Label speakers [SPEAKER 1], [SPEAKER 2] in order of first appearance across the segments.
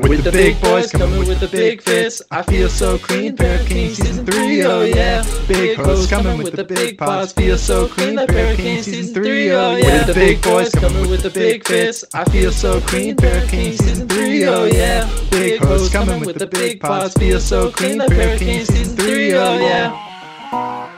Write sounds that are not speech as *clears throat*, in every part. [SPEAKER 1] With, the, big boys coming with the big fits. I feel so clean. Pair of Kings season three, oh yeah. Big hoes coming with the big pots. Feel so clean. Like Pair of Kings season three, oh yeah. With the big boys coming with the big fits. I feel so clean. Pair of Kings season three, oh yeah. Big hoes coming with the big pots. Feel so clean. Like Pair of Kings season three, oh yeah.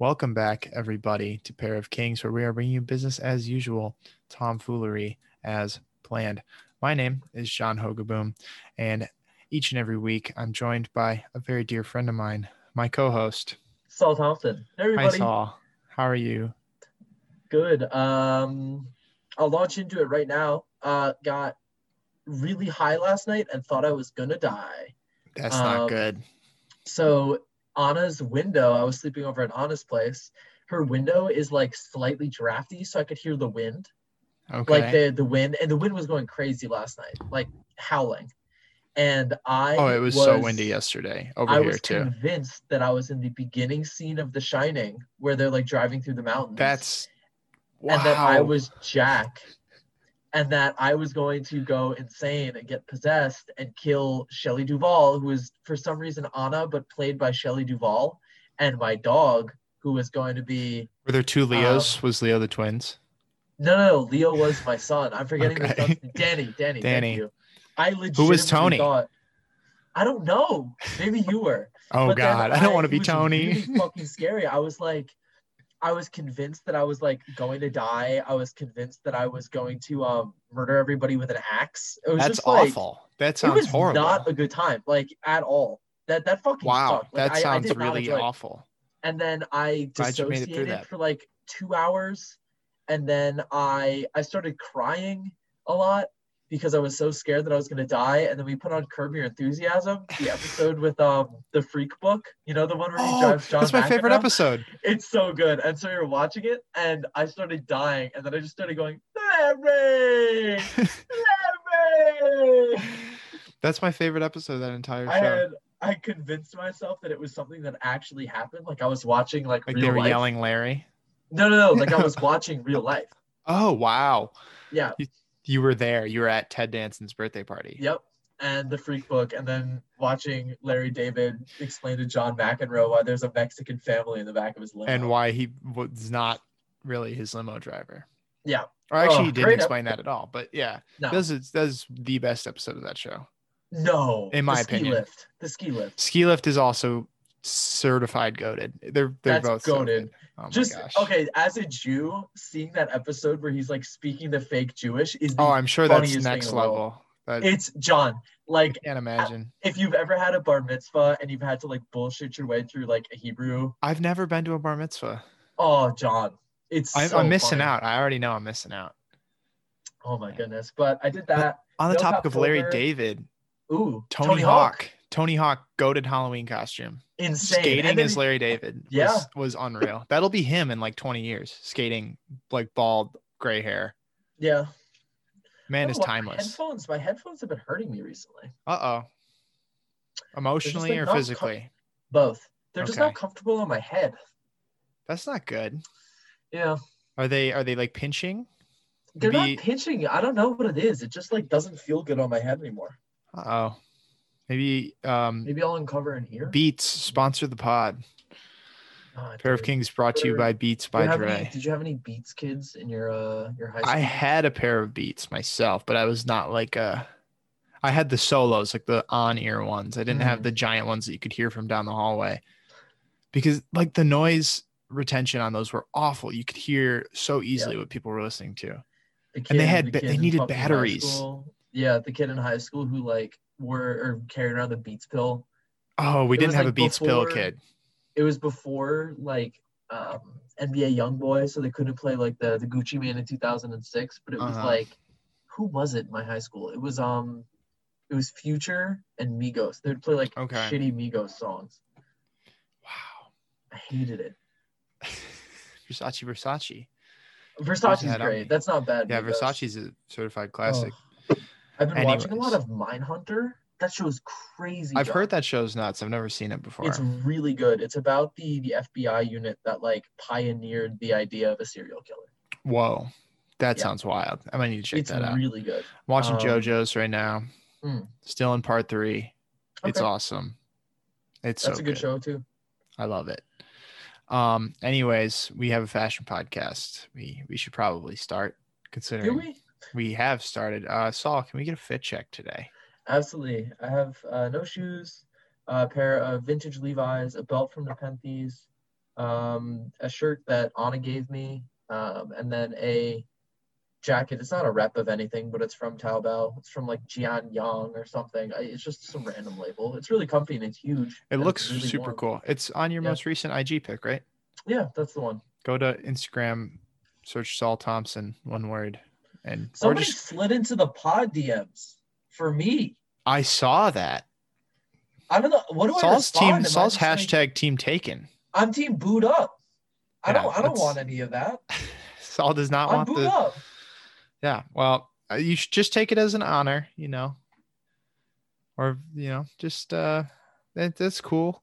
[SPEAKER 2] Welcome back, everybody, to Pair of Kings, where we are bringing you business as usual, tomfoolery as planned. My name is John Hogaboom, and each and every week I'm joined by a very dear friend of mine, my co host.
[SPEAKER 3] Saul Thompson.
[SPEAKER 2] Hi,
[SPEAKER 3] Everybody,
[SPEAKER 2] Saul. How are you?
[SPEAKER 3] good. Um, I'll launch into it right now. Uh, got really high last night and thought I was gonna die.
[SPEAKER 2] That's
[SPEAKER 3] Um,
[SPEAKER 2] not good.
[SPEAKER 3] So Anna's window, I was sleeping over at Anna's place. Her window is like slightly drafty, so I could hear the wind,
[SPEAKER 2] Okay.
[SPEAKER 3] like the the wind, and the wind was going crazy last night, like howling. And I
[SPEAKER 2] oh, it was, so windy yesterday over
[SPEAKER 3] I
[SPEAKER 2] here,
[SPEAKER 3] was
[SPEAKER 2] too.
[SPEAKER 3] convinced that I was in the beginning scene of The Shining, where they're like driving through the mountains.
[SPEAKER 2] That's wow.
[SPEAKER 3] and that I was Jack, and that I was going to go insane and get possessed and kill Shelley Duvall, who is for some reason Anna, but played by Shelley Duvall, and my dog, who was going to be
[SPEAKER 2] Were there
[SPEAKER 3] um,
[SPEAKER 2] two Leos? was Leo the twins?
[SPEAKER 3] no, no, no Leo was my son. I'm forgetting his
[SPEAKER 2] Okay.
[SPEAKER 3] son. Danny, Danny,
[SPEAKER 2] Danny.
[SPEAKER 3] Thank you. I legitimately
[SPEAKER 2] Tony?
[SPEAKER 3] Thought, I don't know. Maybe you were.
[SPEAKER 2] Oh,
[SPEAKER 3] But then
[SPEAKER 2] God. I don't want to
[SPEAKER 3] it
[SPEAKER 2] be
[SPEAKER 3] was
[SPEAKER 2] Tony.
[SPEAKER 3] really fucking scary. I was like, I was convinced that I was like going to die. I was convinced that I was going to um, murder everybody with an axe. It was
[SPEAKER 2] That's
[SPEAKER 3] just like,
[SPEAKER 2] awful. That
[SPEAKER 3] It
[SPEAKER 2] sounds
[SPEAKER 3] was
[SPEAKER 2] horrible.
[SPEAKER 3] not a good time, like at all. That that fucking
[SPEAKER 2] wow.
[SPEAKER 3] sucked. Like,
[SPEAKER 2] That
[SPEAKER 3] I- I
[SPEAKER 2] sounds
[SPEAKER 3] did not
[SPEAKER 2] really
[SPEAKER 3] enjoy it.
[SPEAKER 2] awful.
[SPEAKER 3] And then I
[SPEAKER 2] Glad you made it through
[SPEAKER 3] dissociated
[SPEAKER 2] that.
[SPEAKER 3] for like two hours, and then I I started crying a lot because I was so scared that I was gonna die. And then we put on Curb Your Enthusiasm,
[SPEAKER 2] *laughs*
[SPEAKER 3] the episode with um the Freak Book. You know the one where he
[SPEAKER 2] Oh,
[SPEAKER 3] drives John.
[SPEAKER 2] That's my favorite
[SPEAKER 3] McEnroe? *laughs*
[SPEAKER 2] episode. *laughs*
[SPEAKER 3] It's so good. And so you're watching it, and I started dying, and then I just started going, Larry, Larry.
[SPEAKER 2] That's my favorite episode of that entire show.
[SPEAKER 3] I had I convinced myself that it was something that actually happened. Like I was watching like,
[SPEAKER 2] like
[SPEAKER 3] real
[SPEAKER 2] they were
[SPEAKER 3] life.
[SPEAKER 2] yelling Larry.
[SPEAKER 3] No, no, no. Like
[SPEAKER 2] *laughs*
[SPEAKER 3] I was watching real life.
[SPEAKER 2] Oh wow.
[SPEAKER 3] Yeah.
[SPEAKER 2] You were there. You were at Ted Danson's birthday party.
[SPEAKER 3] Yep. And the Freak Book, and then watching Larry David explain to John McEnroe why there's a Mexican family in the back of his limo.
[SPEAKER 2] And why he was not really his limo driver.
[SPEAKER 3] Yeah.
[SPEAKER 2] Or actually
[SPEAKER 3] Oh,
[SPEAKER 2] he didn't
[SPEAKER 3] great
[SPEAKER 2] explain that at all. But yeah.
[SPEAKER 3] no,
[SPEAKER 2] This is that is the best episode of that show.
[SPEAKER 3] no,
[SPEAKER 2] in my
[SPEAKER 3] the ski
[SPEAKER 2] opinion.
[SPEAKER 3] lift, the ski lift.
[SPEAKER 2] Ski lift is also certified goaded. They're they're
[SPEAKER 3] That's
[SPEAKER 2] both so
[SPEAKER 3] goated.
[SPEAKER 2] good. Oh my
[SPEAKER 3] Just
[SPEAKER 2] gosh.
[SPEAKER 3] okay, as a Jew, seeing that episode where he's like speaking the fake Jewish is the,
[SPEAKER 2] Oh, I'm sure that's
[SPEAKER 3] funniest thing
[SPEAKER 2] next
[SPEAKER 3] in the world.
[SPEAKER 2] level.
[SPEAKER 3] *laughs*
[SPEAKER 2] But
[SPEAKER 3] it's John.
[SPEAKER 2] I
[SPEAKER 3] Like
[SPEAKER 2] can't imagine.
[SPEAKER 3] if you've ever had a bar mitzvah and you've had to like bullshit your way through like a Hebrew,
[SPEAKER 2] I've never been to a bar mitzvah.
[SPEAKER 3] oh John, it's
[SPEAKER 2] I,
[SPEAKER 3] so
[SPEAKER 2] I'm missing
[SPEAKER 3] funny.
[SPEAKER 2] out. I already know I'm missing out.
[SPEAKER 3] Oh my goodness! But I did that.
[SPEAKER 2] On the
[SPEAKER 3] Bill
[SPEAKER 2] topic of Larry
[SPEAKER 3] October,
[SPEAKER 2] David,
[SPEAKER 3] Ooh,
[SPEAKER 2] Tony, Hawk. Tony Hawk goaded Halloween costume.
[SPEAKER 3] insane. And
[SPEAKER 2] Skating
[SPEAKER 3] then
[SPEAKER 2] as
[SPEAKER 3] he-
[SPEAKER 2] Larry David
[SPEAKER 3] Yeah.
[SPEAKER 2] was, was unreal. That'll be him in like 20 years, skating like bald, gray hair.
[SPEAKER 3] yeah.
[SPEAKER 2] Man
[SPEAKER 3] Oh,
[SPEAKER 2] is
[SPEAKER 3] my
[SPEAKER 2] timeless.
[SPEAKER 3] Headphones. My headphones have been hurting me recently.
[SPEAKER 2] Uh oh. Emotionally
[SPEAKER 3] like,
[SPEAKER 2] or
[SPEAKER 3] not com-
[SPEAKER 2] physically?
[SPEAKER 3] Both. They're just
[SPEAKER 2] Okay.
[SPEAKER 3] not comfortable on my head.
[SPEAKER 2] That's not good.
[SPEAKER 3] Yeah.
[SPEAKER 2] Are they are they like pinching?
[SPEAKER 3] They're
[SPEAKER 2] Maybe-
[SPEAKER 3] not pinching. I don't know what it is. It just like doesn't feel good on my head anymore.
[SPEAKER 2] Uh oh. Maybe um
[SPEAKER 3] Maybe I'll uncover in here.
[SPEAKER 2] Beats sponsor the pod.
[SPEAKER 3] Ah,
[SPEAKER 2] Pair of
[SPEAKER 3] dude.
[SPEAKER 2] Kings brought to you by Beats
[SPEAKER 3] Do you
[SPEAKER 2] by
[SPEAKER 3] have
[SPEAKER 2] Dre.
[SPEAKER 3] any- did you have any Beats kids in your uh your high school?
[SPEAKER 2] I had a pair of Beats myself, but I was not like a. I had the solos, like the on-ear ones. I didn't have
[SPEAKER 3] Mhm.
[SPEAKER 2] the giant ones that you could hear from down the hallway, because like the noise retention on those were awful. You could hear so easily what people were listening to.
[SPEAKER 3] The
[SPEAKER 2] and they
[SPEAKER 3] kid-
[SPEAKER 2] had
[SPEAKER 3] the
[SPEAKER 2] ba-
[SPEAKER 3] kid
[SPEAKER 2] they
[SPEAKER 3] in
[SPEAKER 2] needed
[SPEAKER 3] fucking high
[SPEAKER 2] batteries.
[SPEAKER 3] school- Yeah, the kid in high school who like were or carried around the Beats pill.
[SPEAKER 2] Oh, we
[SPEAKER 3] It
[SPEAKER 2] didn't
[SPEAKER 3] was,
[SPEAKER 2] have
[SPEAKER 3] like,
[SPEAKER 2] a Beats pill,
[SPEAKER 3] before-
[SPEAKER 2] kid.
[SPEAKER 3] It was before like um, NBA YoungBoy, so they couldn't play like the the Gucci Man in 2006. But it was
[SPEAKER 2] Uh-huh.
[SPEAKER 3] like, who was it in my high school? It was um, it was Future and Migos. They'd play like
[SPEAKER 2] Okay.
[SPEAKER 3] shitty Migos songs.
[SPEAKER 2] Wow, *laughs*
[SPEAKER 3] I hated it.
[SPEAKER 2] Versace, Versace.
[SPEAKER 3] Versace's
[SPEAKER 2] that on me.
[SPEAKER 3] great. That's not bad.
[SPEAKER 2] um, Yeah,
[SPEAKER 3] Migos. Oh,
[SPEAKER 2] Versace's a certified classic.
[SPEAKER 3] I've been watching a lot
[SPEAKER 2] Anyways.
[SPEAKER 3] of Mindhunter. That show is crazy.
[SPEAKER 2] I've
[SPEAKER 3] John.
[SPEAKER 2] heard that show's nuts. I've never seen it before.
[SPEAKER 3] It's really good. It's about the the FBI unit that like pioneered the idea of a serial killer.
[SPEAKER 2] Whoa. That
[SPEAKER 3] Yeah.
[SPEAKER 2] sounds wild. I might need to check
[SPEAKER 3] it's
[SPEAKER 2] that out.
[SPEAKER 3] really good.
[SPEAKER 2] I'm watching
[SPEAKER 3] um,
[SPEAKER 2] JoJo's right now.
[SPEAKER 3] Mm.
[SPEAKER 2] Still in part three. It's
[SPEAKER 3] Okay.
[SPEAKER 2] awesome. It's
[SPEAKER 3] That's
[SPEAKER 2] so
[SPEAKER 3] a good, show too.
[SPEAKER 2] I love it. Um, anyways, we have a fashion podcast. We we should probably start
[SPEAKER 3] Do
[SPEAKER 2] considering we?
[SPEAKER 3] we?
[SPEAKER 2] have started. Uh Saul, can we get a fit check today?
[SPEAKER 3] Absolutely. I have uh, no shoes, a pair of vintage Levi's, a belt from Nepenthes, um, a shirt that Anna gave me, um, and then a jacket. It's not a rep of anything, but it's from Taobao. It's from like Jian Yang or something. I, it's just some random label. It's really comfy and it's huge.
[SPEAKER 2] It
[SPEAKER 3] and it's
[SPEAKER 2] looks
[SPEAKER 3] really
[SPEAKER 2] super
[SPEAKER 3] warm.
[SPEAKER 2] cool. It's on your
[SPEAKER 3] Yeah.
[SPEAKER 2] most recent IG pick, right?
[SPEAKER 3] Yeah, that's the one.
[SPEAKER 2] Go to Instagram, search Saul Thompson, one word. And or
[SPEAKER 3] Somebody
[SPEAKER 2] just
[SPEAKER 3] slid into the pod DMs for me.
[SPEAKER 2] I saw that.
[SPEAKER 3] I don't know. What do I
[SPEAKER 2] Saul's
[SPEAKER 3] respond?
[SPEAKER 2] team
[SPEAKER 3] Am I
[SPEAKER 2] Saul's
[SPEAKER 3] just like,
[SPEAKER 2] hashtag team taken.
[SPEAKER 3] I'm team boot up. I
[SPEAKER 2] Yeah,
[SPEAKER 3] don't. I don't
[SPEAKER 2] that's-
[SPEAKER 3] want any of that.
[SPEAKER 2] Saul does not
[SPEAKER 3] I'm
[SPEAKER 2] want
[SPEAKER 3] boot
[SPEAKER 2] the
[SPEAKER 3] up.
[SPEAKER 2] Yeah. Well, uh, you should just take it as an honor, you know, or, you know, just, uh, that, that's cool.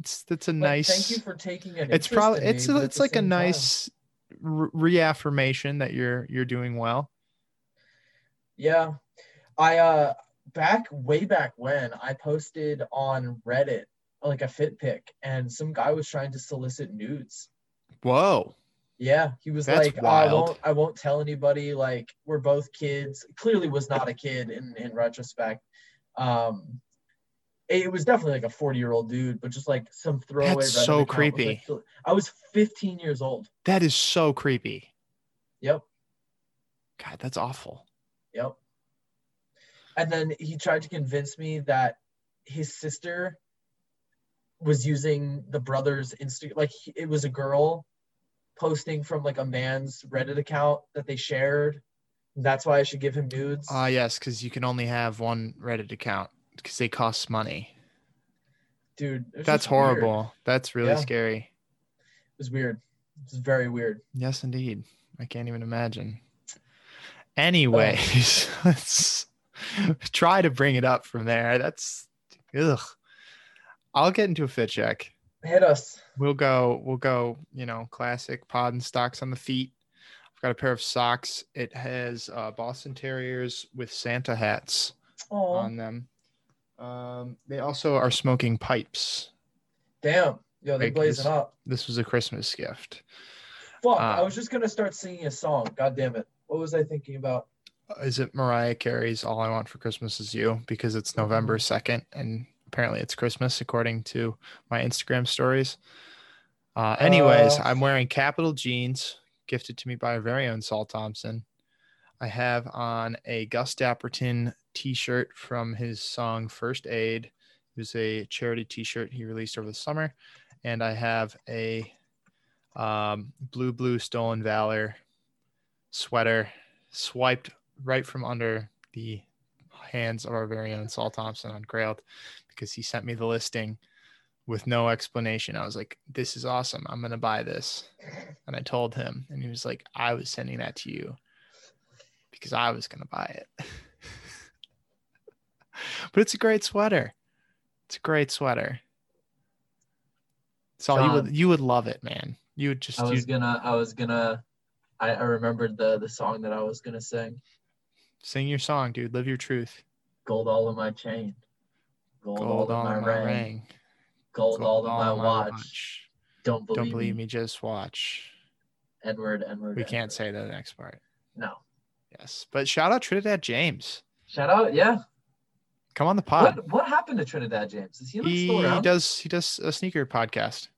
[SPEAKER 2] It's, that's a
[SPEAKER 3] But
[SPEAKER 2] nice,
[SPEAKER 3] Thank you for taking an
[SPEAKER 2] it's
[SPEAKER 3] interest
[SPEAKER 2] probably,
[SPEAKER 3] in me,
[SPEAKER 2] it's,
[SPEAKER 3] but at
[SPEAKER 2] it's
[SPEAKER 3] the
[SPEAKER 2] like a
[SPEAKER 3] same time-
[SPEAKER 2] nice re- reaffirmation that you're, you're doing well.
[SPEAKER 3] Yeah, I uh back way back when I posted on Reddit like a fit pic, and some guy was trying to solicit nudes.
[SPEAKER 2] Whoa.
[SPEAKER 3] Yeah, he was
[SPEAKER 2] That's
[SPEAKER 3] like, "Oh, I
[SPEAKER 2] wild.
[SPEAKER 3] won't, I won't tell anybody. Like, we're both kids. Clearly, was not a kid in in retrospect. Um, it was definitely like a forty year old dude, but just like some throwaway.
[SPEAKER 2] That's
[SPEAKER 3] Reddit
[SPEAKER 2] so
[SPEAKER 3] account was, like,
[SPEAKER 2] creepy.
[SPEAKER 3] fil- I was fifteen years old.
[SPEAKER 2] That is so creepy.
[SPEAKER 3] Yep.
[SPEAKER 2] God, that's awful.
[SPEAKER 3] Yep. And then he tried to convince me that his sister was using the brother's Insta, like he- it was a girl posting from like a man's Reddit account that they shared. That's why I should give him nudes.
[SPEAKER 2] Ah, yes. Cause you can only have one Reddit account because they cost money.
[SPEAKER 3] Dude, it was
[SPEAKER 2] That's
[SPEAKER 3] just weird.
[SPEAKER 2] horrible. That's really
[SPEAKER 3] Yeah.
[SPEAKER 2] scary.
[SPEAKER 3] It was weird. It was very weird.
[SPEAKER 2] Yes, indeed. I can't even imagine. Anyways, *laughs* let's try to bring it up from there. That's ugh. I'll get into a fit check.
[SPEAKER 3] Hit us.
[SPEAKER 2] We'll go, we'll go, you know, classic pod and stocks on the feet. I've got a pair of socks. It has uh, Boston Terriers with Santa hats
[SPEAKER 3] Oh,
[SPEAKER 2] on them. Um, they also are smoking pipes.
[SPEAKER 3] damn. Yo, they
[SPEAKER 2] Like,
[SPEAKER 3] blazing
[SPEAKER 2] this-
[SPEAKER 3] up.
[SPEAKER 2] This was a Christmas gift.
[SPEAKER 3] Fuck, I
[SPEAKER 2] uh,
[SPEAKER 3] was just gonna start singing a song. God damn it. What was I thinking about?
[SPEAKER 2] is it Mariah Carey's All I Want for Christmas Is You because it's November 2nd and apparently it's Christmas according to my Instagram stories. Uh, anyways,
[SPEAKER 3] Uh.
[SPEAKER 2] I'm wearing capital jeans gifted to me by our very own Saul Thompson. I have on a Gus Dapperton t shirt from his song First Aid. It was a charity t shirt he released over the summer. And I have a um, blue, blue stolen valor sweater swiped right from under the hands of our very own Saul Thompson on Grailed because he sent me the listing with no explanation. I was like, this is awesome. I'm going to buy this. And I told him, and he was like, I was sending that to you because I was going to buy it. *laughs* but it's a great sweater. It's a great sweater. Saul, you
[SPEAKER 3] John.
[SPEAKER 2] would you would love it, man. You would just
[SPEAKER 3] I
[SPEAKER 2] you
[SPEAKER 3] was gonna, I was gonna, I, I remembered the the song that I was gonna sing.
[SPEAKER 2] sing your song, dude. Live your truth.
[SPEAKER 3] Gold all in my chain, gold,
[SPEAKER 2] Gold
[SPEAKER 3] all in my, ring, gold, all
[SPEAKER 2] Gold
[SPEAKER 3] in my
[SPEAKER 2] on
[SPEAKER 3] watch.
[SPEAKER 2] watch.
[SPEAKER 3] Don't believe,
[SPEAKER 2] Don't believe
[SPEAKER 3] me.
[SPEAKER 2] me, just watch.
[SPEAKER 3] N word, N word.
[SPEAKER 2] We
[SPEAKER 3] N
[SPEAKER 2] can't
[SPEAKER 3] word.
[SPEAKER 2] say the next part.
[SPEAKER 3] no.
[SPEAKER 2] Yes. But shout out Trinidad James.
[SPEAKER 3] Shout out, yeah.
[SPEAKER 2] Come on the pod.
[SPEAKER 3] What what happened to Trinidad James? Is he like,
[SPEAKER 2] He
[SPEAKER 3] still around?
[SPEAKER 2] does he does a sneaker podcast.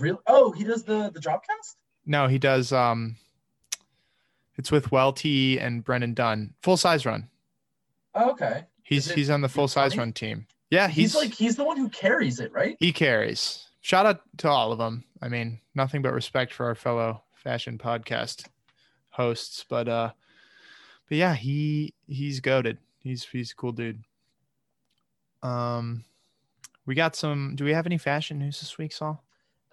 [SPEAKER 3] Real? Oh, he does the the dropcast.
[SPEAKER 2] No, he does um it's with Well T and Brendan Dunn. Full size run.
[SPEAKER 3] Oh, okay.
[SPEAKER 2] He's
[SPEAKER 3] Is it-
[SPEAKER 2] he's on the full size
[SPEAKER 3] funny?
[SPEAKER 2] run team. Yeah,
[SPEAKER 3] He's,
[SPEAKER 2] he's,
[SPEAKER 3] like he's the one who carries it, right?
[SPEAKER 2] he carries. Shout out to all of them. I mean, nothing but respect for our fellow fashion podcast hosts, but uh but yeah, he he's goaded. He's he's a cool dude. Um we got some do we have any fashion news this week, Saul?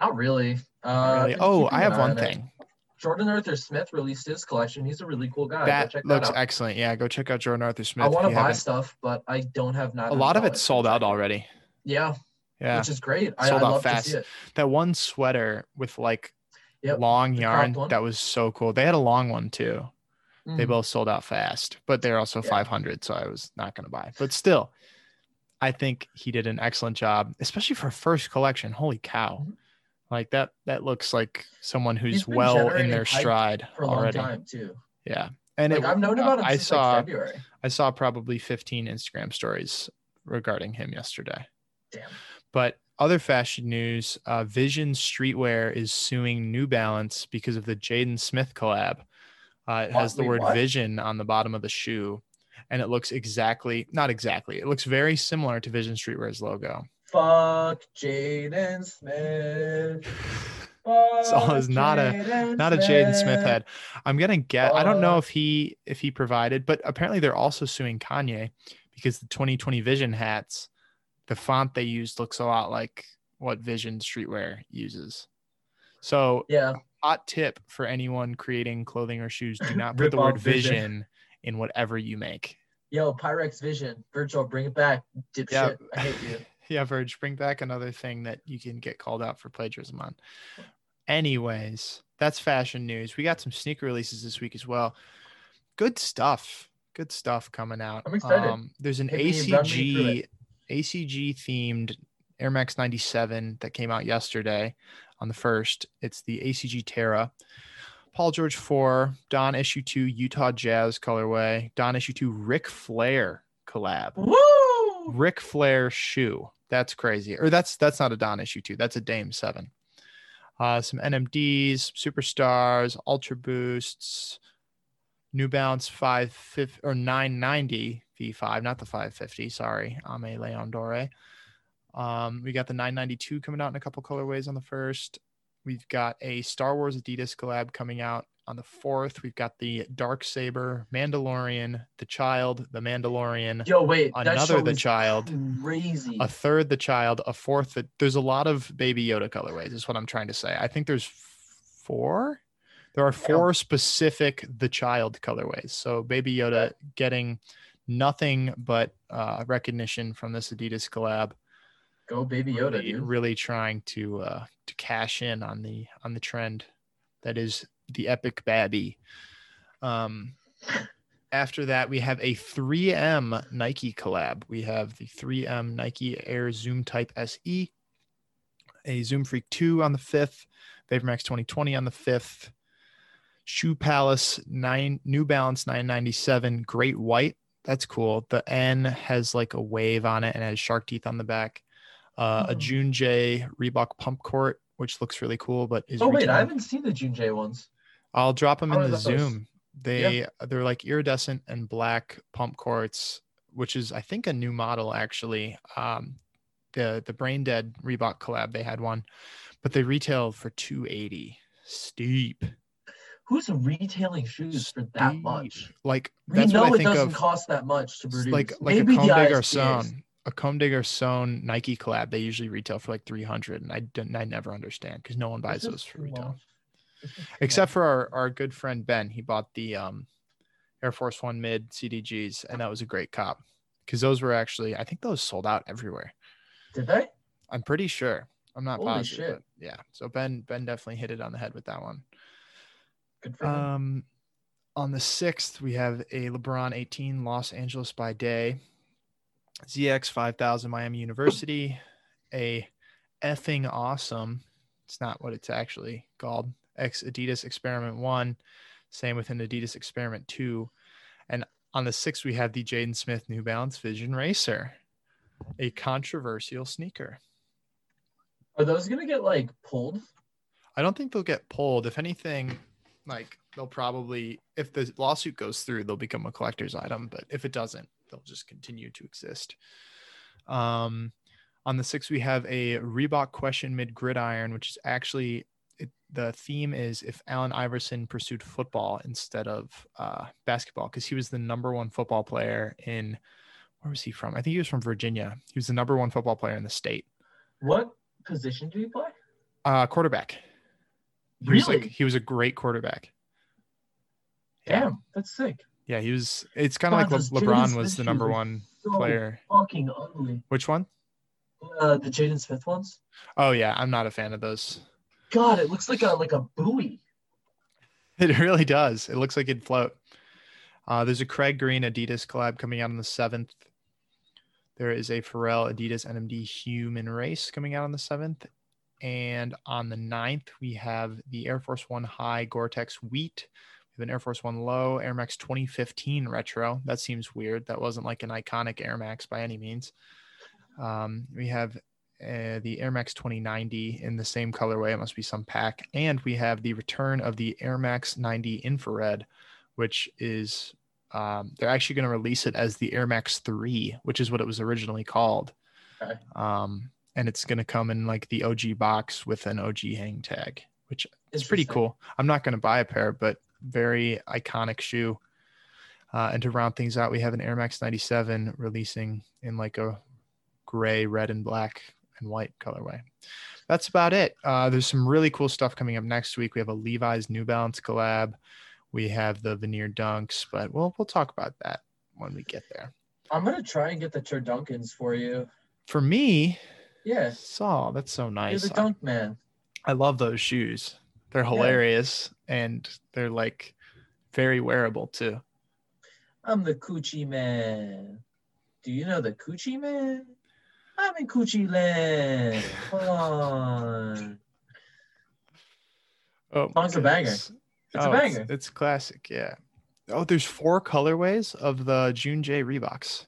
[SPEAKER 3] Not really. Uh,
[SPEAKER 2] Not really?
[SPEAKER 3] been
[SPEAKER 2] Oh,
[SPEAKER 3] keeping an
[SPEAKER 2] I have
[SPEAKER 3] eye
[SPEAKER 2] one
[SPEAKER 3] on it.
[SPEAKER 2] thing.
[SPEAKER 3] Jordan Arthur Smith released his collection. He's a really cool guy. Go
[SPEAKER 2] that
[SPEAKER 3] check
[SPEAKER 2] looks
[SPEAKER 3] out.
[SPEAKER 2] excellent. Yeah, go check out Jordan Arthur Smith.
[SPEAKER 3] I
[SPEAKER 2] if
[SPEAKER 3] want to
[SPEAKER 2] you
[SPEAKER 3] buy
[SPEAKER 2] haven't.
[SPEAKER 3] stuff, but I don't have not.
[SPEAKER 2] A lot of it's sold out already.
[SPEAKER 3] Yeah,
[SPEAKER 2] Yeah,
[SPEAKER 3] which is great. I, I
[SPEAKER 2] Sold out
[SPEAKER 3] love
[SPEAKER 2] fast.
[SPEAKER 3] to see it.
[SPEAKER 2] that one sweater with like
[SPEAKER 3] Yep,
[SPEAKER 2] long yarn
[SPEAKER 3] cropped one.
[SPEAKER 2] that was so cool. They had a long one too. They
[SPEAKER 3] Mhm.
[SPEAKER 2] both sold out fast, but they're also
[SPEAKER 3] Yeah.
[SPEAKER 2] 500, so I was not going to buy. But still, I think he did an excellent job, especially for a first collection. Holy cow.
[SPEAKER 3] Mhm.
[SPEAKER 2] Like that that looks like someone
[SPEAKER 3] He's
[SPEAKER 2] who's
[SPEAKER 3] been
[SPEAKER 2] well in
[SPEAKER 3] generating
[SPEAKER 2] their
[SPEAKER 3] hype
[SPEAKER 2] stride
[SPEAKER 3] for a long
[SPEAKER 2] already.
[SPEAKER 3] time too.
[SPEAKER 2] Yeah. And
[SPEAKER 3] Like
[SPEAKER 2] it,
[SPEAKER 3] I've known about him
[SPEAKER 2] I
[SPEAKER 3] since
[SPEAKER 2] saw
[SPEAKER 3] like February.
[SPEAKER 2] I saw probably 15 Instagram stories regarding him yesterday.
[SPEAKER 3] Damn.
[SPEAKER 2] But other fashion news uh, Vision Streetwear is suing New Balance because of the Jaden Smith collab. Uh, it has the
[SPEAKER 3] Wait,
[SPEAKER 2] word
[SPEAKER 3] what?
[SPEAKER 2] vision on the bottom of the shoe, and it looks exactly, not exactly, it looks very similar to Vision Streetwear's logo.
[SPEAKER 3] Fuck Jaden
[SPEAKER 2] *laughs*
[SPEAKER 3] Smith.
[SPEAKER 2] So
[SPEAKER 3] Fuck
[SPEAKER 2] it's not a-
[SPEAKER 3] Jaden
[SPEAKER 2] Not a Jaden Smith head. I'm gonna get. I don't know
[SPEAKER 3] Oh.
[SPEAKER 2] if he if he provided, but apparently they're also suing Kanye because the 2020 Vision hats, the font they used looks a lot like what Vision Streetwear uses. So
[SPEAKER 3] Yeah,
[SPEAKER 2] hot tip for anyone creating clothing or
[SPEAKER 3] *laughs*
[SPEAKER 2] shoes: do not put
[SPEAKER 3] Rip
[SPEAKER 2] the word
[SPEAKER 3] off Vision.
[SPEAKER 2] vision in whatever you make.
[SPEAKER 3] yo, Pyrex Vision, Virgil, bring it back, dipshit.
[SPEAKER 2] Yeah.
[SPEAKER 3] I hate you.
[SPEAKER 2] Yeah, Verge, bring back another thing that you can get called out for plagiarism on. Anyways, that's fashion news. We got some sneaker releases this week as well. Good stuff. Good stuff coming out. Um,
[SPEAKER 3] I'm excited.
[SPEAKER 2] there's an
[SPEAKER 3] Hit me, run me through
[SPEAKER 2] ACG ACG themed Air Max 97 that came out yesterday on the first. It's the ACG Terra. Paul George 4, Don Issue 2, Utah Jazz colorway, Don Issue 2, Ric Flair collab.
[SPEAKER 3] Woo!
[SPEAKER 2] Ric Flair shoe. That's crazy. Or that's that's not a Don issue too. That's a Dame seven. Uh, some NMDs, superstars, Ultra Boosts, New Balance five fifty or nine ninety V five, not the five fifty. Sorry, Ame Leon Dore. Um, we got the nine ninety two coming out in a couple colorways on the first. We've got a Star Wars Adidas collab coming out on the fourth. We've got the Dark Saber, Mandalorian, the Child, the Mandalorian
[SPEAKER 3] Yo, wait, that
[SPEAKER 2] another
[SPEAKER 3] show
[SPEAKER 2] the
[SPEAKER 3] was
[SPEAKER 2] child
[SPEAKER 3] *laughs* crazy.
[SPEAKER 2] a third the child a fourth the, there's a lot of baby yoda colorways is what i'm trying to say i think there's four there are four specific the child colorways so baby yoda getting nothing but uh, recognition from this adidas collab
[SPEAKER 3] Go Baby Yoda,
[SPEAKER 2] really,
[SPEAKER 3] dude.
[SPEAKER 2] really trying to uh, to cash in on the on the trend that is the epic babby. Um, after that, we have a 3M Nike collab. We have the 3M Nike Air Zoom Type E. SE, a Zoom Freak 2 on the 5th, VaporMax 2020 on the 5th, Shoe Palace 9 New Balance 997 Great White. That's cool. The N has like a wave on it and has shark teeth on the back. Uh, A
[SPEAKER 3] Mhm.
[SPEAKER 2] June J Reebok Pump Court, which looks really cool, but is
[SPEAKER 3] Oh wait, I
[SPEAKER 2] retail.
[SPEAKER 3] haven't seen the June J ones.
[SPEAKER 2] I'll drop them
[SPEAKER 3] How
[SPEAKER 2] in
[SPEAKER 3] are
[SPEAKER 2] the
[SPEAKER 3] those?
[SPEAKER 2] Zoom. They they're like iridescent and black pump courts, which is I think a new model actually. Um, the the Brain Dead Reebok collab they had one, but they retail for two eighty. Steep,
[SPEAKER 3] Who's retailing shoes for that much?
[SPEAKER 2] Steep. Like
[SPEAKER 3] We
[SPEAKER 2] that's
[SPEAKER 3] know
[SPEAKER 2] what I
[SPEAKER 3] it
[SPEAKER 2] think
[SPEAKER 3] doesn't
[SPEAKER 2] of.
[SPEAKER 3] cost that much to
[SPEAKER 2] s-
[SPEAKER 3] produce.
[SPEAKER 2] Like like
[SPEAKER 3] Maybe
[SPEAKER 2] a
[SPEAKER 3] the
[SPEAKER 2] Comme des
[SPEAKER 3] ISPs.
[SPEAKER 2] Garçons, a Comme des Garçons Nike collab. They usually retail for like three hundred, and I don't, I never understand because no one
[SPEAKER 3] This
[SPEAKER 2] buys
[SPEAKER 3] is
[SPEAKER 2] those for
[SPEAKER 3] too
[SPEAKER 2] retail.
[SPEAKER 3] much. This is too
[SPEAKER 2] except
[SPEAKER 3] much.
[SPEAKER 2] for our, our good friend Ben. He bought the um, Air Force One mid CDGs, and that was a great cop because those were actually, I think those sold out everywhere.
[SPEAKER 3] did they?
[SPEAKER 2] I'm pretty sure. I'm not
[SPEAKER 3] Holy
[SPEAKER 2] positive.
[SPEAKER 3] shit.
[SPEAKER 2] But yeah. So Ben Ben definitely hit it on the head with that one.
[SPEAKER 3] Good for him.
[SPEAKER 2] Um, on the sixth, we have a LeBron 18 Los Angeles by day, ZX 5000 Miami University, a effing awesome. It's not what it's actually called. X Adidas Experiment One, same with an Adidas Experiment Two, and on the sixth we have the Jaden Smith New Balance Vision Racer, a controversial sneaker. Uh,
[SPEAKER 3] Are those gonna get like pulled?
[SPEAKER 2] I don't think they'll get pulled. If anything, like they'll probably, if the lawsuit goes through, they'll become a collector's item. But if it doesn't, they'll just continue to exist. Um, on the sixth, we have a Reebok question mid gridiron, which is actually it, the theme is if Allen Iverson pursued football instead of uh, basketball, because he was the number one football player in where was he from? I think he was from Virginia. He was the number one football player in the state.
[SPEAKER 3] What position do you play?
[SPEAKER 2] Uh, quarterback. He was like
[SPEAKER 3] Really?
[SPEAKER 2] he was a great quarterback. Yeah.
[SPEAKER 3] Damn, that's sick.
[SPEAKER 2] Yeah, he was it's kind of like
[SPEAKER 3] Francis,
[SPEAKER 2] Le-
[SPEAKER 3] Jaden
[SPEAKER 2] LeBron
[SPEAKER 3] Smith
[SPEAKER 2] was the
[SPEAKER 3] shoes
[SPEAKER 2] number
[SPEAKER 3] are
[SPEAKER 2] one
[SPEAKER 3] So
[SPEAKER 2] player.
[SPEAKER 3] fucking ugly.
[SPEAKER 2] Which one?
[SPEAKER 3] Uh, the Jaden Smith ones.
[SPEAKER 2] Oh yeah, I'm not a fan of those.
[SPEAKER 3] God, it looks like a like a buoy.
[SPEAKER 2] *laughs* It really does. It looks like it'd float. Uh, there's a Craig Green Adidas collab coming out on the 7th. There is a Pharrell Adidas NMD Human Race coming out on the 7th. And on the 9th, we have the Air Force One High Gore Tex Wheat. We have an Air Force One Low Air Max 2015 Retro. That seems weird. That wasn't like an iconic Air Max by any means. Um, we have uh, the Air Max 2090 in the same colorway. It must be some pack. And we have the return of the Air Max 90 infrared, which is um, they're actually going to release it as the Air Max 3, which is what it was originally called.
[SPEAKER 3] Okay.
[SPEAKER 2] Um, and it's going to come in like the OG box with an OG hang tag, which it's pretty
[SPEAKER 3] Interesting.
[SPEAKER 2] cool. I'm not going to buy a pair, but very iconic shoe. Uh, and to round things out, we have an Air Max 97 releasing in like a gray, red, and black and white colorway. That's about it. Uh, there's some really cool stuff coming up next week. We have a Levi's New Balance collab. We have the Veneer Dunks, but we'll we'll talk about that when we get there.
[SPEAKER 3] I'm gonna try and get the Turdunkins for you.
[SPEAKER 2] For me,
[SPEAKER 3] Yeah,
[SPEAKER 2] Saul, that's so
[SPEAKER 3] you're
[SPEAKER 2] nice.
[SPEAKER 3] the dunk man.
[SPEAKER 2] I love those shoes. They're hilarious and they're like very wearable too.
[SPEAKER 3] I'm the coochie man. Do you know the coochie man? I'm in coochie land. Come on.
[SPEAKER 2] Oh, my
[SPEAKER 3] Song's a banger.
[SPEAKER 2] goodness.
[SPEAKER 3] It's a
[SPEAKER 2] Oh,
[SPEAKER 3] banger.
[SPEAKER 2] It's, classic, yeah. Oh, there's four colorways of the June J Reeboks.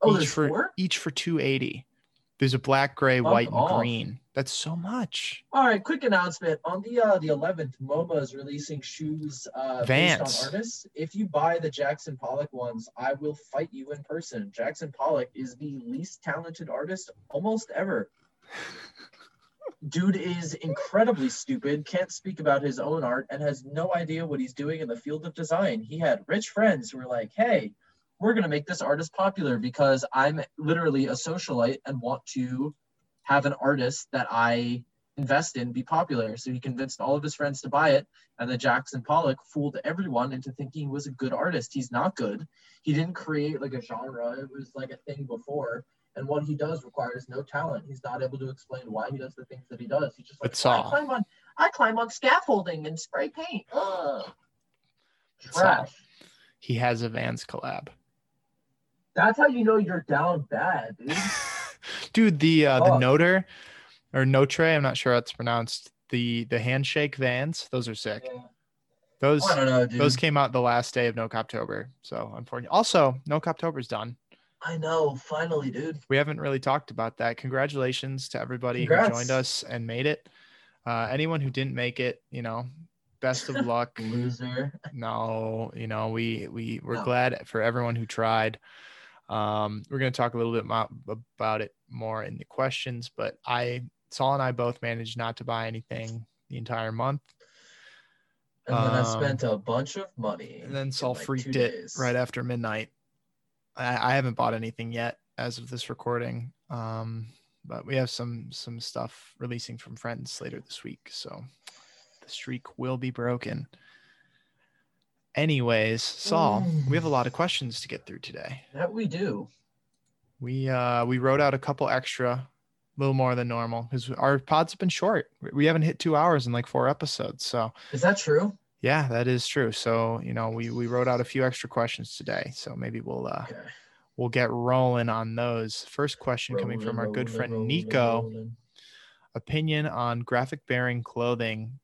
[SPEAKER 3] Oh,
[SPEAKER 2] Each
[SPEAKER 3] there's
[SPEAKER 2] for-
[SPEAKER 3] four?
[SPEAKER 2] Each for 280. There's a black, gray,
[SPEAKER 3] Fuck
[SPEAKER 2] white, and
[SPEAKER 3] off.
[SPEAKER 2] green. That's so much.
[SPEAKER 3] All right, quick announcement. On the uh, the 11th, MoMA is releasing shoes uh,
[SPEAKER 2] Vans.
[SPEAKER 3] based on artists. If you buy the Jackson Pollock ones, I will fight you in person. Jackson Pollock is the least talented artist almost ever. Dude is incredibly stupid, can't speak about his own art, and has no idea what he's doing in the field of design. He had rich friends who were like, hey, we're going to make this artist popular because I'm literally a socialite and want to have an artist that I invest in be popular. So he convinced all of his friends to buy it. And then Jackson Pollock fooled everyone into thinking he was a good artist. He's not good. He didn't create like a genre, it was like a thing before. And what he does requires no talent. He's not able to explain why he does the things that he does. He's just like,
[SPEAKER 2] It's
[SPEAKER 3] "Well,
[SPEAKER 2] all-
[SPEAKER 3] I climb on I climb on scaffolding and spray paint. Ugh.
[SPEAKER 2] It's all-
[SPEAKER 3] Trash.
[SPEAKER 2] He has a Vans collab.
[SPEAKER 3] That's how you know you're down bad, dude.
[SPEAKER 2] Dude, the uh, the
[SPEAKER 3] Fuck.
[SPEAKER 2] Noter or Notre, I'm not sure how it's pronounced. The the handshake Vans, those are sick.
[SPEAKER 3] Yeah.
[SPEAKER 2] Those
[SPEAKER 3] I don't know, dude.
[SPEAKER 2] those came out the last day of No Coptober. So unfortunately, also No Coptober's done.
[SPEAKER 3] I know, finally, dude.
[SPEAKER 2] we haven't really talked about that. Congratulations to everybody who
[SPEAKER 3] Congrats.
[SPEAKER 2] joined us and made it. Uh, anyone who didn't make it, you know,
[SPEAKER 3] *laughs*
[SPEAKER 2] best of luck.
[SPEAKER 3] Loser.
[SPEAKER 2] no, you know, we we we're
[SPEAKER 3] No.
[SPEAKER 2] glad for everyone who tried. Um, we're gonna talk a little bit mo- about it more in the questions, but I Saul and I both managed not to buy anything the entire month.
[SPEAKER 3] And then I
[SPEAKER 2] Um,
[SPEAKER 3] spent a bunch of money.
[SPEAKER 2] And then
[SPEAKER 3] in,
[SPEAKER 2] Saul
[SPEAKER 3] like, two
[SPEAKER 2] freaked it
[SPEAKER 3] days.
[SPEAKER 2] right after midnight. I, I haven't bought anything yet as of this recording. Um, but we have some some stuff releasing from friends later this week, so the streak will be broken. Anyways, Saul, we have
[SPEAKER 3] *sighs*
[SPEAKER 2] a lot of questions to get through today.
[SPEAKER 3] That we do.
[SPEAKER 2] We uh we wrote out a couple extra, a little more than normal because our pods have been short. We- We haven't hit two hours in like four episodes, so
[SPEAKER 3] Is that true?
[SPEAKER 2] yeah, that is true. So, you know, we we wrote out a few extra questions today. So maybe we'll uh
[SPEAKER 3] Okay.
[SPEAKER 2] we'll get rolling on those. First question coming from our
[SPEAKER 3] Rolling,
[SPEAKER 2] good
[SPEAKER 3] rolling,
[SPEAKER 2] friend
[SPEAKER 3] rolling,
[SPEAKER 2] Nico.
[SPEAKER 3] rolling.
[SPEAKER 2] Opinion on graphic bearing clothing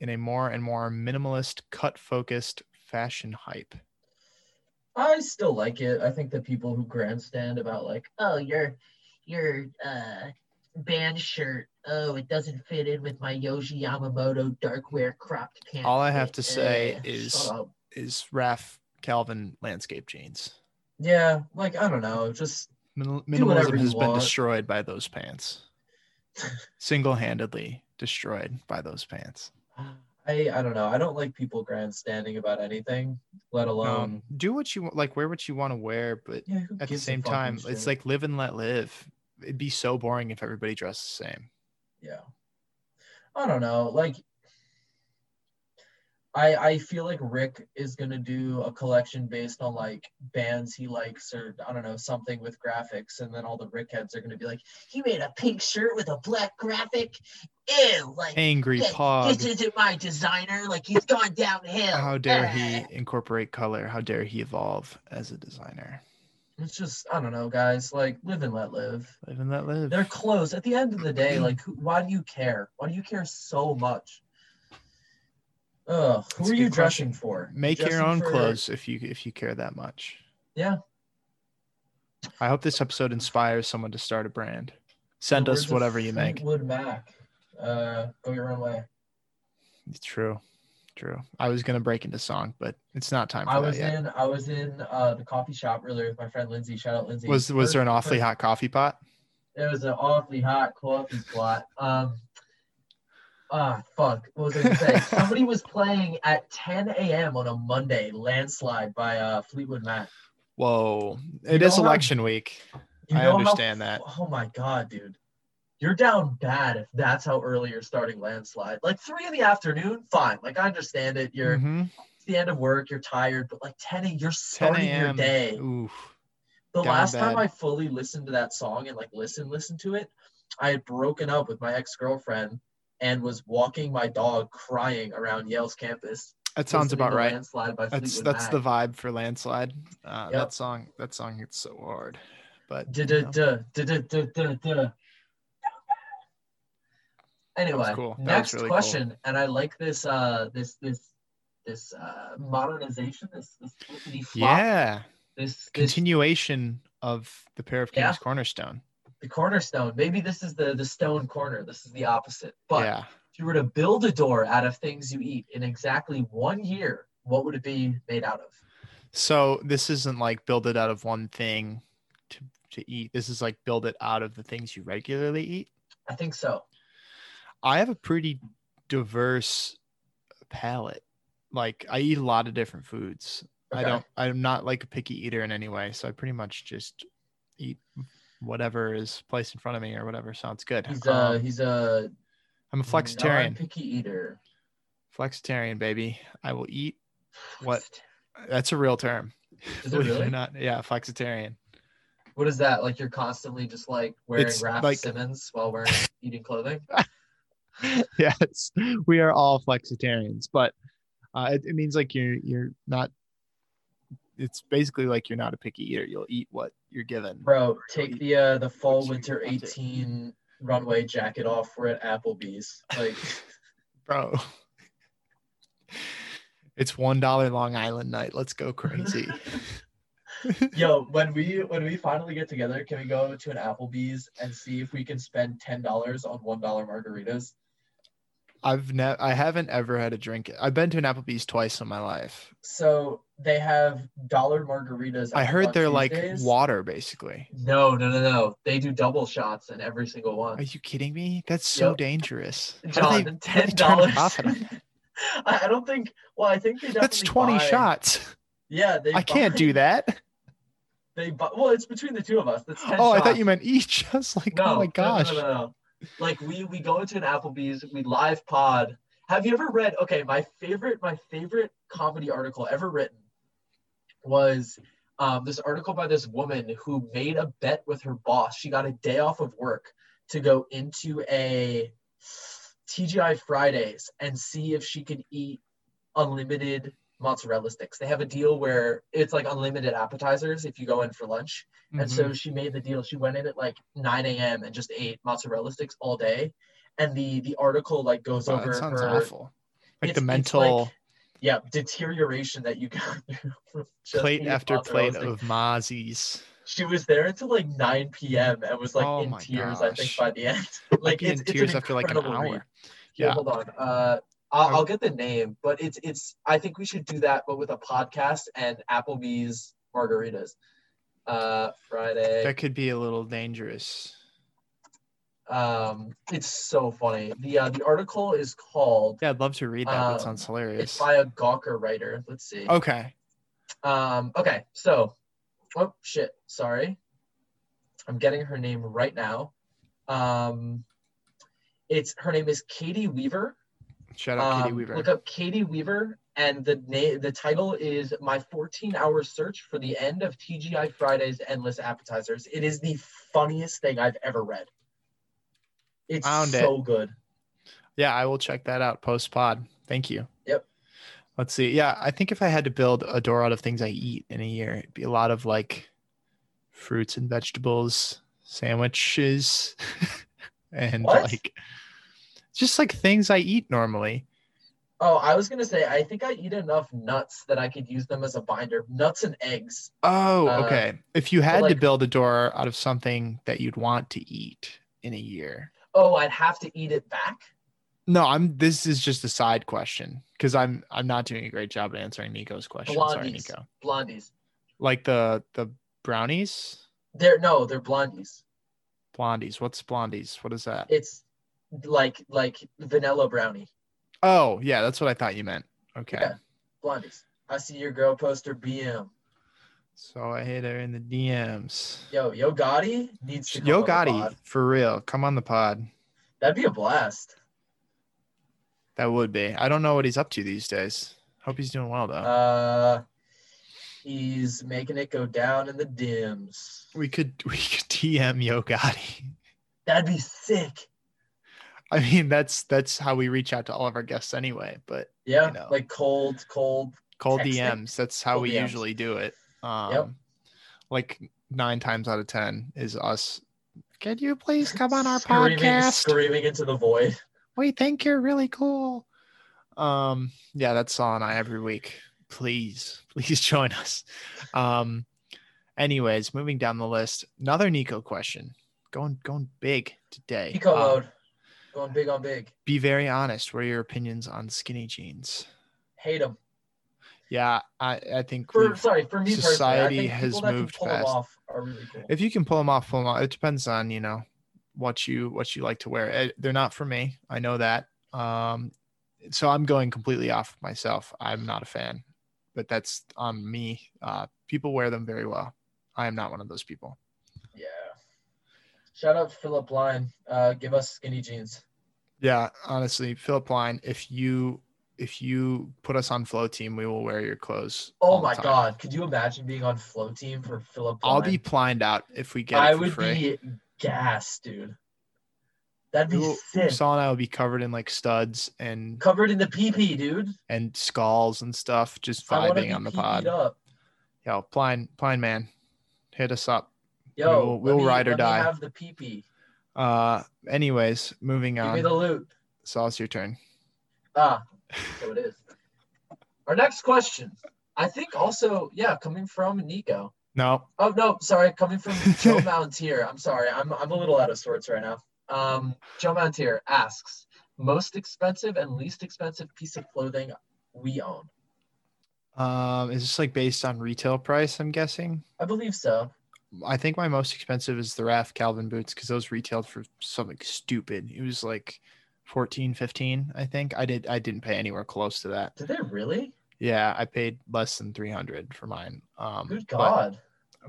[SPEAKER 2] in a more and more minimalist, cut focused fashion hype.
[SPEAKER 3] I still like it. I think the people who grandstand about like, oh, your your uh band shirt, oh, it doesn't fit in with my Yoji Yamamoto darkwear cropped pants.
[SPEAKER 2] All I have
[SPEAKER 3] fit."
[SPEAKER 2] to say
[SPEAKER 3] Eh,
[SPEAKER 2] is-
[SPEAKER 3] shut up.
[SPEAKER 2] Is Raf Calvin landscape jeans?
[SPEAKER 3] yeah, like I don't know, just
[SPEAKER 2] Min-
[SPEAKER 3] Do whatever
[SPEAKER 2] minimalism
[SPEAKER 3] you
[SPEAKER 2] has been
[SPEAKER 3] want.
[SPEAKER 2] destroyed by
[SPEAKER 3] *laughs*
[SPEAKER 2] those pants. Single handedly destroyed by those pants.
[SPEAKER 3] I I don't know. I don't like people grandstanding about anything, let alone
[SPEAKER 2] Um, do what you want, like wear what you want to wear, but
[SPEAKER 3] yeah, who
[SPEAKER 2] at the
[SPEAKER 3] gives a
[SPEAKER 2] same
[SPEAKER 3] fucking
[SPEAKER 2] time,
[SPEAKER 3] shit?
[SPEAKER 2] it's like live and let live. It'd be so boring if everybody dressed the same.
[SPEAKER 3] yeah. I don't know. Like I I feel like Rick is gonna do a collection based on like bands he likes or I don't know something with graphics, and then all the Rick heads are gonna be like, he made a pink shirt with a black graphic. Ew, like
[SPEAKER 2] Angry
[SPEAKER 3] this- this *laughs*
[SPEAKER 2] Pog.
[SPEAKER 3] isn't my designer. Like he's gone downhill.
[SPEAKER 2] How dare
[SPEAKER 3] Ah.
[SPEAKER 2] he incorporate color? How dare he evolve as a designer?
[SPEAKER 3] It's just I don't know, guys. Like live and let live.
[SPEAKER 2] Live and let live.
[SPEAKER 3] They're close. At the end of the day,
[SPEAKER 2] Mm-hmm.
[SPEAKER 3] like who- why do you care? Why do you care so much? Ugh, who
[SPEAKER 2] That's a
[SPEAKER 3] are you
[SPEAKER 2] good question.
[SPEAKER 3] dressing for? You
[SPEAKER 2] Make your
[SPEAKER 3] dressing
[SPEAKER 2] own
[SPEAKER 3] for-
[SPEAKER 2] clothes if you if you care that much.
[SPEAKER 3] Yeah.
[SPEAKER 2] I hope this episode inspires someone to start a brand.
[SPEAKER 3] the
[SPEAKER 2] Send
[SPEAKER 3] words
[SPEAKER 2] us
[SPEAKER 3] of
[SPEAKER 2] whatever you make.
[SPEAKER 3] Fleetwood Mac. Uh, go your own way.
[SPEAKER 2] True. True. I was gonna break into song, but it's not time for
[SPEAKER 3] I
[SPEAKER 2] that
[SPEAKER 3] was
[SPEAKER 2] yet.
[SPEAKER 3] in I was in uh, the coffee shop earlier with my friend Lindsay. Shout out Lindsay.
[SPEAKER 2] was was there an awfully
[SPEAKER 3] hot?
[SPEAKER 2] hot coffee pot?
[SPEAKER 3] It was an awfully hot coffee spot. Um, ah, fuck. What was I gonna
[SPEAKER 2] *laughs*
[SPEAKER 3] say? Somebody was playing at 10 a.m. on a Monday. Landslide by uh, Fleetwood Mac.
[SPEAKER 2] Whoa.
[SPEAKER 3] You
[SPEAKER 2] It
[SPEAKER 3] know
[SPEAKER 2] is
[SPEAKER 3] how-
[SPEAKER 2] election week.
[SPEAKER 3] You
[SPEAKER 2] I
[SPEAKER 3] know how-
[SPEAKER 2] understand that.
[SPEAKER 3] Oh my god, dude. You're down bad if that's how early you're starting landslide. Like three in the afternoon, fine. Like I understand it. You're
[SPEAKER 2] Mhm.
[SPEAKER 3] it's the end of work, you're tired, but like 10 a.m. you're
[SPEAKER 2] 10
[SPEAKER 3] starting your
[SPEAKER 2] a.m.
[SPEAKER 3] day.
[SPEAKER 2] Oof.
[SPEAKER 3] The
[SPEAKER 2] Down
[SPEAKER 3] last time
[SPEAKER 2] bad.
[SPEAKER 3] I fully listened to that song and like listened, listened to it, I had broken up with my ex girlfriend and was walking my dog crying around Yale's campus.
[SPEAKER 2] That sounds
[SPEAKER 3] listening
[SPEAKER 2] about
[SPEAKER 3] to
[SPEAKER 2] right.
[SPEAKER 3] Landslide by
[SPEAKER 2] That's
[SPEAKER 3] Fleetwood
[SPEAKER 2] that's
[SPEAKER 3] Mac.
[SPEAKER 2] the vibe for landslide. Uh,
[SPEAKER 3] Yep.
[SPEAKER 2] That song that song hits so hard. But
[SPEAKER 3] Duh,
[SPEAKER 2] you
[SPEAKER 3] duh,
[SPEAKER 2] know.
[SPEAKER 3] duh, duh, duh, duh, duh, duh. Anyway,
[SPEAKER 2] cool. That was
[SPEAKER 3] next
[SPEAKER 2] really cool.
[SPEAKER 3] question, and I like this uh this this this uh modernization, this this flippity flop,
[SPEAKER 2] yeah,
[SPEAKER 3] this this
[SPEAKER 2] continuation of the pair of kings
[SPEAKER 3] Yeah.
[SPEAKER 2] cornerstone.
[SPEAKER 3] the cornerstone. Maybe this is the the stone corner. This is the opposite. But
[SPEAKER 2] yeah,
[SPEAKER 3] if you were to build a door out of things you eat in exactly one year, what would it be made out of?
[SPEAKER 2] so this isn't like build it out of one thing to to eat. This is like build it out of the things you regularly eat.
[SPEAKER 3] I think so.
[SPEAKER 2] I have a pretty diverse palate. Like I eat a lot of different foods. I
[SPEAKER 3] Okay.
[SPEAKER 2] don't I'm not like a picky eater in any way, so I pretty much just eat whatever is placed in front of me or whatever sounds good.
[SPEAKER 3] He's uh, mm, a
[SPEAKER 2] Um,
[SPEAKER 3] he's a
[SPEAKER 2] I'm a flexitarian.
[SPEAKER 3] picky eater.
[SPEAKER 2] Flexitarian baby. I will eat What? that's a real term.
[SPEAKER 3] Is it
[SPEAKER 2] Believe it or
[SPEAKER 3] really?
[SPEAKER 2] not. Yeah, flexitarian.
[SPEAKER 3] *laughs* What is that? Like you're constantly just like wearing
[SPEAKER 2] It's
[SPEAKER 3] Raph
[SPEAKER 2] like-
[SPEAKER 3] Simmons while
[SPEAKER 2] *laughs*
[SPEAKER 3] wearing eating clothing.
[SPEAKER 2] yes, we are all flexitarians, but uh, it, it means like you're you're not. It's basically like you're not a picky eater. You'll eat what you're given.
[SPEAKER 3] Bro, take the uh the fall
[SPEAKER 2] Which
[SPEAKER 3] winter
[SPEAKER 2] you want to-
[SPEAKER 3] 18 runway jacket off. We're at Applebee's. Like
[SPEAKER 2] bro. *laughs* It's one dollar Long Island night. Let's
[SPEAKER 3] *laughs*
[SPEAKER 2] go *laughs* crazy.
[SPEAKER 3] yo, when we when we finally get together, can we go to an Applebee's and see if we can spend ten dollars on one dollar margaritas?
[SPEAKER 2] I've never, I haven't ever had a drink. I've been to an Applebee's twice in my life.
[SPEAKER 3] So they have dollar margaritas.
[SPEAKER 2] I
[SPEAKER 3] out
[SPEAKER 2] heard
[SPEAKER 3] on
[SPEAKER 2] they're like
[SPEAKER 3] Tuesdays.
[SPEAKER 2] water, basically.
[SPEAKER 3] No, no, no, no. They do double shots in every single one.
[SPEAKER 2] Are you kidding me? That's so
[SPEAKER 3] Yep.
[SPEAKER 2] dangerous. How do
[SPEAKER 3] John,
[SPEAKER 2] they-
[SPEAKER 3] ten
[SPEAKER 2] they turn a
[SPEAKER 3] dollars. *laughs*
[SPEAKER 2] profit on
[SPEAKER 3] I I don't think. Well, I think they definitely.
[SPEAKER 2] that's twenty
[SPEAKER 3] buy-
[SPEAKER 2] shots.
[SPEAKER 3] Yeah, they.
[SPEAKER 2] I can't
[SPEAKER 3] buy-
[SPEAKER 2] do that.
[SPEAKER 3] They buy, well, it's between the two of us. That's ten.
[SPEAKER 2] Oh, I
[SPEAKER 3] shots.
[SPEAKER 2] thought you meant each. *laughs* I was like,
[SPEAKER 3] No,
[SPEAKER 2] oh my
[SPEAKER 3] no,
[SPEAKER 2] gosh.
[SPEAKER 3] No, no, no, no. Like we we go into an Applebee's, we live pod. Have you ever read? Okay, my favorite my favorite comedy article ever written was um, this article by this woman who made a bet with her boss. She got a day off of work to go into a TGI Fridays and see if she could eat unlimited mozzarella sticks. They have a deal where it's like unlimited appetizers if you go in for lunch. And
[SPEAKER 2] Mm-hmm.
[SPEAKER 3] so she made the deal. She went in at like 9 a.m. and just ate mozzarella sticks all day. And the the article like goes
[SPEAKER 2] Wow,
[SPEAKER 3] over
[SPEAKER 2] that sounds
[SPEAKER 3] her
[SPEAKER 2] awful. Like
[SPEAKER 3] It's- it's
[SPEAKER 2] the mental
[SPEAKER 3] like yeah deterioration that you got *laughs* through from just
[SPEAKER 2] plate
[SPEAKER 3] eating
[SPEAKER 2] after
[SPEAKER 3] mozzarella
[SPEAKER 2] plate
[SPEAKER 3] sticks.
[SPEAKER 2] of mozzies.
[SPEAKER 3] She was there until like 9 p.m. and was like
[SPEAKER 2] Oh
[SPEAKER 3] in
[SPEAKER 2] my
[SPEAKER 3] tears. I think
[SPEAKER 2] gosh.
[SPEAKER 3] by the end, *laughs*
[SPEAKER 2] Like
[SPEAKER 3] like
[SPEAKER 2] be in
[SPEAKER 3] it's, it's an
[SPEAKER 2] tears after like an
[SPEAKER 3] incredible read.
[SPEAKER 2] hour.
[SPEAKER 3] Here,
[SPEAKER 2] Yeah.
[SPEAKER 3] hold on. Uh, I'll,
[SPEAKER 2] Oh.
[SPEAKER 3] I'll get the name, but it's it's. I think we should do that, but with a podcast and Applebee's margaritas. Uh, Friday.
[SPEAKER 2] That could be a little dangerous.
[SPEAKER 3] Um, it's so funny. The uh, the article is called.
[SPEAKER 2] Yeah, I'd love to read that.
[SPEAKER 3] Um,
[SPEAKER 2] that sounds
[SPEAKER 3] It's
[SPEAKER 2] hilarious.
[SPEAKER 3] by a Gawker writer. Let's see.
[SPEAKER 2] Okay.
[SPEAKER 3] Um. Okay. So, oh shit. Sorry. I'm getting her name right now. Um, it's her name is Katie Weaver.
[SPEAKER 2] Shout out Katie
[SPEAKER 3] Um,
[SPEAKER 2] Weaver.
[SPEAKER 3] Look up Katie Weaver, and the na- the title is my 14 hour search for the end of TGI Friday's endless appetizers. It is the funniest thing I've ever read. It's
[SPEAKER 2] Found
[SPEAKER 3] so good.
[SPEAKER 2] Yeah, I will check that out post pod. Thank you.
[SPEAKER 3] Yep.
[SPEAKER 2] Let's see. Yeah, I think if I had to build a door out of things I eat in a year, it'd be a lot of like fruits and vegetables, sandwiches, *laughs* and
[SPEAKER 3] What?
[SPEAKER 2] like just like things I eat normally.
[SPEAKER 3] Oh, I was gonna say I think I eat enough nuts that I could use them as a binder. Nuts and eggs.
[SPEAKER 2] Oh,
[SPEAKER 3] Uh,
[SPEAKER 2] okay. If you had to
[SPEAKER 3] like-
[SPEAKER 2] build a door out of something that you'd want to eat in a year.
[SPEAKER 3] Oh, I'd have to eat it back.
[SPEAKER 2] No, I'm this is just a side question because I'm I'm not doing a great job at answering Nico's question. Sorry,
[SPEAKER 3] Blondies.
[SPEAKER 2] Nico.
[SPEAKER 3] Blondies.
[SPEAKER 2] Like the the brownies?
[SPEAKER 3] They're no, they're blondies.
[SPEAKER 2] Blondies. What's blondies? What is that?
[SPEAKER 3] It's like like vanilla brownie.
[SPEAKER 2] Oh, yeah, that's what I thought you meant. Okay.
[SPEAKER 3] Yeah. Blondies. I see your girl poster BM.
[SPEAKER 2] So I hit her in the DMs.
[SPEAKER 3] Yo, Yo Gotti needs to come
[SPEAKER 2] Yo
[SPEAKER 3] on the
[SPEAKER 2] Gotti,
[SPEAKER 3] pod.
[SPEAKER 2] for real. Come on the pod.
[SPEAKER 3] That'd be a blast.
[SPEAKER 2] That would be. I don't know what he's up to these days. Hope he's doing well though.
[SPEAKER 3] Uh, he's making it go down in the dims.
[SPEAKER 2] we could *laughs* we could DM Yo Gotti.
[SPEAKER 3] That'd be sick.
[SPEAKER 2] I mean, that's that's how we reach out to all of our guests anyway. But
[SPEAKER 3] Yeah,
[SPEAKER 2] You know.
[SPEAKER 3] like cold, cold.
[SPEAKER 2] cold
[SPEAKER 3] Texting.
[SPEAKER 2] DMs, that's how
[SPEAKER 3] Cold
[SPEAKER 2] we
[SPEAKER 3] DMs.
[SPEAKER 2] usually do it. Um, Like nine times out of ten is us. Could you please come on our
[SPEAKER 3] screaming,
[SPEAKER 2] podcast?
[SPEAKER 3] Screaming into the void.
[SPEAKER 2] we think you're really cool. Um, yeah, that's Saul and I every week. Please, *laughs* please join us. Um, anyways, moving down the list, another Nico question. Going going big today.
[SPEAKER 3] Eco
[SPEAKER 2] Um,
[SPEAKER 3] mode. Going big on big.
[SPEAKER 2] Be very honest. What are your opinions on skinny jeans?
[SPEAKER 3] Hate him.
[SPEAKER 2] Yeah, I, I think
[SPEAKER 3] For,
[SPEAKER 2] we've-
[SPEAKER 3] sorry, for me
[SPEAKER 2] society
[SPEAKER 3] personally, I think
[SPEAKER 2] has
[SPEAKER 3] people that
[SPEAKER 2] moved
[SPEAKER 3] can pull
[SPEAKER 2] past-
[SPEAKER 3] them off are really cool.
[SPEAKER 2] if you can pull them off, pull them off. It depends on you know what you what you like to wear. Eh, They're not for me. I know that. Um, so I'm going completely off myself. I'm not a fan, but that's on me. Uh, people wear them very well. I am not one of those people.
[SPEAKER 3] yeah. Shout out to Philip Line. Uh, give us skinny jeans.
[SPEAKER 2] Yeah, honestly, Philip Line, if you if you put us on flow team, we will wear your clothes.
[SPEAKER 3] Oh
[SPEAKER 2] all the
[SPEAKER 3] my
[SPEAKER 2] time.
[SPEAKER 3] God. Could you imagine being on flow team for Philip
[SPEAKER 2] I'll
[SPEAKER 3] Line?
[SPEAKER 2] be plined out if we get it
[SPEAKER 3] I
[SPEAKER 2] for
[SPEAKER 3] would
[SPEAKER 2] free.
[SPEAKER 3] be gassed, dude. That'd be
[SPEAKER 2] We will-
[SPEAKER 3] sick.
[SPEAKER 2] Saul and I will be covered in like studs and
[SPEAKER 3] Covered in the PP, dude.
[SPEAKER 2] and skulls and stuff, just
[SPEAKER 3] I wanna be
[SPEAKER 2] vibing on the
[SPEAKER 3] PP'd
[SPEAKER 2] pod.
[SPEAKER 3] Up.
[SPEAKER 2] Yo, Pline, Pline man, hit us up.
[SPEAKER 3] Yo,
[SPEAKER 2] We'll-
[SPEAKER 3] let
[SPEAKER 2] we'll
[SPEAKER 3] me-
[SPEAKER 2] ride or
[SPEAKER 3] let me
[SPEAKER 2] die.
[SPEAKER 3] Have the PP.
[SPEAKER 2] Uh, anyways, moving
[SPEAKER 3] Give
[SPEAKER 2] on.
[SPEAKER 3] me the loot.
[SPEAKER 2] Saul, it's your turn.
[SPEAKER 3] Ah, so it is. Our next question. I think also, yeah, coming from Nico.
[SPEAKER 2] No,
[SPEAKER 3] Oh no, sorry, coming from Joe Mountier. I'm sorry, I'm I'm a little out of sorts right now. Um, Joe Mountier asks, most expensive and least expensive piece of clothing we own.
[SPEAKER 2] um, is this like based on retail price? I'm guessing.
[SPEAKER 3] I believe so.
[SPEAKER 2] I think my most expensive is the Raf Calvin boots because those retailed for something stupid. It was like 14, 15, I think. I did. I didn't pay anywhere close to that.
[SPEAKER 3] Did they really?
[SPEAKER 2] Yeah, I paid less than 300 for mine. Um,
[SPEAKER 3] Good
[SPEAKER 2] but-
[SPEAKER 3] God.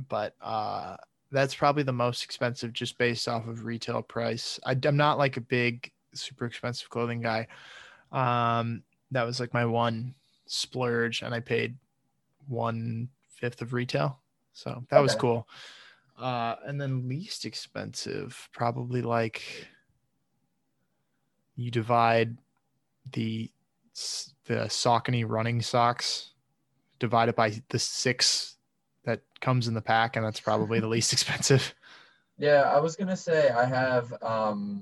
[SPEAKER 2] but uh, that's probably the most expensive just based off of retail price. I, am not like a big, super expensive clothing guy. Um, that was like my one splurge, and I paid one fifth of retail. So that was
[SPEAKER 3] Okay.
[SPEAKER 2] cool. Uh, and then least expensive, probably like you divide the s- the Saucony running socks, divide it by the six that comes in the pack, and that's probably the least *laughs* expensive.
[SPEAKER 3] Yeah, I was gonna say I have um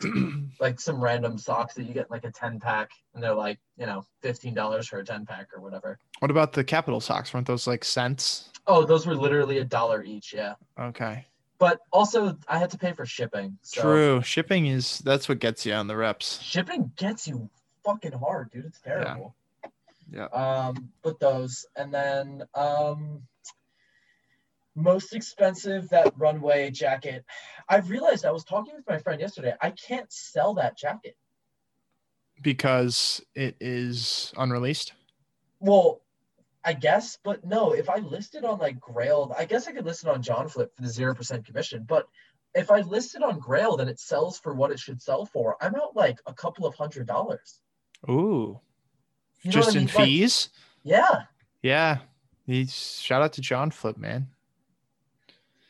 [SPEAKER 3] *clears throat* like some random socks that you get in, like a 10 pack and they're like, you know, $15 for a 10 pack or whatever.
[SPEAKER 2] what about the capital socks? Weren't those like cents?
[SPEAKER 3] Oh, those were literally a dollar each, yeah.
[SPEAKER 2] Okay.
[SPEAKER 3] But also I had to pay for shipping. So
[SPEAKER 2] True. Shipping is that's what gets you on the reps.
[SPEAKER 3] shipping gets you fucking hard, dude. It's terrible.
[SPEAKER 2] Yeah.
[SPEAKER 3] Um, but those and then um most expensive that runway jacket. I realized I was talking with my friend yesterday. I can't sell that jacket.
[SPEAKER 2] Because it is unreleased.
[SPEAKER 3] Well, I guess, but no, if I listed on like Grail, I guess I could list it on John Flip for the 0% commission, but if I list it on Grail, then it sells for what it should sell for. I'm out like a couple of hundred dollars.
[SPEAKER 2] Ooh.
[SPEAKER 3] You know what I
[SPEAKER 2] just in
[SPEAKER 3] mean? Like,
[SPEAKER 2] fees.
[SPEAKER 3] yeah.
[SPEAKER 2] Yeah. He's shout out to John Flip, man.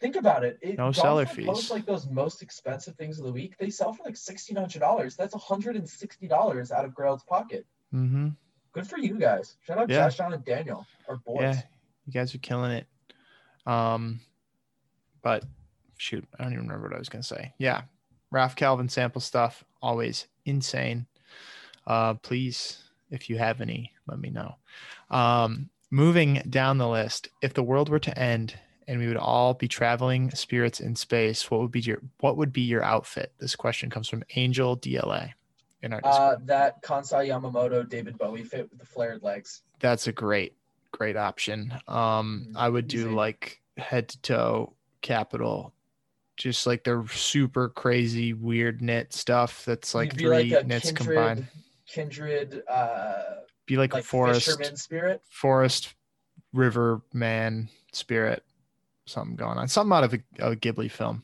[SPEAKER 3] Think about it. it
[SPEAKER 2] No
[SPEAKER 3] Dolphin
[SPEAKER 2] seller
[SPEAKER 3] posts,
[SPEAKER 2] fees.
[SPEAKER 3] like those most expensive things of the week, they sell for like sixteen hundred dollars. That's hundred and sixty dollars out of Grail's pocket.
[SPEAKER 2] Mm-hmm.
[SPEAKER 3] Good for you guys. Shout out
[SPEAKER 2] Yeah.
[SPEAKER 3] Josh, John, and Daniel, our boys.
[SPEAKER 2] Yeah. You guys are killing it. Um, but shoot, I don't even remember what I was gonna say. Yeah. Ralph Calvin sample stuff, always insane. Uh, please, if you have any, let me know. Um, moving down the list, if the world were to end and we would all be traveling spirits in space, what would be your what would be your outfit? This question comes from Angel DLA in our Discord.
[SPEAKER 3] Uh, that Kansai Yamamoto David Bowie fit with the flared legs.
[SPEAKER 2] that's a great great option um
[SPEAKER 3] Mm,
[SPEAKER 2] i would do
[SPEAKER 3] easy.
[SPEAKER 2] like head to toe capital just like the super crazy weird knit stuff that's like
[SPEAKER 3] You'd be
[SPEAKER 2] three
[SPEAKER 3] like a
[SPEAKER 2] knits
[SPEAKER 3] kindred,
[SPEAKER 2] combined
[SPEAKER 3] kindred, uh,
[SPEAKER 2] be like,
[SPEAKER 3] like
[SPEAKER 2] a forest
[SPEAKER 3] fisherman spirit.
[SPEAKER 2] forest river man spirit something going on something out of a, a ghibli film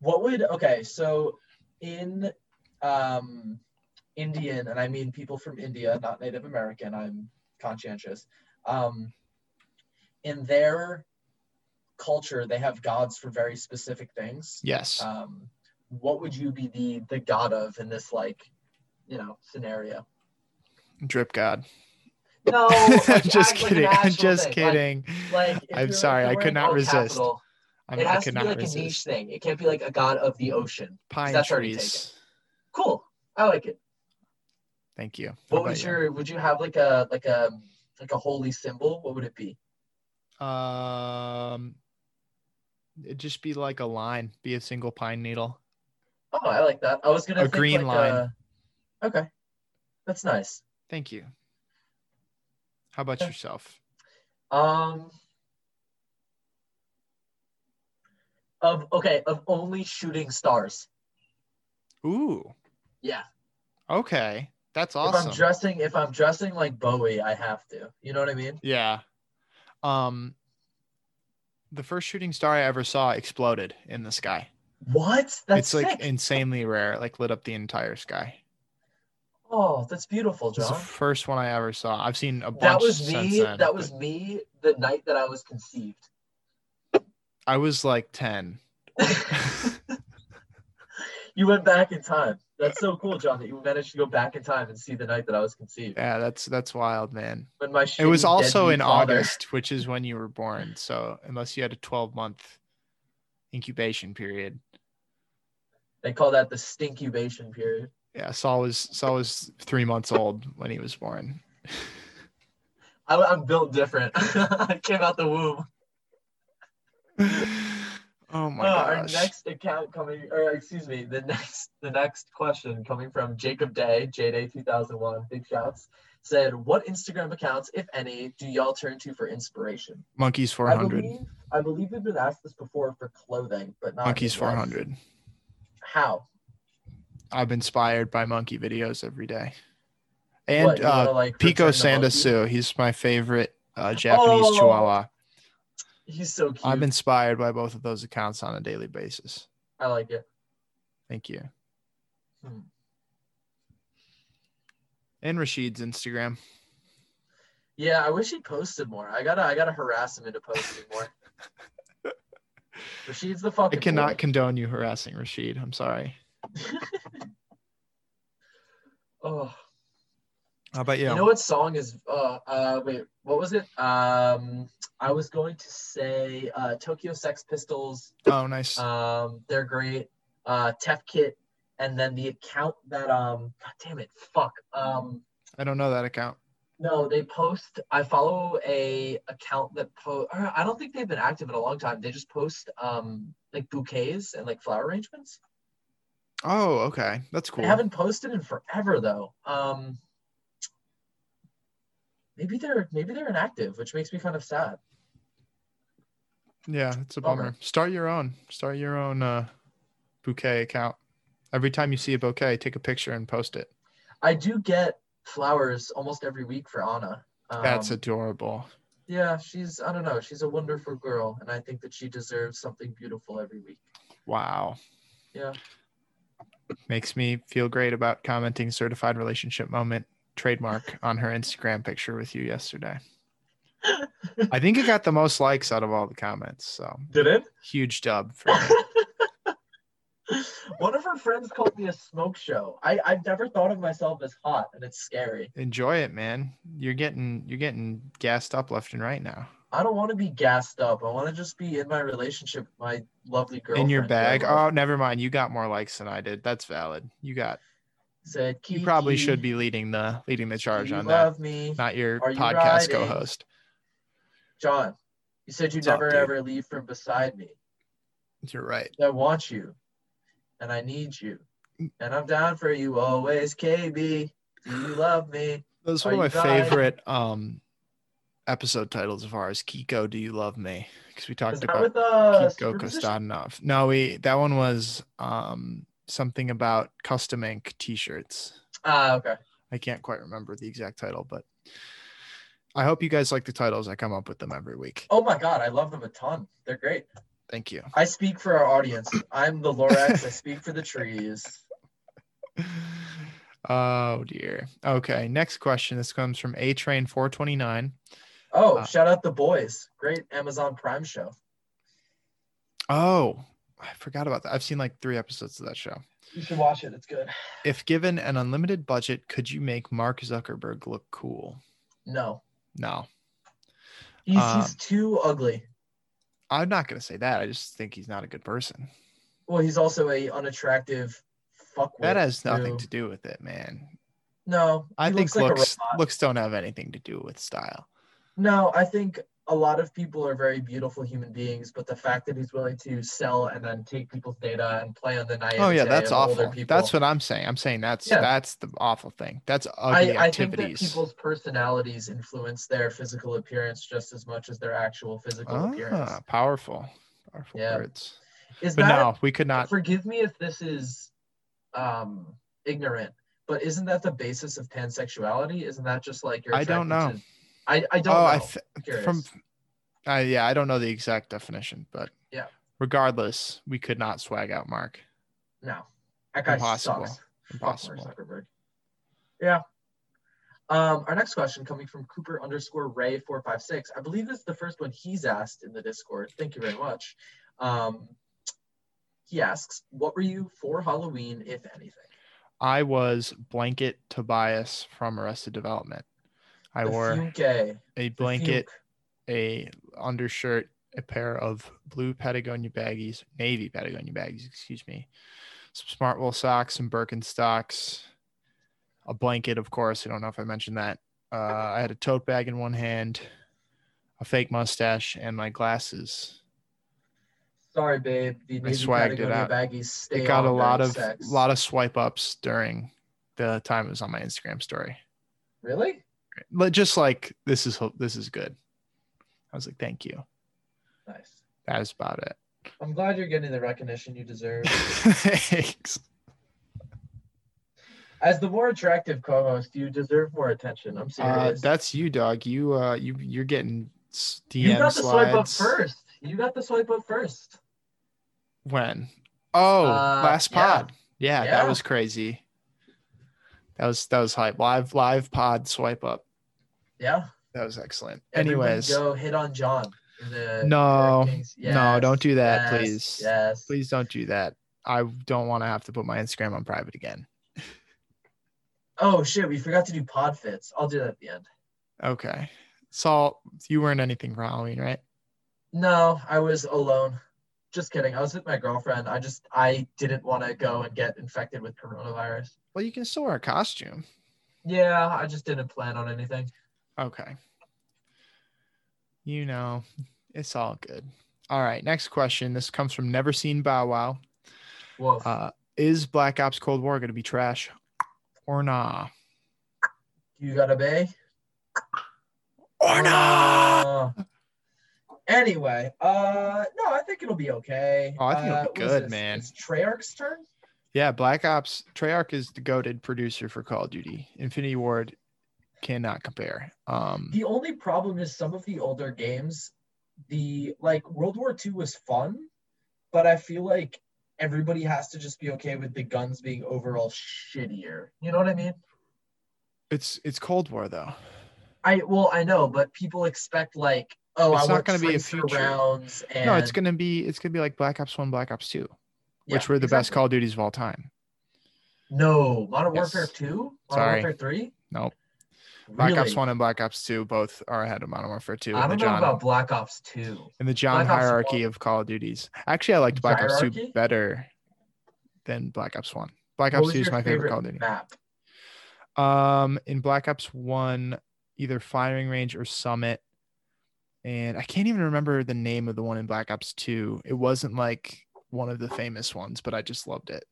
[SPEAKER 3] What would okay? So in um, Indian, and I mean people from India, not Native American. I'm conscientious. Um, in their culture, they have gods for very specific things.
[SPEAKER 2] yes
[SPEAKER 3] um, what would you be the the god of in this like you know scenario
[SPEAKER 2] drip god *laughs*
[SPEAKER 3] no
[SPEAKER 2] just kidding i'm just kidding
[SPEAKER 3] like, if
[SPEAKER 2] i'm
[SPEAKER 3] you're-
[SPEAKER 2] sorry
[SPEAKER 3] if
[SPEAKER 2] i
[SPEAKER 3] you're wearing
[SPEAKER 2] could not
[SPEAKER 3] all
[SPEAKER 2] resist
[SPEAKER 3] capital,
[SPEAKER 2] I'm,
[SPEAKER 3] it
[SPEAKER 2] i
[SPEAKER 3] has
[SPEAKER 2] could
[SPEAKER 3] to be
[SPEAKER 2] not
[SPEAKER 3] like
[SPEAKER 2] resist
[SPEAKER 3] a niche thing it can't be like a god of the ocean
[SPEAKER 2] pine
[SPEAKER 3] that's already
[SPEAKER 2] trees
[SPEAKER 3] cool i like it
[SPEAKER 2] thank you How
[SPEAKER 3] what
[SPEAKER 2] about
[SPEAKER 3] would
[SPEAKER 2] you?
[SPEAKER 3] your would you have like a like a like a holy symbol what would it be
[SPEAKER 2] Um, it'd just be like a line, be a single pine needle.
[SPEAKER 3] oh i like that i was gonna
[SPEAKER 2] A
[SPEAKER 3] think
[SPEAKER 2] green
[SPEAKER 3] like
[SPEAKER 2] line.
[SPEAKER 3] a- okay that's nice
[SPEAKER 2] Thank you. How about
[SPEAKER 3] Yeah.
[SPEAKER 2] yourself?
[SPEAKER 3] Um. Of okay, of only shooting stars.
[SPEAKER 2] Ooh,
[SPEAKER 3] Yeah.
[SPEAKER 2] okay, that's
[SPEAKER 3] If
[SPEAKER 2] awesome.
[SPEAKER 3] I'm dressing, if I'm dressing like Bowie, I have to. You know what I mean?
[SPEAKER 2] yeah. Um, the first shooting star I ever saw exploded in the sky.
[SPEAKER 3] What? That's
[SPEAKER 2] it's like
[SPEAKER 3] sick.
[SPEAKER 2] insanely rare. Like lit up the entire sky.
[SPEAKER 3] oh, that's beautiful,
[SPEAKER 2] It's the
[SPEAKER 3] John.
[SPEAKER 2] first one I ever saw. I've seen a bunch.
[SPEAKER 3] That was
[SPEAKER 2] since
[SPEAKER 3] me.
[SPEAKER 2] then,
[SPEAKER 3] that was
[SPEAKER 2] but
[SPEAKER 3] me the night that I was conceived.
[SPEAKER 2] I was like ten.
[SPEAKER 3] you went back in time. That's so cool, John, that you managed to go back in time and see the night that I was conceived.
[SPEAKER 2] Yeah, that's that's wild, man.
[SPEAKER 3] When my
[SPEAKER 2] It was
[SPEAKER 3] shitty,
[SPEAKER 2] also
[SPEAKER 3] deadbeat
[SPEAKER 2] in
[SPEAKER 3] father-
[SPEAKER 2] August, which is when you were born. So unless you had a 12 month incubation period.
[SPEAKER 3] They call that the stinkubation period.
[SPEAKER 2] Yeah, Saul was Saul was three months old when he was born. *sighs*
[SPEAKER 3] I, I'm built different. *laughs* I came out the womb.
[SPEAKER 2] Oh my
[SPEAKER 3] Uh, our
[SPEAKER 2] gosh.
[SPEAKER 3] next account coming, or excuse me, the next the next question coming from Jacob Day, Day 2001 big shouts, said, "What Instagram accounts, if any, do y'all turn to for inspiration?"
[SPEAKER 2] Monkeys
[SPEAKER 3] I
[SPEAKER 2] 400.
[SPEAKER 3] believe I believe we've been asked this before for clothing, but not
[SPEAKER 2] Monkeys
[SPEAKER 3] in life.
[SPEAKER 2] 400.
[SPEAKER 3] How?
[SPEAKER 2] I'm inspired by monkey videos every day.
[SPEAKER 3] What,
[SPEAKER 2] And
[SPEAKER 3] you
[SPEAKER 2] uh,
[SPEAKER 3] wanna, like,
[SPEAKER 2] Pico
[SPEAKER 3] return the monkey?
[SPEAKER 2] Sandasu. He's my favorite uh, Japanese
[SPEAKER 3] Oh,
[SPEAKER 2] chihuahua.
[SPEAKER 3] *laughs* He's so cute.
[SPEAKER 2] I'm inspired by both of those accounts on a daily basis.
[SPEAKER 3] I like it.
[SPEAKER 2] Thank you.
[SPEAKER 3] Hmm.
[SPEAKER 2] And Rashid's Instagram.
[SPEAKER 3] Yeah, I wish he posted more. I gotta I gotta harass him into posting more. Rashid's the
[SPEAKER 2] I
[SPEAKER 3] fucking.
[SPEAKER 2] cannot
[SPEAKER 3] boy.
[SPEAKER 2] condone you harassing Rashid. I'm sorry.
[SPEAKER 3] Oh.
[SPEAKER 2] How about you?
[SPEAKER 3] You know what song is? Uh, uh, wait, what was it? Um, I was going to say uh, Tokyo Sex Pistols.
[SPEAKER 2] oh, nice.
[SPEAKER 3] Um, they're great. Uh, Tef Kit, and then the account that um, God damn it, fuck. Um,
[SPEAKER 2] I don't know that account.
[SPEAKER 3] no, they post. I follow a account that post. I don't think they've been active in a long time. They just post um like bouquets and like flower arrangements.
[SPEAKER 2] Oh, okay. That's cool.
[SPEAKER 3] They haven't posted in forever though. Um, maybe they're maybe they're inactive, which makes me kind of sad.
[SPEAKER 2] Yeah, it's a
[SPEAKER 3] Bummer.
[SPEAKER 2] bummer. Start your own. Start your own uh, bouquet account. Every time you see a bouquet, take a picture and post it.
[SPEAKER 3] I do get flowers almost every week for Anna. Um,
[SPEAKER 2] That's adorable.
[SPEAKER 3] yeah. She's I don't know. She's a wonderful girl, and I think that she deserves something beautiful every week.
[SPEAKER 2] Wow.
[SPEAKER 3] Yeah.
[SPEAKER 2] Makes me feel great about commenting certified relationship moment
[SPEAKER 3] *laughs*
[SPEAKER 2] trademark on her Instagram picture with you yesterday. I think it got the most likes out of all the comments. So
[SPEAKER 3] Did it?
[SPEAKER 2] huge dub for me.
[SPEAKER 3] *laughs* One of her friends called me a smoke show. I, I've never thought of myself as hot, and it's scary.
[SPEAKER 2] Enjoy it, man. You're getting you're getting gassed up left and right now.
[SPEAKER 3] I don't want to be gassed up. I want to just be in my relationship with my lovely girl.
[SPEAKER 2] In your bag. Oh, never mind. You got more likes than I did. That's valid. You got
[SPEAKER 3] said
[SPEAKER 2] you probably
[SPEAKER 3] "Kiki,
[SPEAKER 2] should be leading the leading the charge
[SPEAKER 3] you
[SPEAKER 2] on that.
[SPEAKER 3] love me,
[SPEAKER 2] Not your
[SPEAKER 3] Are you
[SPEAKER 2] podcast
[SPEAKER 3] riding?
[SPEAKER 2] co-host.
[SPEAKER 3] John. You said you
[SPEAKER 2] What's up,
[SPEAKER 3] never
[SPEAKER 2] dude?
[SPEAKER 3] ever leave from beside me.
[SPEAKER 2] You're right.
[SPEAKER 3] I want you, and I need you, and I'm down for you always, KB. Do you love me?
[SPEAKER 2] That's
[SPEAKER 3] Are
[SPEAKER 2] one of my
[SPEAKER 3] you riding?
[SPEAKER 2] favorite um episode titles of ours. Kiko, do you love me? Because we
[SPEAKER 3] Is
[SPEAKER 2] talked
[SPEAKER 3] that
[SPEAKER 2] about
[SPEAKER 3] with uh,
[SPEAKER 2] Kiko
[SPEAKER 3] Superposition?
[SPEAKER 2] Kostanov. No, we that one was um something about custom ink t-shirts.
[SPEAKER 3] Ah, okay.
[SPEAKER 2] I can't quite remember the exact title, but I hope you guys like the titles. I come up with them every week.
[SPEAKER 3] Oh my God, I love them a ton. They're great.
[SPEAKER 2] Thank you. *laughs*
[SPEAKER 3] I speak for our audience. I'm the Lorax. I speak for the trees.
[SPEAKER 2] Oh dear. Okay. Next question. This comes from A Train 429.
[SPEAKER 3] Oh,
[SPEAKER 2] Uh,
[SPEAKER 3] shout out the boys. Great Amazon Prime show.
[SPEAKER 2] Oh, I forgot about that. I've seen like three episodes of that show.
[SPEAKER 3] You should watch it. It's good.
[SPEAKER 2] If given an unlimited budget, could you make Mark Zuckerberg look cool?
[SPEAKER 3] No,
[SPEAKER 2] No,
[SPEAKER 3] he's,
[SPEAKER 2] Um,
[SPEAKER 3] he's too ugly.
[SPEAKER 2] I'm not going to say that. I just think he's not a good person.
[SPEAKER 3] Well, he's also a unattractive fuckwit.
[SPEAKER 2] That has nothing
[SPEAKER 3] who-
[SPEAKER 2] to do with it, man.
[SPEAKER 3] No,
[SPEAKER 2] I
[SPEAKER 3] he
[SPEAKER 2] think
[SPEAKER 3] looks like a
[SPEAKER 2] looks
[SPEAKER 3] robot.
[SPEAKER 2] looks don't have anything to do with style.
[SPEAKER 3] No, I think a lot of people are very beautiful human beings, but the fact that he's willing to sell and then take people's data and play on the naivete
[SPEAKER 2] Oh yeah, that's
[SPEAKER 3] of older
[SPEAKER 2] awful.
[SPEAKER 3] people.
[SPEAKER 2] That's what I'm saying. I'm saying that's
[SPEAKER 3] Yeah.
[SPEAKER 2] that's the awful thing. That's ugly
[SPEAKER 3] I, I think that
[SPEAKER 2] activities.
[SPEAKER 3] people's personalities influence their physical appearance just as much as their actual physical appearance.
[SPEAKER 2] Ah, powerful, powerful
[SPEAKER 3] Yeah.
[SPEAKER 2] words.
[SPEAKER 3] Is
[SPEAKER 2] But
[SPEAKER 3] that
[SPEAKER 2] no, we could not.
[SPEAKER 3] forgive me if this is um ignorant, but isn't that the basis of pansexuality? Isn't that just like you're
[SPEAKER 2] I don't
[SPEAKER 3] attracted
[SPEAKER 2] know.
[SPEAKER 3] to- I, I don't
[SPEAKER 2] oh,
[SPEAKER 3] know.
[SPEAKER 2] I th-
[SPEAKER 3] I'm curious.
[SPEAKER 2] from. Uh, yeah, I don't know the exact definition, but
[SPEAKER 3] Yeah.
[SPEAKER 2] Regardless, we could not swag out Mark.
[SPEAKER 3] no. That guy
[SPEAKER 2] Impossible.
[SPEAKER 3] sucks. Fuck Mark
[SPEAKER 2] Impossible.
[SPEAKER 3] Zuckerberg. Yeah. Um, our next question coming from Cooper underscore Ray four five six. I believe this is the first one he's asked in the Discord. Thank you very much. Um, he asks, "What were you for Halloween, if anything?"
[SPEAKER 2] I was blanket Tobias from Arrested Development. I
[SPEAKER 3] The
[SPEAKER 2] wore
[SPEAKER 3] Fuke, the
[SPEAKER 2] a blanket,
[SPEAKER 3] Fuke.
[SPEAKER 2] a undershirt, a pair of blue Patagonia baggies, navy Patagonia baggies, excuse me, some Smartwool socks, some Birkenstocks, a blanket, of course. I don't know if I mentioned that. Uh, I had a tote bag in one hand, a fake mustache, and my glasses.
[SPEAKER 3] Sorry, babe. The Navy
[SPEAKER 2] swagged it
[SPEAKER 3] Patagonia
[SPEAKER 2] out.
[SPEAKER 3] baggies stay
[SPEAKER 2] it got
[SPEAKER 3] on
[SPEAKER 2] a lot
[SPEAKER 3] during
[SPEAKER 2] of
[SPEAKER 3] sex.
[SPEAKER 2] lot of swipe ups during the time it was on my Instagram story.
[SPEAKER 3] Really?
[SPEAKER 2] But just like this is this is good. I was like, thank you.
[SPEAKER 3] Nice.
[SPEAKER 2] That is about it. *laughs*
[SPEAKER 3] I'm glad you're getting the recognition you deserve.
[SPEAKER 2] Thanks.
[SPEAKER 3] As the more attractive co-host, you deserve more attention. I'm
[SPEAKER 2] Uh,
[SPEAKER 3] serious.
[SPEAKER 2] that's you, dog. You uh, you you're getting s- DM
[SPEAKER 3] you got the
[SPEAKER 2] slides.
[SPEAKER 3] swipe up first. You got the swipe up first.
[SPEAKER 2] When? Oh,
[SPEAKER 3] Uh,
[SPEAKER 2] last
[SPEAKER 3] yeah.
[SPEAKER 2] pod. Yeah,
[SPEAKER 3] Yeah.
[SPEAKER 2] that was crazy. That was that was hype. Live live pod swipe up.
[SPEAKER 3] Yeah.
[SPEAKER 2] That was excellent.
[SPEAKER 3] Everyone
[SPEAKER 2] Anyways,
[SPEAKER 3] go hit on John. in the-
[SPEAKER 2] No.
[SPEAKER 3] the Kings.
[SPEAKER 2] No, don't do that,
[SPEAKER 3] yes,
[SPEAKER 2] please.
[SPEAKER 3] Yes.
[SPEAKER 2] please don't do that. I don't want to have to put my Instagram on private again.
[SPEAKER 3] Oh shit, we forgot to do pod fits. I'll do that at the end.
[SPEAKER 2] Okay. Salt, you weren't anything for Halloween, right?
[SPEAKER 3] No, I was alone. Just kidding. I was with my girlfriend. I just I didn't want to go and get infected with coronavirus.
[SPEAKER 2] Well, you can still wear a costume.
[SPEAKER 3] Yeah, I just didn't plan on anything.
[SPEAKER 2] Okay. You know, it's all good. All right. Next question. This comes from Never Seen Bow Wow.
[SPEAKER 3] Whoa.
[SPEAKER 2] Uh, is Black Ops Cold War going to be trash or nah?
[SPEAKER 3] you got a bay?
[SPEAKER 2] Or nah?
[SPEAKER 3] Uh, Anyway, uh, no, I think it'll be okay.
[SPEAKER 2] Oh, I think it'll be
[SPEAKER 3] Uh, what is
[SPEAKER 2] good,
[SPEAKER 3] this?
[SPEAKER 2] man.
[SPEAKER 3] It's Treyarch's turn.
[SPEAKER 2] Yeah, Black Ops. Treyarch is the goaded producer for Call of Duty. Infinity Ward cannot compare. Um,
[SPEAKER 3] The only problem is some of the older games, the like World War II was fun, but I feel like everybody has to just be okay with the guns being overall shittier. You know what I mean?
[SPEAKER 2] It's it's Cold War though.
[SPEAKER 3] I well, I know, but people expect like, oh,
[SPEAKER 2] It's
[SPEAKER 3] I
[SPEAKER 2] not
[SPEAKER 3] want
[SPEAKER 2] gonna be a
[SPEAKER 3] slicer
[SPEAKER 2] future.
[SPEAKER 3] rounds and
[SPEAKER 2] No, it's gonna be it's gonna be like Black Ops One, Black Ops Two,
[SPEAKER 3] Yeah,
[SPEAKER 2] which were the best
[SPEAKER 3] exactly.
[SPEAKER 2] Call of Duties of all time.
[SPEAKER 3] No, Modern Warfare
[SPEAKER 2] Yes.
[SPEAKER 3] Two, Modern
[SPEAKER 2] Sorry.
[SPEAKER 3] Warfare Three.
[SPEAKER 2] Nope. Black
[SPEAKER 3] really?
[SPEAKER 2] Ops One and Black Ops Two both are ahead of Modern Warfare Two
[SPEAKER 3] I
[SPEAKER 2] in the
[SPEAKER 3] don't know
[SPEAKER 2] John
[SPEAKER 3] about Black Ops Two.
[SPEAKER 2] in the John
[SPEAKER 3] Black Ops
[SPEAKER 2] hierarchy of Call of Duties. Actually, I liked Black Ops Two
[SPEAKER 3] Hierarchy?
[SPEAKER 2] better than Black Ops One. Black
[SPEAKER 3] What
[SPEAKER 2] Ops
[SPEAKER 3] was
[SPEAKER 2] Two is
[SPEAKER 3] your
[SPEAKER 2] my favorite Call of Duty.
[SPEAKER 3] map.
[SPEAKER 2] Um, in Black Ops One, either firing range or summit, and I can't even remember the name of the one in Black Ops Two. It wasn't like one of the famous ones, but I just loved it.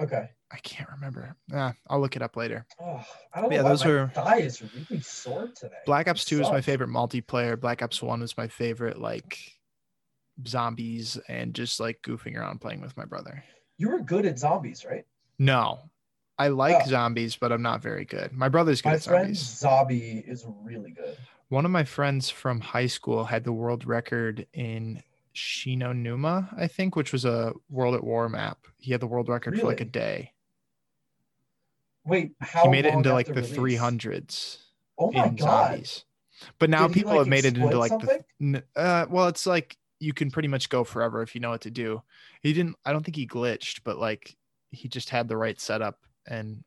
[SPEAKER 3] Okay.
[SPEAKER 2] I can't remember. Ah, I'll look it up later.
[SPEAKER 3] Oh, I don't
[SPEAKER 2] Yeah,
[SPEAKER 3] know. why
[SPEAKER 2] those
[SPEAKER 3] my
[SPEAKER 2] were-
[SPEAKER 3] thigh is really sore today.
[SPEAKER 2] Black
[SPEAKER 3] It
[SPEAKER 2] Ops Two is my
[SPEAKER 3] sucks.
[SPEAKER 2] favorite multiplayer. Black Ops One was my favorite like zombies and just like goofing around playing with my brother.
[SPEAKER 3] You were good at zombies, right?
[SPEAKER 2] No, I like
[SPEAKER 3] Oh.
[SPEAKER 2] zombies, but I'm not very good. My brother's good
[SPEAKER 3] My
[SPEAKER 2] at
[SPEAKER 3] friend
[SPEAKER 2] zombies.
[SPEAKER 3] Zombie is really good.
[SPEAKER 2] One of my friends from high school had the world record in Shinonuma, I think, which was a World at War map. He had the world record for like a
[SPEAKER 3] Really?
[SPEAKER 2] day.
[SPEAKER 3] Wait, how
[SPEAKER 2] he made it
[SPEAKER 3] long
[SPEAKER 2] into like
[SPEAKER 3] after
[SPEAKER 2] the
[SPEAKER 3] release?
[SPEAKER 2] 300s
[SPEAKER 3] Oh my
[SPEAKER 2] in
[SPEAKER 3] god!
[SPEAKER 2] zombies. But now
[SPEAKER 3] Did he,
[SPEAKER 2] people
[SPEAKER 3] like,
[SPEAKER 2] have made it into
[SPEAKER 3] exploit
[SPEAKER 2] like
[SPEAKER 3] something?
[SPEAKER 2] the n- uh, well, it's like you can pretty much go forever if you know what to do. He didn't. I don't think he glitched, but like he just had the right setup and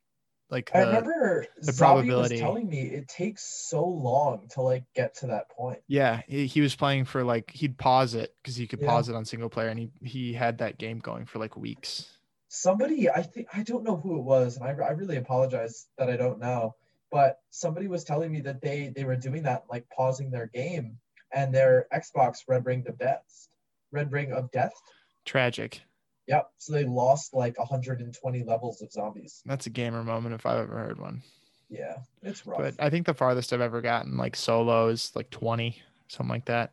[SPEAKER 2] like
[SPEAKER 3] I
[SPEAKER 2] the,
[SPEAKER 3] remember
[SPEAKER 2] the
[SPEAKER 3] Zombie
[SPEAKER 2] probability.
[SPEAKER 3] was telling me it takes so long to like get to that point.
[SPEAKER 2] Yeah, he, he was playing for like he'd pause it because he could
[SPEAKER 3] Yeah.
[SPEAKER 2] pause it on single player, and he he had that game going for like weeks.
[SPEAKER 3] Somebody, I think I don't know who it was, and I, I really apologize that I don't know, but somebody was telling me that they they were doing that, like pausing their game and their Xbox Red Ring of Death, Red Ring of Death.
[SPEAKER 2] Tragic.
[SPEAKER 3] Yep. So they lost like 120 levels of zombies.
[SPEAKER 2] That's a gamer moment if I've ever heard one.
[SPEAKER 3] Yeah, it's rough.
[SPEAKER 2] But I think the farthest I've ever gotten like solo is like twenty, something like that.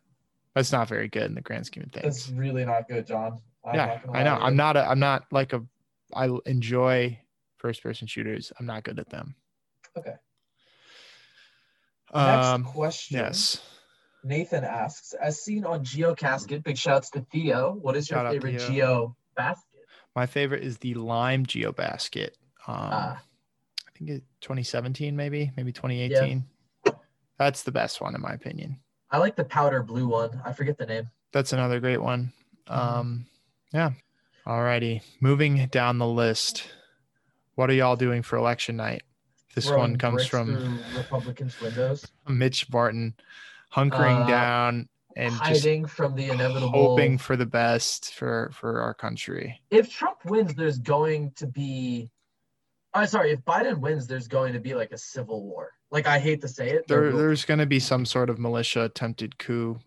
[SPEAKER 2] That's not very good in the grand scheme of
[SPEAKER 3] That's
[SPEAKER 2] things.
[SPEAKER 3] really not good, John. I'm
[SPEAKER 2] yeah,
[SPEAKER 3] not gonna
[SPEAKER 2] I
[SPEAKER 3] lie
[SPEAKER 2] know.
[SPEAKER 3] to you.
[SPEAKER 2] I'm not. A, I'm not like a. I l- enjoy first person shooters. I'm not good at them.
[SPEAKER 3] Okay. Next
[SPEAKER 2] Um.
[SPEAKER 3] question.
[SPEAKER 2] Yes.
[SPEAKER 3] Nathan asks, as seen on Geo Casket, big shouts to Theo. What is your
[SPEAKER 2] Shout out,
[SPEAKER 3] favorite
[SPEAKER 2] Theo.
[SPEAKER 3] Geo basket?
[SPEAKER 2] My favorite is the lime geobasket. Um,
[SPEAKER 3] Ah.
[SPEAKER 2] I think it 2017, maybe, maybe 2018. That's the best one in my opinion.
[SPEAKER 3] I like the powder blue one. I forget the name.
[SPEAKER 2] That's another great one.
[SPEAKER 3] Mhm.
[SPEAKER 2] Um, yeah. All righty. Moving down the list. What are y'all doing for election night? This
[SPEAKER 3] Throwing
[SPEAKER 2] one comes
[SPEAKER 3] bricks
[SPEAKER 2] from
[SPEAKER 3] through Republicans' windows,
[SPEAKER 2] Mitch Barton, hunkering
[SPEAKER 3] Uh,
[SPEAKER 2] down and just
[SPEAKER 3] hiding from the inevitable.
[SPEAKER 2] hoping for the best for for our country.
[SPEAKER 3] If Trump wins, there's going to be. I'm sorry. If Biden wins, there's going to be like a civil war. Like I hate to say it.
[SPEAKER 2] there,
[SPEAKER 3] will
[SPEAKER 2] there's going to be some sort of militia attempted coup.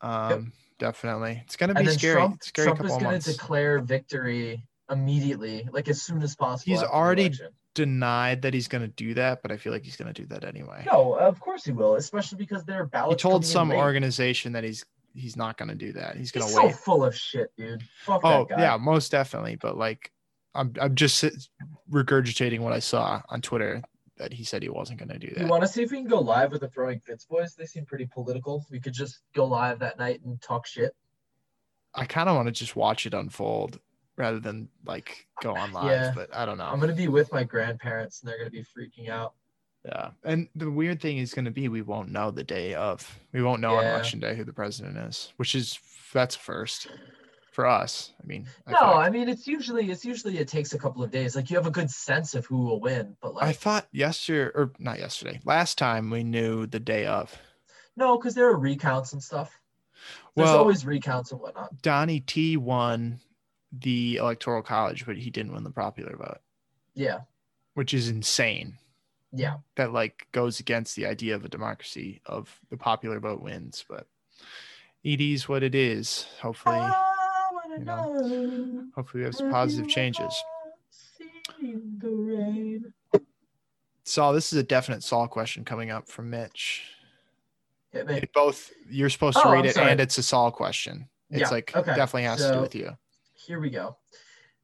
[SPEAKER 2] Um, Definitely, it's going to
[SPEAKER 3] and
[SPEAKER 2] be
[SPEAKER 3] then
[SPEAKER 2] scary.
[SPEAKER 3] Trump,
[SPEAKER 2] It's a scary
[SPEAKER 3] Trump is
[SPEAKER 2] couple of
[SPEAKER 3] going
[SPEAKER 2] months.
[SPEAKER 3] to declare victory immediately, like as soon as possible.
[SPEAKER 2] He's
[SPEAKER 3] after the
[SPEAKER 2] already-
[SPEAKER 3] election.
[SPEAKER 2] Denied that he's going to do that, but I feel like he's going to do that anyway.
[SPEAKER 3] No, of course he will, especially because there are
[SPEAKER 2] he
[SPEAKER 3] ballots.
[SPEAKER 2] told
[SPEAKER 3] coming in
[SPEAKER 2] some
[SPEAKER 3] late.
[SPEAKER 2] organization that he's he's not going to do that. He's going
[SPEAKER 3] He's
[SPEAKER 2] to
[SPEAKER 3] so
[SPEAKER 2] wait.
[SPEAKER 3] full of shit, dude. Fuck
[SPEAKER 2] oh
[SPEAKER 3] that guy.
[SPEAKER 2] yeah, most definitely. But like, I'm I'm just s- regurgitating what I saw on Twitter that he said he wasn't going to do
[SPEAKER 3] You
[SPEAKER 2] that.
[SPEAKER 3] want to see if we can go live with the Throwing Fits boys? They seem pretty political. We could just go live that night and talk shit.
[SPEAKER 2] I kind of want to just watch it unfold rather than like go on live.
[SPEAKER 3] Yeah.
[SPEAKER 2] But I don't know.
[SPEAKER 3] I'm gonna be with my grandparents, and they're gonna be freaking out.
[SPEAKER 2] Yeah. And the weird thing is going to be we won't know the day of. We won't know on
[SPEAKER 3] Yeah.
[SPEAKER 2] election day who the president is, which is that's a first for us. I mean, I,
[SPEAKER 3] no,
[SPEAKER 2] feel like-
[SPEAKER 3] I mean it's usually it's usually it takes a couple of days. Like you have a good sense of who will win, but like
[SPEAKER 2] I thought yesterday or not yesterday, last time we knew the day of.
[SPEAKER 3] no, because there are recounts and stuff. There's
[SPEAKER 2] Well-
[SPEAKER 3] always recounts and whatnot.
[SPEAKER 2] Donnie T won the electoral college, but he didn't win the popular vote,
[SPEAKER 3] Yeah,
[SPEAKER 2] which is insane.
[SPEAKER 3] yeah.
[SPEAKER 2] That like goes against the idea of a democracy of the popular vote wins, but it is what it is. Hopefully,
[SPEAKER 3] I wanna
[SPEAKER 2] you know,
[SPEAKER 3] know.
[SPEAKER 2] hopefully we have
[SPEAKER 3] Mm-hmm.
[SPEAKER 2] some positive changes. Saul, this is a definite Saul question coming up from Mitch.
[SPEAKER 3] Hit me.
[SPEAKER 2] It both you're supposed to
[SPEAKER 3] Oh,
[SPEAKER 2] read
[SPEAKER 3] I'm
[SPEAKER 2] it
[SPEAKER 3] sorry.
[SPEAKER 2] and it's a Saul question. It's
[SPEAKER 3] Yeah,
[SPEAKER 2] like
[SPEAKER 3] okay.
[SPEAKER 2] definitely has to do
[SPEAKER 3] So-
[SPEAKER 2] with you.
[SPEAKER 3] Here we go.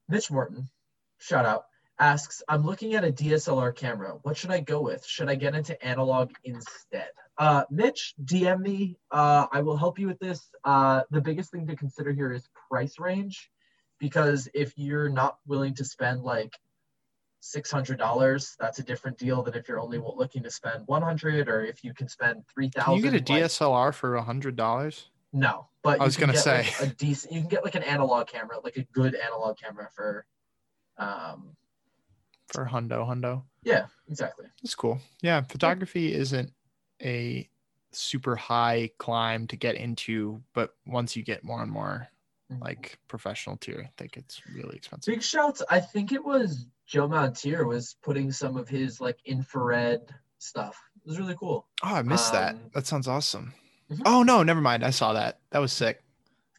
[SPEAKER 3] Mitch Morton, shout out, asks I'm looking at a DSLR camera. What should I go with? Should I get into analog instead? Uh, Mitch, DM me. Uh, I will help you with this. Uh, the biggest thing to consider here is price range because if you're not willing to spend like $600. That's a different deal than if you're only looking to spend 100 or if you can spend 3000
[SPEAKER 2] Can you get a
[SPEAKER 3] like-
[SPEAKER 2] DSLR for a hundred dollars?
[SPEAKER 3] no, but
[SPEAKER 2] I was
[SPEAKER 3] you can
[SPEAKER 2] gonna
[SPEAKER 3] get, like,
[SPEAKER 2] say.
[SPEAKER 3] a decent. You can get like an analog camera, like a good analog camera for. Um.
[SPEAKER 2] For hundo, hundo.
[SPEAKER 3] Yeah. Exactly.
[SPEAKER 2] That's cool. Yeah, photography isn't a super high climb to get into, but once you get more and more like professional tier, I think it's really expensive.
[SPEAKER 3] Mm-hmm. Big shots. I think it was Joe Montier was putting some of his like infrared stuff. It was really cool.
[SPEAKER 2] Oh, I
[SPEAKER 3] Um,
[SPEAKER 2] missed that. That sounds awesome.
[SPEAKER 3] Mhm.
[SPEAKER 2] Oh no, never mind. I saw that. That was sick.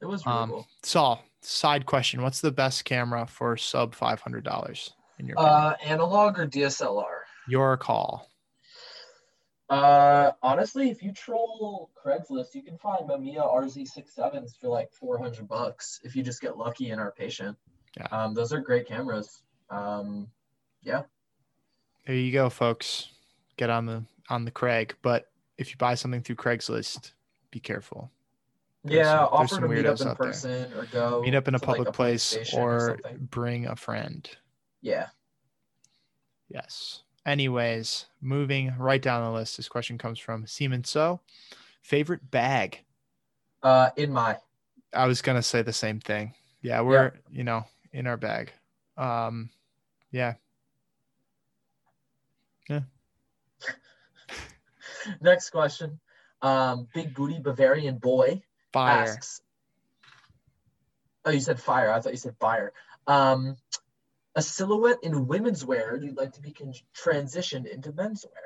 [SPEAKER 3] It was really
[SPEAKER 2] Um,
[SPEAKER 3] cool.
[SPEAKER 2] Saul, side question: What's the best camera for sub five hundred dollars in your opinion?
[SPEAKER 3] Uh, analog or DSLR?
[SPEAKER 2] your call?
[SPEAKER 3] Uh, honestly, if you troll Craigslist, you can find Mamiya RZ67s for like 400 bucks if you just get lucky and are patient.
[SPEAKER 2] Yeah.
[SPEAKER 3] Um, those are great cameras. Um,
[SPEAKER 2] There you go, folks. Get on the on the Craig. But if you buy something through Craigslist, be careful. There's
[SPEAKER 3] yeah,
[SPEAKER 2] some- there's
[SPEAKER 3] offer
[SPEAKER 2] some
[SPEAKER 3] to meet up
[SPEAKER 2] weirdos
[SPEAKER 3] in
[SPEAKER 2] out there.
[SPEAKER 3] person or go
[SPEAKER 2] Meet up in a
[SPEAKER 3] to, like,
[SPEAKER 2] public place
[SPEAKER 3] station
[SPEAKER 2] or
[SPEAKER 3] something.
[SPEAKER 2] bring a friend.
[SPEAKER 3] yeah.
[SPEAKER 2] Yes. Anyways, moving right down the list, this question comes from Seaman So. Favorite bag?
[SPEAKER 3] Uh, in my
[SPEAKER 2] I was gonna say the same thing. Yeah, we're you know in our bag. Um, yeah,
[SPEAKER 3] next question, um, big booty Bavarian boy
[SPEAKER 2] fire.
[SPEAKER 3] asks. Oh, you said fire. I thought you said fire. Um, a silhouette in women's wear you'd like to be con- transitioned into men's wear.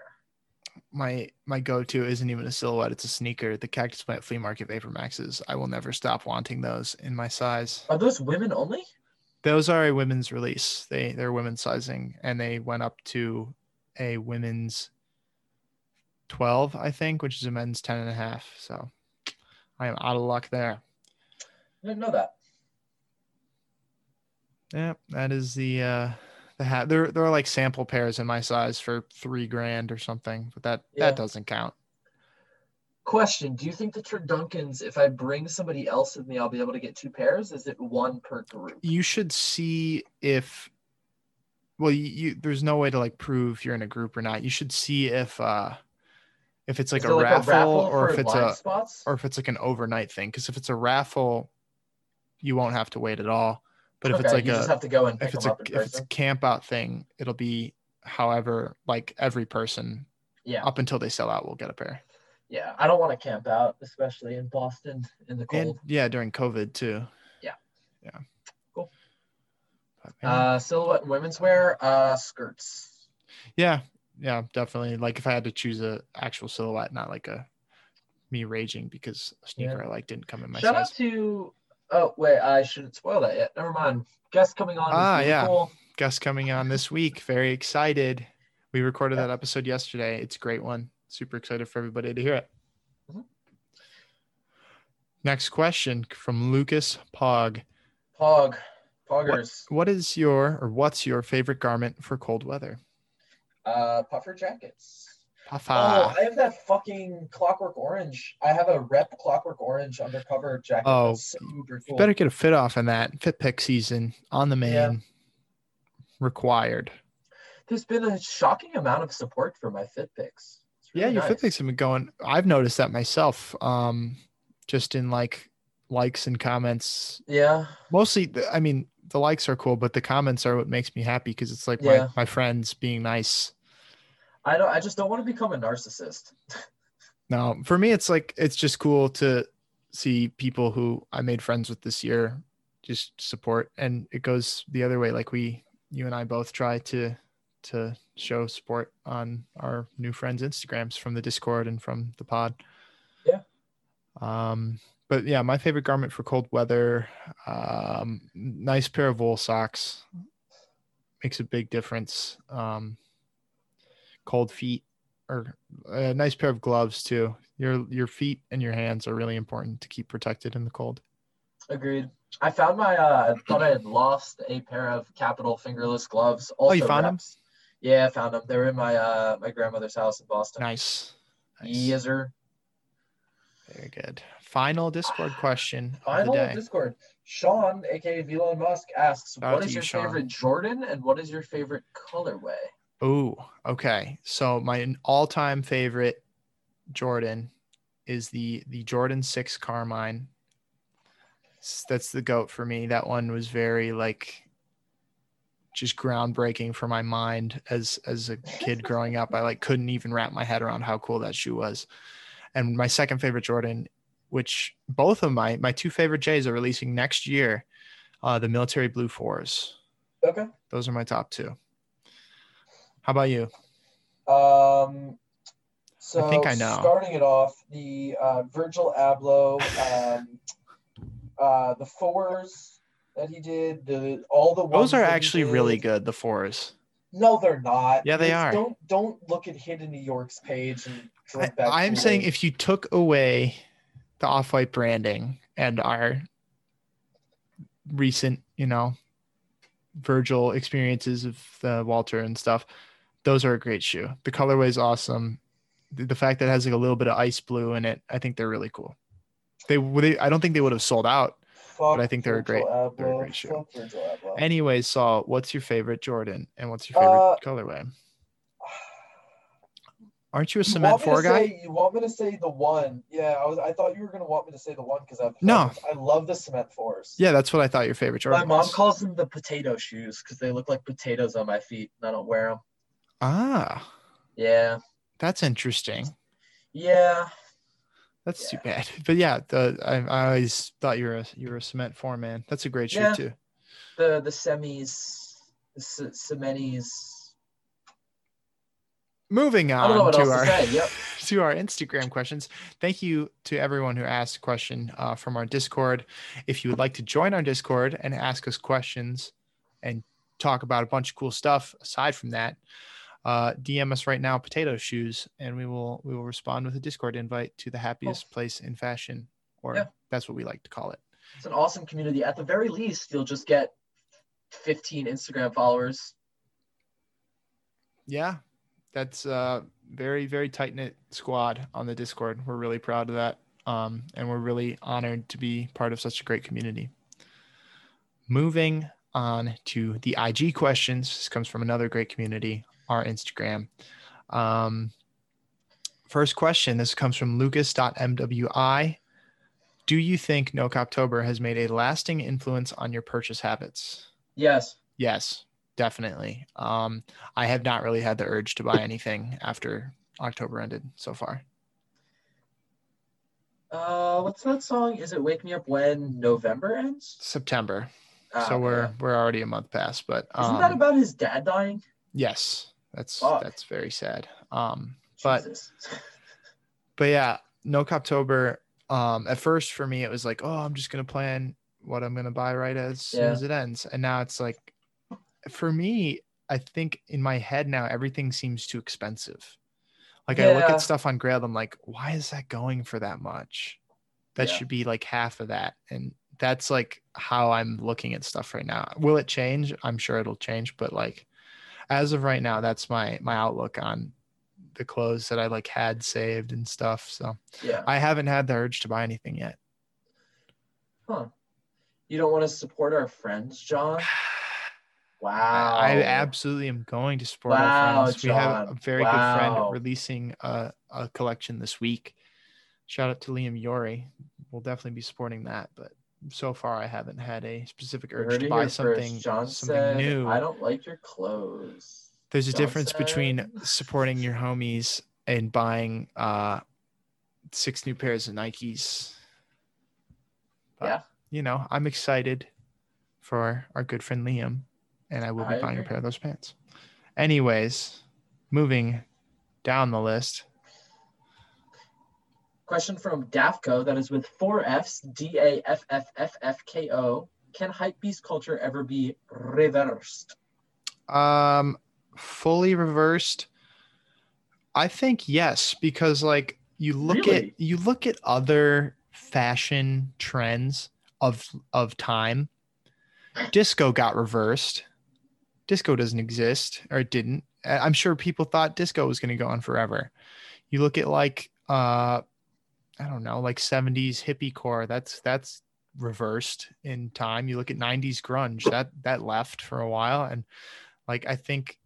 [SPEAKER 2] My my go-to isn't even a silhouette; it's a sneaker. The Cactus Plant Flea Market Vapor Maxes. I will never stop wanting those in my size.
[SPEAKER 3] Are those women only?
[SPEAKER 2] those are a women's release. They they're women's sizing, and they went up to a women's twelve, I think, which is a men's ten and a half. So I am out of luck there.
[SPEAKER 3] I didn't know that.
[SPEAKER 2] Yeah, that is the uh the hat. There there are like sample pairs in my size for three grand or something, but that
[SPEAKER 3] Yeah.
[SPEAKER 2] that doesn't count.
[SPEAKER 3] Question: Do you think the Turdunkins, if I bring somebody else with me, I'll be able to get two pairs? Is it one per group?
[SPEAKER 2] You should see if well you, you there's no way to like prove you're in a group or not. You should see if uh if it's like,
[SPEAKER 3] Is
[SPEAKER 2] a,
[SPEAKER 3] there,
[SPEAKER 2] raffle, or
[SPEAKER 3] for
[SPEAKER 2] if it's
[SPEAKER 3] blind
[SPEAKER 2] a
[SPEAKER 3] spots?
[SPEAKER 2] or if it's like an overnight thing. Because if it's a raffle, you won't have to wait at all. But if it's
[SPEAKER 3] Okay,
[SPEAKER 2] like
[SPEAKER 3] you just
[SPEAKER 2] a
[SPEAKER 3] have to go and pick
[SPEAKER 2] if it's
[SPEAKER 3] them
[SPEAKER 2] a
[SPEAKER 3] up in
[SPEAKER 2] if it's a
[SPEAKER 3] person.
[SPEAKER 2] camp out thing, it'll be however like every person
[SPEAKER 3] Yeah,
[SPEAKER 2] up until they sell out will get a pair.
[SPEAKER 3] yeah. I don't want to camp out, especially in Boston in the
[SPEAKER 2] And
[SPEAKER 3] cold.
[SPEAKER 2] yeah, during COVID too.
[SPEAKER 3] Yeah.
[SPEAKER 2] Yeah.
[SPEAKER 3] Cool.
[SPEAKER 2] But, man,
[SPEAKER 3] uh, silhouette and women's wear, uh, skirts.
[SPEAKER 2] yeah, yeah, definitely. Like if I had to choose a actual silhouette, not like a me raging because a sneaker I like didn't come in my
[SPEAKER 3] Shout
[SPEAKER 2] size.
[SPEAKER 3] out to. Oh wait, I shouldn't spoil that yet. Never mind. Guest coming on. is
[SPEAKER 2] Ah,
[SPEAKER 3] really
[SPEAKER 2] yeah.
[SPEAKER 3] cool.
[SPEAKER 2] guest coming on this week. Very excited. We recorded that episode yesterday. It's a great one. Super excited for everybody to hear it.
[SPEAKER 3] Mhm.
[SPEAKER 2] Next question from Lucas Pog.
[SPEAKER 3] Pog, poggers,
[SPEAKER 2] What is your or what's your favorite garment for cold weather?
[SPEAKER 3] uh, puffer jackets.
[SPEAKER 2] Puffa.
[SPEAKER 3] Oh, I have that fucking Clockwork Orange. I have a Rep Clockwork Orange undercover jacket.
[SPEAKER 2] Oh,
[SPEAKER 3] that's super cool.
[SPEAKER 2] Better get a fit off in that. Fit pick season on the main.
[SPEAKER 3] Yeah.
[SPEAKER 2] Required.
[SPEAKER 3] There's been a shocking amount of support for my Fit picks. It's
[SPEAKER 2] yeah
[SPEAKER 3] really
[SPEAKER 2] your fit
[SPEAKER 3] nice.
[SPEAKER 2] pics have been going i've noticed that myself um just in like likes and comments
[SPEAKER 3] Yeah,
[SPEAKER 2] mostly the- i mean the likes are cool but the comments are what makes me happy because it's like
[SPEAKER 3] Yeah.
[SPEAKER 2] my, my friends being nice
[SPEAKER 3] I don't. I just don't want to become a narcissist.
[SPEAKER 2] now for me it's like it's just cool to see people who i made friends with this year just support and it goes the other way like we you and i both try to to show support on our new friends instagrams from the discord and from the pod
[SPEAKER 3] Yeah.
[SPEAKER 2] um but yeah my favorite garment for cold weather um nice pair of wool socks makes a big difference um cold feet or a nice pair of gloves too your your feet and your hands are really important to keep protected in the cold
[SPEAKER 3] Agreed. I found my. Uh, I thought I had lost a pair of Capital fingerless gloves. Also
[SPEAKER 2] Oh, you found 'em?
[SPEAKER 3] reps. Yeah, I found them. They were in my uh, my grandmother's house in Boston.
[SPEAKER 2] nice, nice.
[SPEAKER 3] Yes, sir.
[SPEAKER 2] Very Very good. Final Discord question
[SPEAKER 3] Final
[SPEAKER 2] of the day.
[SPEAKER 3] Discord. Sean, aka Elon Musk, asks,
[SPEAKER 2] Shout out
[SPEAKER 3] "What
[SPEAKER 2] to
[SPEAKER 3] is
[SPEAKER 2] you,
[SPEAKER 3] your
[SPEAKER 2] Sean.
[SPEAKER 3] favorite Jordan, and what is your favorite colorway?"
[SPEAKER 2] Oh, okay. So my all-time favorite Jordan is the the Jordan 6 Carmine. S- That's the goat for me. That one was very like just groundbreaking for my mind as as a kid growing up. I like couldn't even wrap my head around how cool that shoe was. And my second favorite Jordan, which both of my my two favorite J's are releasing next year, uh the military blue fours.
[SPEAKER 3] Okay.
[SPEAKER 2] Those are my top two. How about you?
[SPEAKER 3] Um, so
[SPEAKER 2] think I know.
[SPEAKER 3] starting it off, the uh, Virgil Abloh, um, uh, the fours that he did, the all the ones
[SPEAKER 2] Those are
[SPEAKER 3] that he
[SPEAKER 2] actually really
[SPEAKER 3] did.
[SPEAKER 2] good. The fours.
[SPEAKER 3] No, they're not.
[SPEAKER 2] Yeah, they are.
[SPEAKER 3] Don't don't look at Hidden New York's page and
[SPEAKER 2] I,
[SPEAKER 3] drink that.
[SPEAKER 2] I'm
[SPEAKER 3] Kool-Aid.
[SPEAKER 2] saying if you took away the off-white branding and our recent, you know, Virgil experiences of the Walter and stuff, those are a great shoe. The colorway is awesome. The, the fact that it has like a little bit of ice blue in it, I think they're really cool. They, they I don't think they would have sold out.
[SPEAKER 3] Fuck
[SPEAKER 2] but I think they're a great-
[SPEAKER 3] Virgil
[SPEAKER 2] they're a
[SPEAKER 3] Abloh,
[SPEAKER 2] great shoe.
[SPEAKER 3] fuck Virgil Abloh. *sighs*
[SPEAKER 2] Anyway, Saul, what's your favorite Jordan and what's your favorite
[SPEAKER 3] Uh,
[SPEAKER 2] colorway? Aren't you a
[SPEAKER 3] You
[SPEAKER 2] cement
[SPEAKER 3] want me to
[SPEAKER 2] four guy?
[SPEAKER 3] say- you want me to say the one? Yeah, I was. I thought you were gonna want me to say the one because I
[SPEAKER 2] No.
[SPEAKER 3] I love the cement fours.
[SPEAKER 2] Yeah, that's what I thought your favorite Jordan
[SPEAKER 3] My mom
[SPEAKER 2] was.
[SPEAKER 3] calls them the potato shoes because they look like potatoes on my feet and I don't wear them.
[SPEAKER 2] ah,
[SPEAKER 3] Yeah.
[SPEAKER 2] that's interesting.
[SPEAKER 3] Yeah.
[SPEAKER 2] That's too bad. *laughs* But yeah, the, I, I always thought you were a, you were a cement four man. That's a great shoe
[SPEAKER 3] Yeah.
[SPEAKER 2] too.
[SPEAKER 3] The the semis, the se- semenis.
[SPEAKER 2] Moving
[SPEAKER 3] I don't know
[SPEAKER 2] on
[SPEAKER 3] what
[SPEAKER 2] to
[SPEAKER 3] else
[SPEAKER 2] our
[SPEAKER 3] to say. Yep.
[SPEAKER 2] *laughs* to our Instagram questions. Thank you to everyone who asked a question uh, from our Discord. If you would like to join our Discord and ask us questions and talk about a bunch of cool stuff aside from that, uh, DM us right now, potato shoes, and we will we will respond with a Discord invite to the happiest place in fashion, or
[SPEAKER 3] Yeah.
[SPEAKER 2] that's what we like to call it.
[SPEAKER 3] It's an awesome community. At the very least, you'll just get 15 Instagram followers.
[SPEAKER 2] Yeah, that's a very very tight knit squad on the Discord. We're really proud of that, um, and we're really honored to be part of such a great community. Moving on to the IG questions. This comes from another great community, our Instagram. Um, first question. This comes from Lucas.mwi. Do you think No Coptober has made a lasting influence on your purchase habits?
[SPEAKER 3] Yes.
[SPEAKER 2] Yes, definitely. Um, I have not really had the urge to buy anything after October ended so far.
[SPEAKER 3] Uh, what's that song? Is it "Wake Me Up When November Ends"?
[SPEAKER 2] September,
[SPEAKER 3] Ah,
[SPEAKER 2] so we're
[SPEAKER 3] okay.
[SPEAKER 2] we're already a month past. But um,
[SPEAKER 3] Isn't that about his dad dying?
[SPEAKER 2] yes, that's
[SPEAKER 3] Fuck.
[SPEAKER 2] that's very sad. Um, but
[SPEAKER 3] Jesus. *laughs*
[SPEAKER 2] but yeah, no Coptober. Um, at first for me, it was like, oh, I'm just gonna plan what I'm gonna buy right as soon
[SPEAKER 3] Yeah.
[SPEAKER 2] as it ends, and now it's like, for me, I think in my head now everything seems too expensive. Like I look
[SPEAKER 3] Yeah.
[SPEAKER 2] at stuff on Grail, I'm like, why is that going for that much? That
[SPEAKER 3] Yeah.
[SPEAKER 2] should be like half of that, and that's like how I'm looking at stuff right now. Will it change? I'm sure it'll change, but like as of right now, that's my my outlook on the clothes that I like had saved and stuff. So
[SPEAKER 3] yeah.
[SPEAKER 2] I haven't had the urge to buy
[SPEAKER 3] *sighs*
[SPEAKER 2] anything yet. *sighs*
[SPEAKER 3] Huh. You don't want to support our friends, John? Wow.
[SPEAKER 2] I I absolutely am going to support
[SPEAKER 3] Wow,
[SPEAKER 2] our friends. We have a
[SPEAKER 3] John.
[SPEAKER 2] very good
[SPEAKER 3] Wow.
[SPEAKER 2] friend releasing a, a collection this week. Shout out to Liam Yori. We'll definitely be supporting that, but so far I haven't had a specific
[SPEAKER 3] You
[SPEAKER 2] urge
[SPEAKER 3] heard
[SPEAKER 2] to
[SPEAKER 3] it
[SPEAKER 2] buy
[SPEAKER 3] here
[SPEAKER 2] something
[SPEAKER 3] first. John
[SPEAKER 2] something
[SPEAKER 3] said,
[SPEAKER 2] new.
[SPEAKER 3] I don't like your clothes.
[SPEAKER 2] There's a
[SPEAKER 3] John
[SPEAKER 2] difference between
[SPEAKER 3] said-
[SPEAKER 2] supporting your homies and buying uh six new pairs of Nikes. But,
[SPEAKER 3] Yeah.
[SPEAKER 2] You know, I'm excited for our good friend Liam, and I will be
[SPEAKER 3] I
[SPEAKER 2] buying a
[SPEAKER 3] agree.
[SPEAKER 2] pair of those pants. Anyways, moving down the list.
[SPEAKER 3] Question from Dafko that is with four F's D A F F F F K O. Can hypebeast culture ever be reversed?
[SPEAKER 2] Um fully reversed. I think yes, because like you look
[SPEAKER 3] Really?
[SPEAKER 2] at you look at other fashion trends of of time. Disco got reversed. Disco doesn't exist or it didn't. I- I'm sure people thought disco was going to go on forever. You look at like uh I don't know, like 70s hippie core. That's that's reversed in time. You look at 90s grunge, that that left for a while and like I think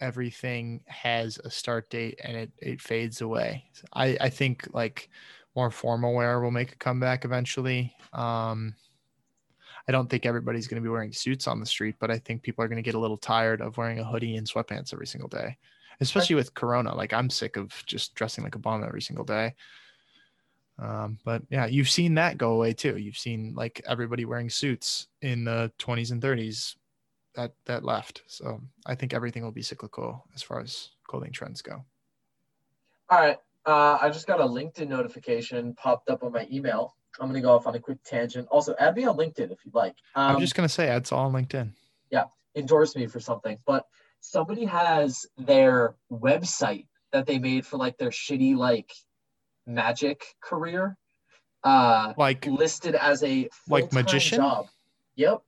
[SPEAKER 2] everything has a start date and it it fades away. I I think like more formal wear will make a comeback eventually. Um I don't think everybody's going to be wearing suits on the street, but I think people are going to get a little tired of wearing a hoodie and sweatpants every single day, especially with Corona. Like I'm sick of just dressing like a bum every single day. Um, but yeah, you've seen that go away too. You've seen like everybody wearing suits in the 20s and 30s that that left. So I think everything will be cyclical as far as clothing trends go.
[SPEAKER 3] All right. Uh, I just got a LinkedIn notification popped up on my email. I'm gonna go off on a quick tangent. Also, add me on LinkedIn if you'd like. Um,
[SPEAKER 2] I'm just gonna say it's all on LinkedIn.
[SPEAKER 3] Yeah, endorse me for something. But somebody has their website that they made for like their shitty like magic career, uh,
[SPEAKER 2] like
[SPEAKER 3] listed as a
[SPEAKER 2] like
[SPEAKER 3] full-time
[SPEAKER 2] magician.
[SPEAKER 3] job. Yep,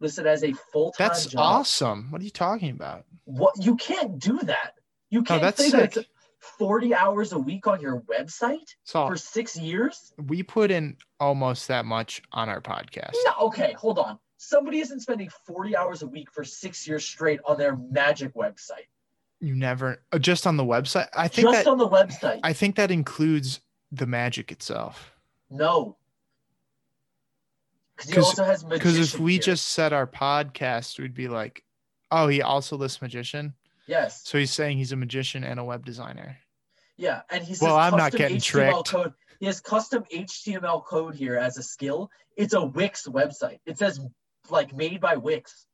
[SPEAKER 3] listed as a full time.
[SPEAKER 2] That's
[SPEAKER 3] job.
[SPEAKER 2] awesome. What are you talking about?
[SPEAKER 3] What you can't do that. You can't
[SPEAKER 2] that's
[SPEAKER 3] say that's
[SPEAKER 2] sick.
[SPEAKER 3] 40 hours a week on your website
[SPEAKER 2] So
[SPEAKER 3] for six years.
[SPEAKER 2] we put in almost that much on our podcast.
[SPEAKER 3] No, okay, hold on. Somebody isn't spending 40 hours a week for six years straight on their magic website.
[SPEAKER 2] You never uh, just on the website. I think
[SPEAKER 3] Just
[SPEAKER 2] that
[SPEAKER 3] on the website.
[SPEAKER 2] I think that includes the magic itself.
[SPEAKER 3] no. Because he
[SPEAKER 2] 'Cause-
[SPEAKER 3] also has
[SPEAKER 2] Because if
[SPEAKER 3] magician
[SPEAKER 2] we
[SPEAKER 3] here.
[SPEAKER 2] just said our podcast, we'd be like, oh, he also lists magician.
[SPEAKER 3] yes,
[SPEAKER 2] So he's saying he's a magician and a web designer.
[SPEAKER 3] yeah, and he says
[SPEAKER 2] Well, I'm
[SPEAKER 3] custom
[SPEAKER 2] not getting
[SPEAKER 3] HTML
[SPEAKER 2] tricked.
[SPEAKER 3] code. He has custom HTML code here as a skill. It's a Wix website. It says like made by Wix.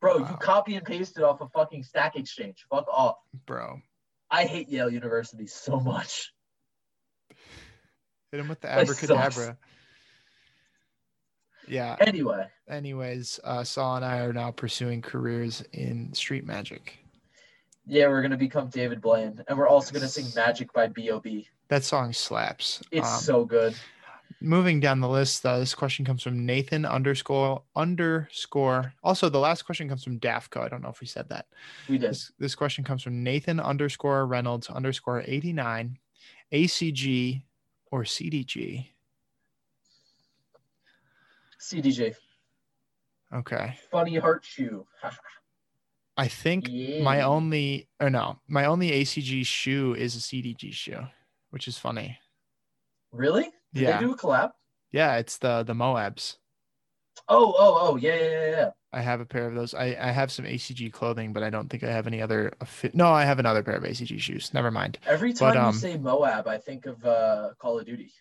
[SPEAKER 3] Bro, you
[SPEAKER 2] Wow.
[SPEAKER 3] copy and paste it off a fucking Stack Exchange. Fuck off.
[SPEAKER 2] Bro,
[SPEAKER 3] I hate Yale University *laughs* so much.
[SPEAKER 2] hit him with the
[SPEAKER 3] That sucks.
[SPEAKER 2] abracadabra. Yeah.
[SPEAKER 3] Anyway,
[SPEAKER 2] Anyways, uh, Saul and I are now pursuing careers in street magic.
[SPEAKER 3] yeah, we're gonna become David Blaine, and we're also gonna sing "Magic" by B.O.B.
[SPEAKER 2] That song slaps.
[SPEAKER 3] It's
[SPEAKER 2] Um,
[SPEAKER 3] so good.
[SPEAKER 2] moving down the list, uh, this question comes from Nathan underscore underscore. Also, the last question comes from Dafco. I don't know if we said that.
[SPEAKER 3] We did.
[SPEAKER 2] This, this question comes from Nathan underscore Reynolds underscore 89, ACG or CDG.
[SPEAKER 3] CDJ,
[SPEAKER 2] Okay.
[SPEAKER 3] funny hurt you.
[SPEAKER 2] I think
[SPEAKER 3] yeah.
[SPEAKER 2] my only, or no, my only ACG shoe is a CDG shoe, which is funny.
[SPEAKER 3] Really? Did
[SPEAKER 2] Yeah.
[SPEAKER 3] they do a collab?
[SPEAKER 2] Yeah. It's the, the Moabs.
[SPEAKER 3] Oh, oh, oh, yeah, yeah, yeah, yeah.
[SPEAKER 2] I have a pair of those. I, I have some ACG clothing, but I don't think I have any other. affi- No, I have another pair of ACG shoes. Never mind.
[SPEAKER 3] Every
[SPEAKER 2] But,
[SPEAKER 3] time
[SPEAKER 2] um,
[SPEAKER 3] you say Moab, I think of uh, Call of Duty.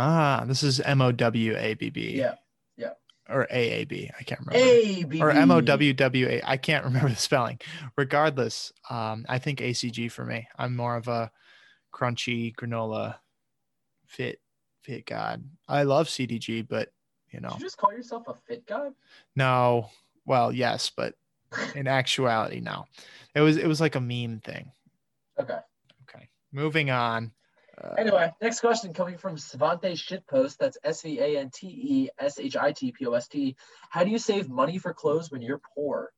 [SPEAKER 2] Ah, this is M O W A B B.
[SPEAKER 3] Yeah.
[SPEAKER 2] Or A A B. I can't remember.
[SPEAKER 3] A B
[SPEAKER 2] or M O W W A. I can't *laughs* remember the spelling. Regardless, um, I think ACG for me. I'm more of a crunchy granola, fit, fit god. I love CDG, but you
[SPEAKER 3] Did
[SPEAKER 2] know,
[SPEAKER 3] you just call yourself a fit guy?
[SPEAKER 2] no. Well, yes, but in actuality, no. It was it was like a meme thing.
[SPEAKER 3] Okay.
[SPEAKER 2] Okay, moving on. Uh,
[SPEAKER 3] Anyway, next question coming from Svante Shitpost. That's S V A N T E S H I T P O S T. How do you save money for clothes when you're poor?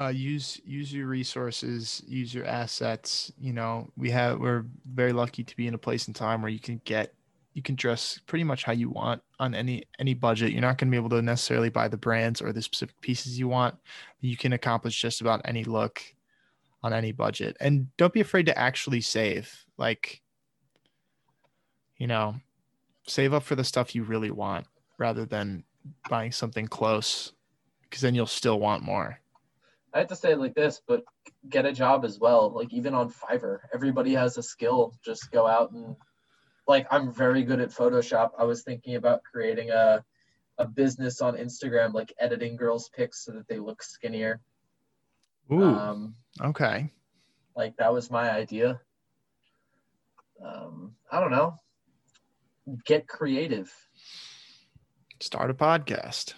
[SPEAKER 2] uh, use use your resources, use your assets. You know, we have we're very lucky to be in a place and time where you can get you can dress pretty much how you want on any any budget. You're not going to be able to necessarily buy the brands or the specific pieces you want. You can accomplish just about any look on any budget. And don't be afraid to actually save. Like you know, save up for the stuff you really want rather than buying something close because then you'll still want more.
[SPEAKER 3] I have to say it like this, but get a job as well. Like even on Fiverr, everybody has a skill. Just go out and like I'm very good at Photoshop. I was thinking about creating a a business on Instagram, like editing girls' pics so that they look skinnier. Um,
[SPEAKER 2] Okay.
[SPEAKER 3] like that was my idea. Um, I don't know. Get creative,
[SPEAKER 2] Start a podcast.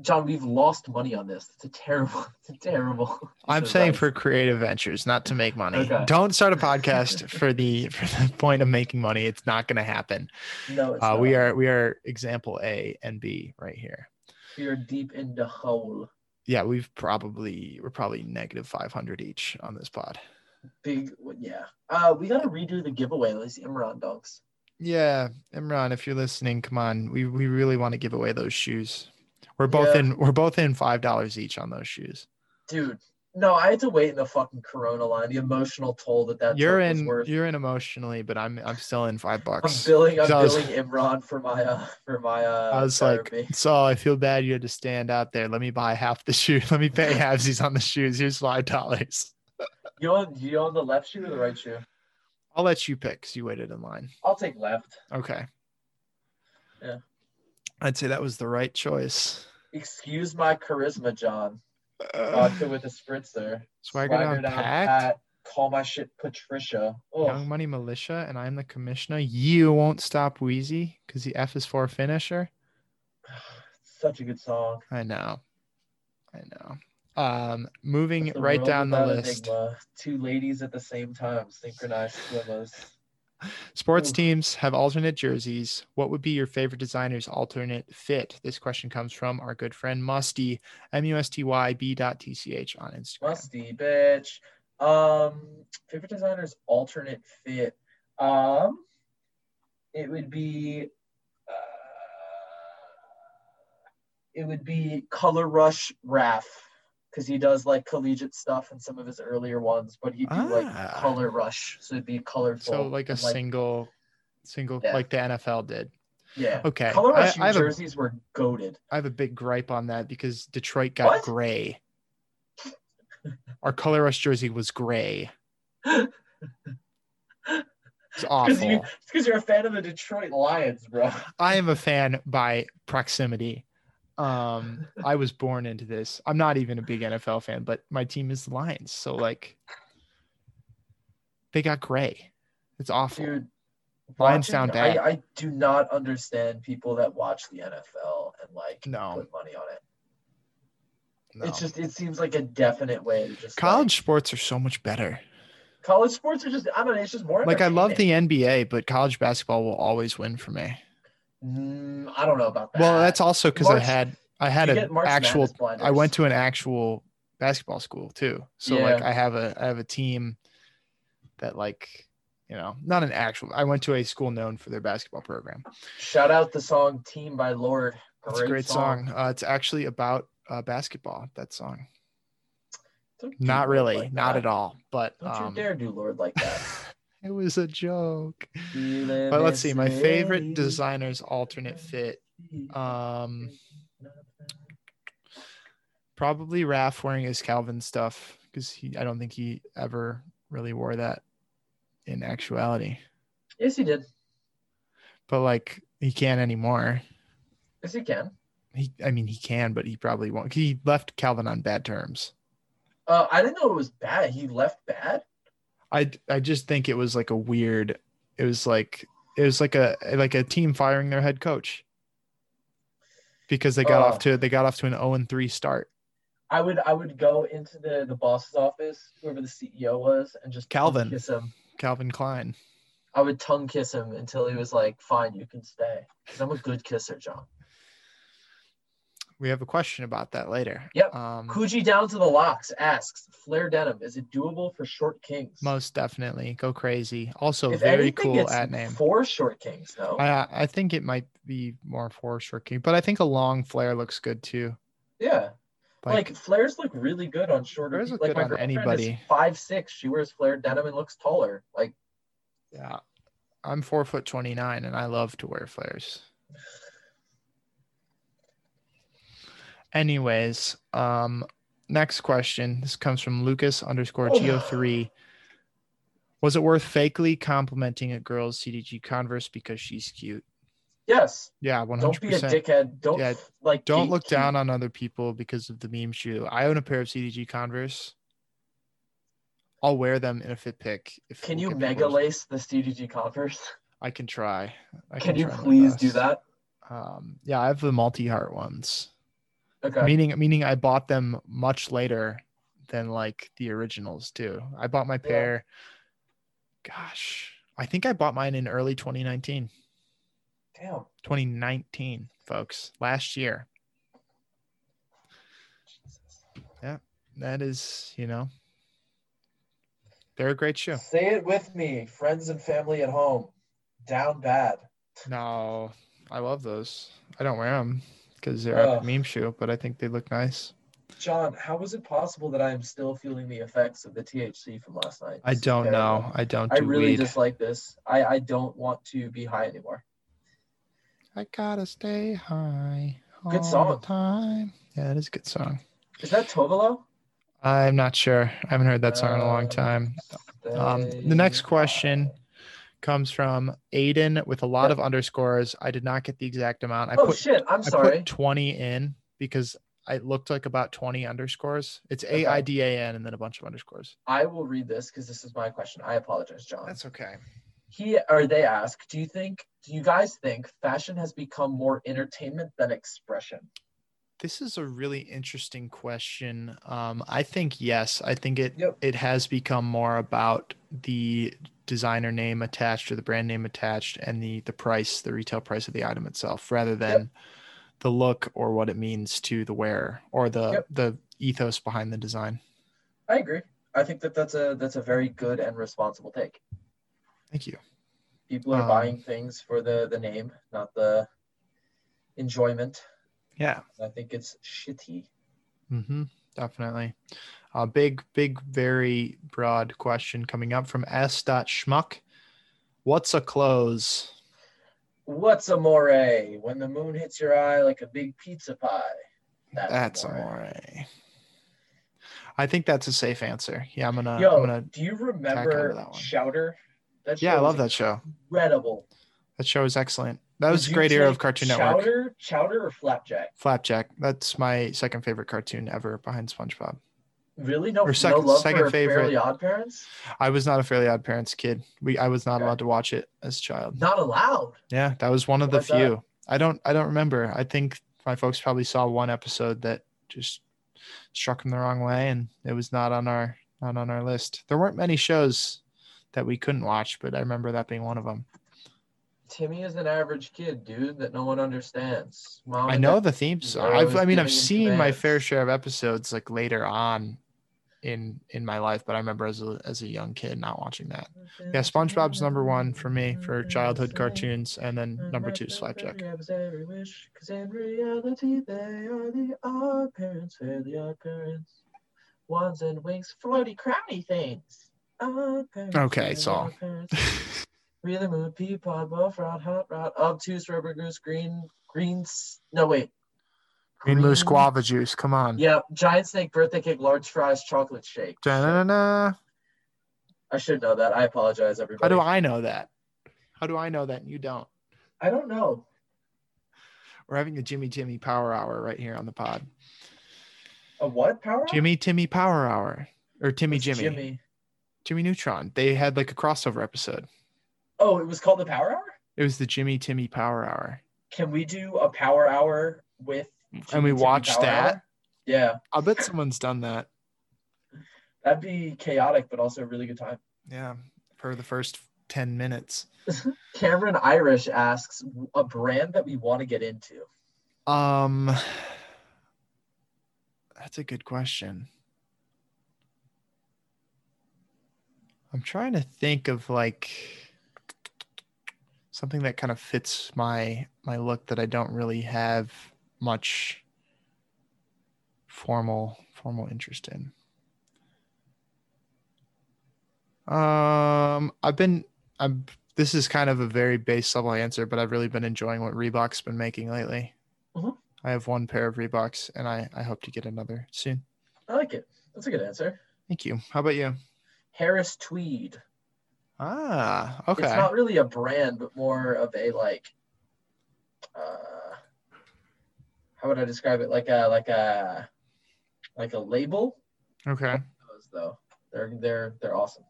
[SPEAKER 3] John. We've lost money on this. It's a terrible, *laughs* it's a terrible. piece
[SPEAKER 2] I'm
[SPEAKER 3] of
[SPEAKER 2] saying
[SPEAKER 3] advice.
[SPEAKER 2] for creative ventures, not to make money.
[SPEAKER 3] Okay.
[SPEAKER 2] Don't start
[SPEAKER 3] *laughs*
[SPEAKER 2] a podcast for the for the point of making money. It's not going to happen.
[SPEAKER 3] no, it's
[SPEAKER 2] Uh, we
[SPEAKER 3] not.
[SPEAKER 2] are we are example A and B right here.
[SPEAKER 3] we are deep in the hole.
[SPEAKER 2] Yeah, we've probably we're probably negative 500 each on this pod.
[SPEAKER 3] Big, yeah. Uh, we gotta redo the giveaway, these Imran dunks.
[SPEAKER 2] Yeah, Imran, if you're listening, come on. We we really want to give away those shoes. We're both
[SPEAKER 3] Yeah.
[SPEAKER 2] in we're both in five dollars each on those shoes.
[SPEAKER 3] Dude, no, I had to wait in the fucking Corona line. The emotional toll that that
[SPEAKER 2] you're
[SPEAKER 3] trip was
[SPEAKER 2] in
[SPEAKER 3] worth.
[SPEAKER 2] you're in emotionally, but I'm I'm still in five
[SPEAKER 3] I'm
[SPEAKER 2] bucks.
[SPEAKER 3] billing, I'm
[SPEAKER 2] So I was-
[SPEAKER 3] billing Imran for my, uh, for my, uh,
[SPEAKER 2] I was like,
[SPEAKER 3] therapy.
[SPEAKER 2] so I feel bad you had to stand out there. Let me buy half the shoe. Let me
[SPEAKER 3] *laughs*
[SPEAKER 2] pay halfsies on the shoes. Here's five dollars.
[SPEAKER 3] you own, you own the left shoe or the right shoe?
[SPEAKER 2] I'll let you pick 'cause you waited in line.
[SPEAKER 3] I'll take left.
[SPEAKER 2] Okay.
[SPEAKER 3] Yeah.
[SPEAKER 2] I'd say that was the right choice.
[SPEAKER 3] Excuse my charisma, John.
[SPEAKER 2] Uh,
[SPEAKER 3] Vodka with a spritzer.
[SPEAKER 2] Swagger down packed.
[SPEAKER 3] Call my shit Patricia. Oh,
[SPEAKER 2] Young Money Militia, and I'm the commissioner. You won't stop Wheezy because the F is for finisher.
[SPEAKER 3] *sighs* such a good song.
[SPEAKER 2] I know. I know. Um, moving
[SPEAKER 3] It's the
[SPEAKER 2] right
[SPEAKER 3] world
[SPEAKER 2] down the
[SPEAKER 3] without
[SPEAKER 2] list.
[SPEAKER 3] enigma. Two ladies at the same time, synchronized swimmers.
[SPEAKER 2] Sports
[SPEAKER 3] Oof.
[SPEAKER 2] teams have alternate jerseys. What would be your favorite designer's alternate fit? This question comes from our good friend Musty, M U S T Y B dot T C H on Instagram.
[SPEAKER 3] Musty bitch. Um, favorite designer's alternate fit. Um, it would be. Uh, it would be Color Rush Raff because he does like collegiate stuff in some of his earlier ones, but he'd do like
[SPEAKER 2] Ah.
[SPEAKER 3] Color Rush, so it'd be colorful.
[SPEAKER 2] So like a
[SPEAKER 3] and,
[SPEAKER 2] single, single
[SPEAKER 3] Yeah.
[SPEAKER 2] like the NFL did.
[SPEAKER 3] yeah.
[SPEAKER 2] Okay,
[SPEAKER 3] Color
[SPEAKER 2] I,
[SPEAKER 3] Rush
[SPEAKER 2] I have a,
[SPEAKER 3] jerseys were goaded.
[SPEAKER 2] I have a big gripe on that because Detroit got
[SPEAKER 3] What?
[SPEAKER 2] gray. Our color rush jersey
[SPEAKER 3] *laughs*
[SPEAKER 2] was gray. It's
[SPEAKER 3] Because you,
[SPEAKER 2] awful.
[SPEAKER 3] it's 'cause you're a fan of the Detroit Lions, bro.
[SPEAKER 2] I am a fan by proximity. Um, I was born into this. I'm not even a big NFL fan, but my team is the Lions. So like, they got gray. It's awful.
[SPEAKER 3] Dude.
[SPEAKER 2] Lions
[SPEAKER 3] watching-
[SPEAKER 2] sound bad.
[SPEAKER 3] I, I do not understand people that watch the NFL and like
[SPEAKER 2] no,
[SPEAKER 3] put money on it.
[SPEAKER 2] no.
[SPEAKER 3] It's just it seems like a definite way to just like-
[SPEAKER 2] college sports are so much better.
[SPEAKER 3] college sports are just I don't know, it's just more
[SPEAKER 2] Like I love the
[SPEAKER 3] entertaining.
[SPEAKER 2] NBA, but college basketball will always win for me.
[SPEAKER 3] Mm, I don't know about that.
[SPEAKER 2] Well, that's also because I
[SPEAKER 3] March-
[SPEAKER 2] had I had
[SPEAKER 3] You
[SPEAKER 2] an
[SPEAKER 3] get March
[SPEAKER 2] actual
[SPEAKER 3] Madness blinders.
[SPEAKER 2] I went to an actual basketball school too. So
[SPEAKER 3] Yeah.
[SPEAKER 2] like I have a I have a team that like you know not an actual I went to a school known for their basketball program.
[SPEAKER 3] shout out the song Team by Lord.
[SPEAKER 2] It's a great song. Uh, it's actually about uh, basketball. That song.
[SPEAKER 3] Don't do
[SPEAKER 2] Not
[SPEAKER 3] Lorde
[SPEAKER 2] really.
[SPEAKER 3] like
[SPEAKER 2] not
[SPEAKER 3] that.
[SPEAKER 2] at all. But
[SPEAKER 3] Don't you
[SPEAKER 2] um,
[SPEAKER 3] dare do Lord like that.
[SPEAKER 2] *laughs* it was a joke.
[SPEAKER 3] Feeling
[SPEAKER 2] But let's see. My
[SPEAKER 3] this way.
[SPEAKER 2] favorite designer's alternate fit. Um, probably Raph wearing his Calvin stuff because he I don't think he ever really wore that in actuality.
[SPEAKER 3] yes, he did.
[SPEAKER 2] But like he can't anymore.
[SPEAKER 3] Yes, he can.
[SPEAKER 2] He I mean he can, but he probably won't. He left Calvin on bad terms.
[SPEAKER 3] Uh, I didn't know it was bad. He left bad.
[SPEAKER 2] I I just think it was like a weird it was like it was like a like a team firing their head coach. Because they got
[SPEAKER 3] Oh.
[SPEAKER 2] off to they got off to an 0 and 3 start.
[SPEAKER 3] I would I would go into the the boss's office, whoever the CEO was, and just tongue
[SPEAKER 2] Calvin.
[SPEAKER 3] kiss him.
[SPEAKER 2] Calvin Klein.
[SPEAKER 3] I would tongue kiss him until he was like, "Fine, you can stay." Because I'm a good kisser, John.
[SPEAKER 2] We have a question about that later.
[SPEAKER 3] Yep.
[SPEAKER 2] Um,
[SPEAKER 3] Coogee down to the locks asks, "Flare denim is it doable for short kings?"
[SPEAKER 2] Most definitely. Go crazy. Also,
[SPEAKER 3] if
[SPEAKER 2] very
[SPEAKER 3] anything,
[SPEAKER 2] cool
[SPEAKER 3] it's
[SPEAKER 2] at name.
[SPEAKER 3] for short kings though.
[SPEAKER 2] I I think it might be more for short king, but I think a long flare looks good too.
[SPEAKER 3] yeah, like,
[SPEAKER 2] Like,
[SPEAKER 3] flares look really good on shorter.
[SPEAKER 2] Flares
[SPEAKER 3] people.
[SPEAKER 2] look
[SPEAKER 3] like
[SPEAKER 2] good
[SPEAKER 3] my
[SPEAKER 2] on
[SPEAKER 3] girlfriend is
[SPEAKER 2] anybody.
[SPEAKER 3] Five six, she wears flared denim and looks taller. Like
[SPEAKER 2] yeah, I'm four foot twenty nine, and I love to wear flares. Anyways, um, next question. This comes from Lucas underscore
[SPEAKER 3] Oh.
[SPEAKER 2] Geo three. Was it worth fakely complimenting a girl's CDG Converse because she's cute?
[SPEAKER 3] yes,
[SPEAKER 2] Yeah, one
[SPEAKER 3] don't
[SPEAKER 2] hundred
[SPEAKER 3] be a
[SPEAKER 2] percent.
[SPEAKER 3] dickhead. Don't
[SPEAKER 2] Yeah,
[SPEAKER 3] like
[SPEAKER 2] Don't look
[SPEAKER 3] gatekeep.
[SPEAKER 2] down on other people because of the meme shoe. I own a pair of CDG Converse. I'll wear them in a fit pick. If
[SPEAKER 3] Can
[SPEAKER 2] we'll
[SPEAKER 3] you
[SPEAKER 2] get
[SPEAKER 3] mega
[SPEAKER 2] people-
[SPEAKER 3] lace the CDG Converse?
[SPEAKER 2] I can try. I
[SPEAKER 3] Can you
[SPEAKER 2] try my
[SPEAKER 3] please do
[SPEAKER 2] best.
[SPEAKER 3] that?
[SPEAKER 2] Um, yeah, I have the multi heart ones.
[SPEAKER 3] Okay.
[SPEAKER 2] Meaning, meaning I bought them much later than like the originals too. I bought my
[SPEAKER 3] Yeah.
[SPEAKER 2] pair. Gosh, I think I bought mine in early 2019.
[SPEAKER 3] Damn.
[SPEAKER 2] 2019, folks, last year.
[SPEAKER 3] Jesus.
[SPEAKER 2] That is, you know, They're a great show.
[SPEAKER 3] Say it with me, friends and family at home. Down bad.
[SPEAKER 2] No, I love those. I don't wear them because they're
[SPEAKER 3] Oh.
[SPEAKER 2] a meme shoe, but I think they look nice.
[SPEAKER 3] John, how is it possible that I am still feeling the effects of the THC from last night?
[SPEAKER 2] I
[SPEAKER 3] This is
[SPEAKER 2] don't
[SPEAKER 3] terrible.
[SPEAKER 2] know. I don't
[SPEAKER 3] I
[SPEAKER 2] do
[SPEAKER 3] really
[SPEAKER 2] weed.
[SPEAKER 3] dislike this. I, I don't want to be high anymore.
[SPEAKER 2] I gotta stay high.
[SPEAKER 3] Good
[SPEAKER 2] all
[SPEAKER 3] song.
[SPEAKER 2] The time. Yeah, it is a good song.
[SPEAKER 3] Is that Tovolo?
[SPEAKER 2] I'm not sure. I haven't heard that song in a long
[SPEAKER 3] Uh,
[SPEAKER 2] time. Um, the next question comes from Aiden with a lot of underscores. I did not get the exact amount. I
[SPEAKER 3] oh
[SPEAKER 2] put
[SPEAKER 3] shit! I'm
[SPEAKER 2] I
[SPEAKER 3] sorry.
[SPEAKER 2] put 20 in because I looked like about 20 underscores. It's
[SPEAKER 3] Okay.
[SPEAKER 2] A I D A N and then a bunch of underscores.
[SPEAKER 3] I will read this because this is my question. I apologize, John.
[SPEAKER 2] That's okay.
[SPEAKER 3] he or they ask, do you think, do you guys think fashion has become more entertainment than expression?
[SPEAKER 2] This is a really interesting question. Um, I think yes. I think it
[SPEAKER 3] Yep.
[SPEAKER 2] it has become more about the designer name attached or the brand name attached and the the price, the retail price of the item itself, rather than the look or what it means to the wearer or the
[SPEAKER 3] Yep.
[SPEAKER 2] the ethos behind the design.
[SPEAKER 3] I agree. I think that that's a that's a very good and responsible take.
[SPEAKER 2] Thank you.
[SPEAKER 3] People are
[SPEAKER 2] Um,
[SPEAKER 3] buying things for the the name, not the enjoyment.
[SPEAKER 2] Yeah.
[SPEAKER 3] I think it's shitty.
[SPEAKER 2] Mm-hmm, definitely. A big, big, very broad question coming up from S. Schmuck. What's a close?
[SPEAKER 3] What's amore? When the moon hits your eye like a big pizza pie.
[SPEAKER 2] That's amore. I think that's a safe answer. Yeah, I'm gonna.
[SPEAKER 3] Yo,
[SPEAKER 2] I'm gonna.
[SPEAKER 3] do you remember
[SPEAKER 2] that one.
[SPEAKER 3] Shouter? That
[SPEAKER 2] Yeah, I
[SPEAKER 3] was
[SPEAKER 2] love that show.
[SPEAKER 3] Incredible.
[SPEAKER 2] That show is excellent. That was a
[SPEAKER 3] Would
[SPEAKER 2] great
[SPEAKER 3] you
[SPEAKER 2] era of
[SPEAKER 3] take
[SPEAKER 2] Cartoon Network.
[SPEAKER 3] Chowder, Chowder or Flapjack?
[SPEAKER 2] Flapjack. That's my second favorite cartoon ever, behind SpongeBob.
[SPEAKER 3] Really? No,
[SPEAKER 2] Or
[SPEAKER 3] no
[SPEAKER 2] second-
[SPEAKER 3] love
[SPEAKER 2] second
[SPEAKER 3] for
[SPEAKER 2] favorite.
[SPEAKER 3] Fairly Odd Parents?
[SPEAKER 2] I was not a Fairly Odd Parents kid. We I was not
[SPEAKER 3] Okay.
[SPEAKER 2] allowed to watch it as a child.
[SPEAKER 3] Not allowed.
[SPEAKER 2] Yeah, that was one of the
[SPEAKER 3] Why's that?
[SPEAKER 2] few. I don't I don't remember. I think my folks probably saw one episode that just struck them the wrong way and it was not on our not on our list. There weren't many shows that we couldn't watch, but I remember that being one of them.
[SPEAKER 3] Timmy is an average kid, dude, that no one understands. Mom
[SPEAKER 2] I
[SPEAKER 3] and
[SPEAKER 2] know
[SPEAKER 3] Dad-
[SPEAKER 2] the theme song.
[SPEAKER 3] Zoro
[SPEAKER 2] I've,
[SPEAKER 3] Oh, is
[SPEAKER 2] I mean,
[SPEAKER 3] giving
[SPEAKER 2] I've
[SPEAKER 3] him
[SPEAKER 2] seen my fair
[SPEAKER 3] commands.
[SPEAKER 2] share of episodes like later on in in my life, but I remember as a, as a young kid not watching that. Yeah, SpongeBob's number one for me for childhood cartoons, and then number two is Flapjack.
[SPEAKER 3] Mm-hmm. Every wish, 'cause in reality, they are the odd parents, fairly odd parents. Wands and wings, floaty, crowny things. Odd parents,
[SPEAKER 2] Okay,
[SPEAKER 3] fairly
[SPEAKER 2] song.
[SPEAKER 3] odd parents. Rear the moon, pea pod, buff rod, hot rod, obtuse, rubber goose, green, green, s- no wait.
[SPEAKER 2] Green Moose Guava Juice. Come on.
[SPEAKER 3] Yeah, giant snake, birthday cake, large fries, chocolate shake. Shit.
[SPEAKER 2] Da-na-na-na.
[SPEAKER 3] I should know that. I apologize,
[SPEAKER 2] How
[SPEAKER 3] everybody.
[SPEAKER 2] do I know that? How do I know that and you don't?
[SPEAKER 3] I don't know.
[SPEAKER 2] We're having a Jimmy Timmy Power Hour right here on the pod.
[SPEAKER 3] A what power?
[SPEAKER 2] Jimmy Timmy Power Hour or Timmy
[SPEAKER 3] It's
[SPEAKER 2] Jimmy. Jimmy Neutron. They had like a crossover episode.
[SPEAKER 3] Oh, it was called the Power Hour.
[SPEAKER 2] It was the Jimmy Timmy Power Hour.
[SPEAKER 3] Can we do a Power Hour with?
[SPEAKER 2] and
[SPEAKER 3] Jimmy
[SPEAKER 2] we
[SPEAKER 3] Jimmy
[SPEAKER 2] watched
[SPEAKER 3] Power
[SPEAKER 2] that.
[SPEAKER 3] Hour? Yeah,
[SPEAKER 2] I bet someone's done that.
[SPEAKER 3] that'd be chaotic, but also a really good time.
[SPEAKER 2] Yeah. For the first 10 minutes.
[SPEAKER 3] Cameron Irish asks a brand that we want to get into.
[SPEAKER 2] Um That's a good question. I'm trying to think of like something that kind of fits my my look that I don't really have much formal formal interest in. Um I've been I'm this is kind of a very base level answer, but I've really been enjoying what Reebok's been making lately.
[SPEAKER 3] Mhm.
[SPEAKER 2] I have one pair of Reeboks and I, I hope to get another soon.
[SPEAKER 3] I like it. That's a good answer.
[SPEAKER 2] Thank you. How about you?
[SPEAKER 3] Harris Tweed.
[SPEAKER 2] Ah, okay.
[SPEAKER 3] It's not really a brand, but more of a like. Uh, how would I describe it? Like a like a like a label.
[SPEAKER 2] okay.
[SPEAKER 3] Those though, they're they're they're awesome.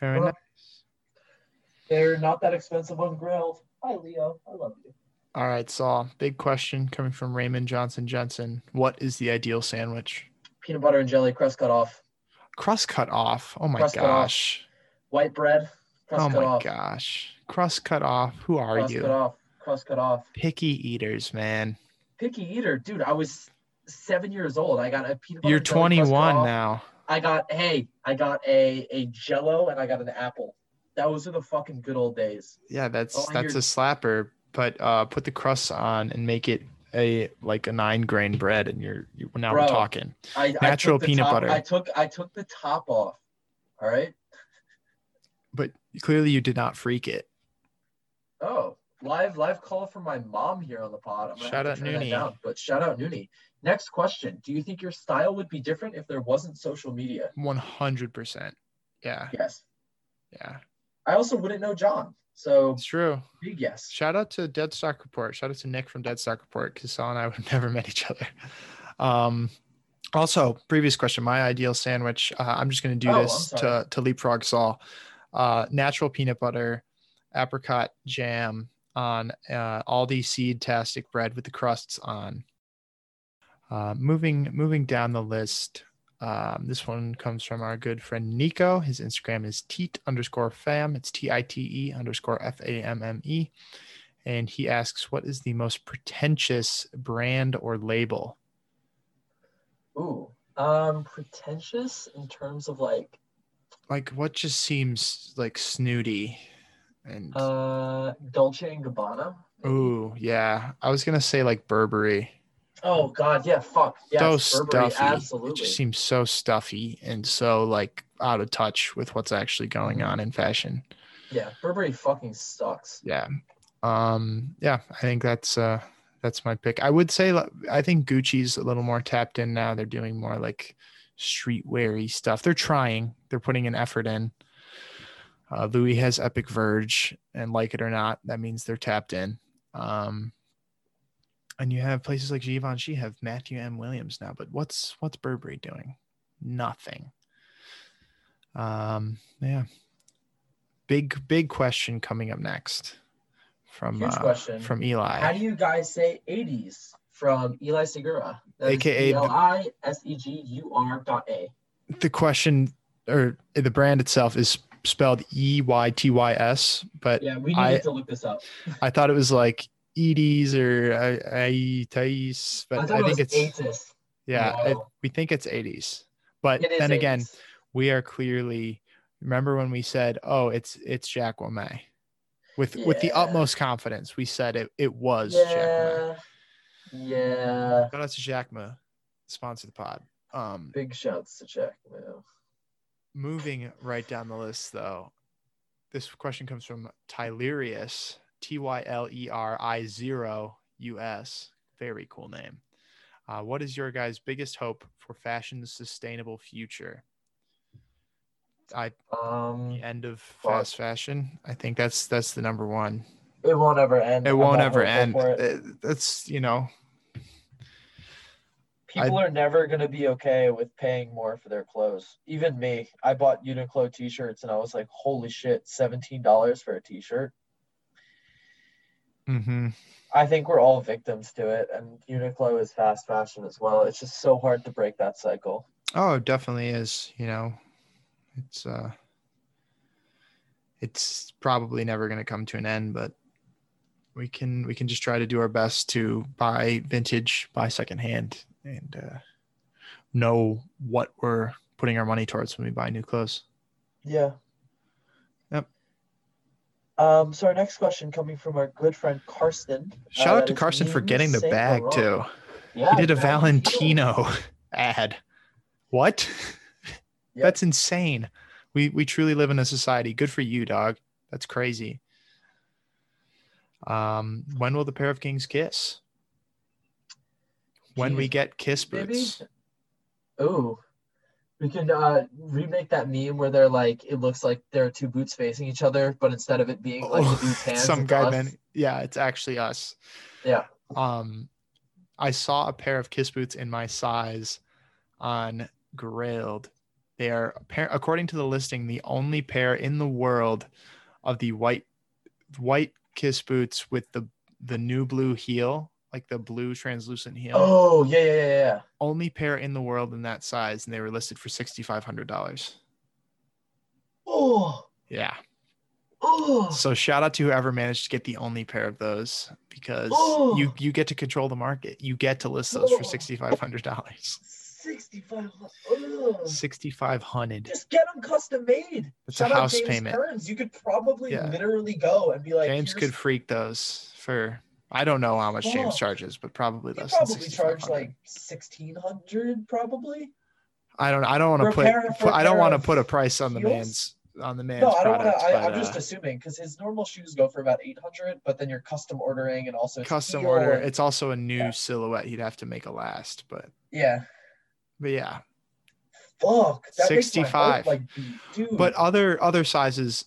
[SPEAKER 2] Very
[SPEAKER 3] Well-
[SPEAKER 2] nice.
[SPEAKER 3] They're not that expensive on grilled. Hi Leo, I love you.
[SPEAKER 2] All right, Saul. Big question coming from Raymond Johnson Jensen. What is the ideal sandwich?
[SPEAKER 3] Peanut butter and jelly, crust cut off,
[SPEAKER 2] Crust cut off. Oh my
[SPEAKER 3] Crust cut off.
[SPEAKER 2] gosh.
[SPEAKER 3] white bread, crust
[SPEAKER 2] Oh
[SPEAKER 3] cut
[SPEAKER 2] my
[SPEAKER 3] off,
[SPEAKER 2] gosh. Crust cut off. Who are
[SPEAKER 3] crust cut
[SPEAKER 2] you?
[SPEAKER 3] off, crust cut off.
[SPEAKER 2] Picky eaters, man.
[SPEAKER 3] Picky eater, dude. I was seven years old. I got a peanut butter.
[SPEAKER 2] You're
[SPEAKER 3] and jelly crust
[SPEAKER 2] 21
[SPEAKER 3] cutoff.
[SPEAKER 2] now.
[SPEAKER 3] I got hey, I got a a Jello and I got an apple. Those are the fucking good old days.
[SPEAKER 2] Yeah, that's
[SPEAKER 3] Oh, and
[SPEAKER 2] that's a
[SPEAKER 3] you're-
[SPEAKER 2] slapper. But uh, put the crusts on and make it a like a nine grain bread, and you're you, now
[SPEAKER 3] Bro.
[SPEAKER 2] we're talking.
[SPEAKER 3] I, I
[SPEAKER 2] Natural
[SPEAKER 3] took the
[SPEAKER 2] peanut
[SPEAKER 3] top-
[SPEAKER 2] butter.
[SPEAKER 3] I took I took the top off. All right.
[SPEAKER 2] But clearly, you did not freak it.
[SPEAKER 3] Oh, live live call from my mom here on the pod. I'm gonna have
[SPEAKER 2] Shout
[SPEAKER 3] to
[SPEAKER 2] out
[SPEAKER 3] turn that
[SPEAKER 2] Noonie.
[SPEAKER 3] down, but shout out Noonie. Next question: Do you think your style would be different if there wasn't social media?
[SPEAKER 2] One hundred percent. Yeah,
[SPEAKER 3] Yes.
[SPEAKER 2] yeah,
[SPEAKER 3] I also wouldn't know John, so
[SPEAKER 2] it's true.
[SPEAKER 3] big yes.
[SPEAKER 2] Shout out to Dead Stock Report. Shout out to Nick from Dead Stock Report because Saul and I *laughs* would have never met each other. Um, also, previous question. My ideal sandwich. Uh, I'm just going to do
[SPEAKER 3] Oh, I'm
[SPEAKER 2] this
[SPEAKER 3] sorry.
[SPEAKER 2] to to leapfrog Saul. Uh, natural peanut butter, apricot jam on uh, Aldi seed tastic bread with the crusts on. Uh, moving moving down the list. Um, this one comes from our good friend Nico. His Instagram is teat underscore fam. It's T I T E underscore F A M M E and he asks, "What is the most pretentious brand or label?"
[SPEAKER 3] Ooh, um, pretentious in terms of like,
[SPEAKER 2] Like, what just seems like snooty, and
[SPEAKER 3] uh, Dolce and Gabbana.
[SPEAKER 2] ooh, yeah, I was gonna say like Burberry.
[SPEAKER 3] Oh God, yeah, fuck, yes,
[SPEAKER 2] so
[SPEAKER 3] Burberry,
[SPEAKER 2] stuffy. It
[SPEAKER 3] absolutely.
[SPEAKER 2] just seems so stuffy and so like out of touch with what's actually going on in fashion.
[SPEAKER 3] yeah, Burberry fucking sucks.
[SPEAKER 2] Yeah, um, yeah, I think that's uh, that's my pick. I would say like, I think Gucci's a little more tapped in now. They're doing more like streetwear-y stuff. They're trying. They're putting an effort in. Uh, Louis has Epic Verge, and like it or not, that means they're tapped in. Um, and you have places like Givenchy have Matthew M. Williams now, but what's what's Burberry doing? Nothing. Um, yeah. Big big question coming up next from
[SPEAKER 3] Huge
[SPEAKER 2] uh,
[SPEAKER 3] question.
[SPEAKER 2] from Eli.
[SPEAKER 3] How do you guys say 80s from Eli Segura?
[SPEAKER 2] AKA the-
[SPEAKER 3] L I S E G U R dot A.
[SPEAKER 2] the question or the brand itself is spelled E Y T Y S, but
[SPEAKER 3] Yeah, we needed
[SPEAKER 2] I-
[SPEAKER 3] to look this up.
[SPEAKER 2] I thought it was like Edie's or Aitais,
[SPEAKER 3] I
[SPEAKER 2] but
[SPEAKER 3] thought
[SPEAKER 2] I,
[SPEAKER 3] it
[SPEAKER 2] think
[SPEAKER 3] was
[SPEAKER 2] it's
[SPEAKER 3] Atis.
[SPEAKER 2] yeah, I-
[SPEAKER 3] No.
[SPEAKER 2] we think it's 80s. But
[SPEAKER 3] It is
[SPEAKER 2] then again,
[SPEAKER 3] 80s.
[SPEAKER 2] we are clearly remember when we said, "Oh, it's it's Jack Wamay." With with the
[SPEAKER 3] Yeah.
[SPEAKER 2] utmost confidence, we said it it was Jack Wamay.
[SPEAKER 3] yeah, yeah.
[SPEAKER 2] Shout out to Jack Ma, sponsor the pod. Um,
[SPEAKER 3] Big shouts to Jack. Man.
[SPEAKER 2] moving right down the list though this question comes from tylerius t-y-l-e-r-i E zero u-s very cool name uh, what is your guys biggest hope for fashion's sustainable future i
[SPEAKER 3] Um,
[SPEAKER 2] the end of fast fashion i think that's that's the number one
[SPEAKER 3] it won't ever end.
[SPEAKER 2] it
[SPEAKER 3] I'm
[SPEAKER 2] won't
[SPEAKER 3] not
[SPEAKER 2] ever
[SPEAKER 3] hopeful
[SPEAKER 2] end
[SPEAKER 3] for it.
[SPEAKER 2] It- that's you know
[SPEAKER 3] People are never gonna be okay with paying more for their clothes. Even me, I bought Uniqlo T-shirts and I was like, "Holy shit, seventeen dollars for a T-shirt."
[SPEAKER 2] mhm.
[SPEAKER 3] I think we're all victims to it, and Uniqlo is fast fashion as well. It's just so hard to break that cycle.
[SPEAKER 2] Oh, it definitely is. You know, it's uh, it's probably never going to come to an end, but we can we can just try to do our best to buy vintage, buy secondhand, and uh, know what we're putting our money towards when we buy new clothes.
[SPEAKER 3] Yeah.
[SPEAKER 2] Yep.
[SPEAKER 3] Um, so our next question coming from our good friend Karsten.
[SPEAKER 2] Shout
[SPEAKER 3] Uh, that
[SPEAKER 2] out to
[SPEAKER 3] is
[SPEAKER 2] Carson for
[SPEAKER 3] Mean
[SPEAKER 2] getting the
[SPEAKER 3] Saint
[SPEAKER 2] bag
[SPEAKER 3] Laurent.
[SPEAKER 2] too.
[SPEAKER 3] Yeah,
[SPEAKER 2] he did a
[SPEAKER 3] Valentino.
[SPEAKER 2] Valentino ad. What?
[SPEAKER 3] Yep.
[SPEAKER 2] That's insane. We we truly live in a society. Good for you, dog. That's crazy. Um, when will the pair of kings kiss? When we
[SPEAKER 3] Jeez,
[SPEAKER 2] get kiss
[SPEAKER 3] maybe?
[SPEAKER 2] boots.
[SPEAKER 3] Ooh. We can uh, remake that meme where they're like, it looks like there are two boots facing each other, but instead of it being like
[SPEAKER 2] Oh,
[SPEAKER 3] the blue pants,
[SPEAKER 2] *laughs* some
[SPEAKER 3] it's
[SPEAKER 2] guy
[SPEAKER 3] us.
[SPEAKER 2] man. Yeah, it's actually us.
[SPEAKER 3] Yeah.
[SPEAKER 2] Um, I saw a pair of kiss boots in my size on Grailed. They are, appar- according to the listing, the only pair in the world of the white white kiss boots with the the new blue heel, like the blue translucent heel.
[SPEAKER 3] Oh yeah, yeah, yeah, yeah.
[SPEAKER 2] Only pair in the world in that size, and they were listed for sixty five hundred dollars.
[SPEAKER 3] Oh,
[SPEAKER 2] Yeah,
[SPEAKER 3] Oh,
[SPEAKER 2] So shout out to whoever managed to get the only pair of those because
[SPEAKER 3] Oh.
[SPEAKER 2] you you get to control the market. You get to list those for
[SPEAKER 3] Oh.
[SPEAKER 2] sixty five hundred dollars.
[SPEAKER 3] 65. Oh.
[SPEAKER 2] Sixty five hundred.
[SPEAKER 3] Just get them custom made.
[SPEAKER 2] It's a
[SPEAKER 3] Shout out
[SPEAKER 2] house
[SPEAKER 3] James
[SPEAKER 2] payment.
[SPEAKER 3] Kearns. You could probably
[SPEAKER 2] Yeah.
[SPEAKER 3] literally go and be like,
[SPEAKER 2] James
[SPEAKER 3] here's-
[SPEAKER 2] could freak those for I don't know how much James
[SPEAKER 3] Fuck.
[SPEAKER 2] charges, but probably
[SPEAKER 3] he
[SPEAKER 2] less.
[SPEAKER 3] probably
[SPEAKER 2] than
[SPEAKER 3] charge
[SPEAKER 2] 6,500.
[SPEAKER 3] like 1600 probably.
[SPEAKER 2] I don't I don't want to put,
[SPEAKER 3] repair-
[SPEAKER 2] put- I don't
[SPEAKER 3] repair
[SPEAKER 2] want to
[SPEAKER 3] of
[SPEAKER 2] put a price on the
[SPEAKER 3] heels?
[SPEAKER 2] man's on the man's
[SPEAKER 3] No, I don't want
[SPEAKER 2] product.
[SPEAKER 3] to.
[SPEAKER 2] but,
[SPEAKER 3] I'm just
[SPEAKER 2] uh,
[SPEAKER 3] assuming because his normal shoes go for about 800, but then you're custom ordering and also it's
[SPEAKER 2] custom
[SPEAKER 3] heel
[SPEAKER 2] order.
[SPEAKER 3] and-
[SPEAKER 2] It's also a new
[SPEAKER 3] Yeah.
[SPEAKER 2] silhouette. You'd have to make a last, but
[SPEAKER 3] yeah.
[SPEAKER 2] but yeah.
[SPEAKER 3] Fuck. That
[SPEAKER 2] 65.
[SPEAKER 3] Makes my heart, like, beat. dude.
[SPEAKER 2] But uh, other other sizes,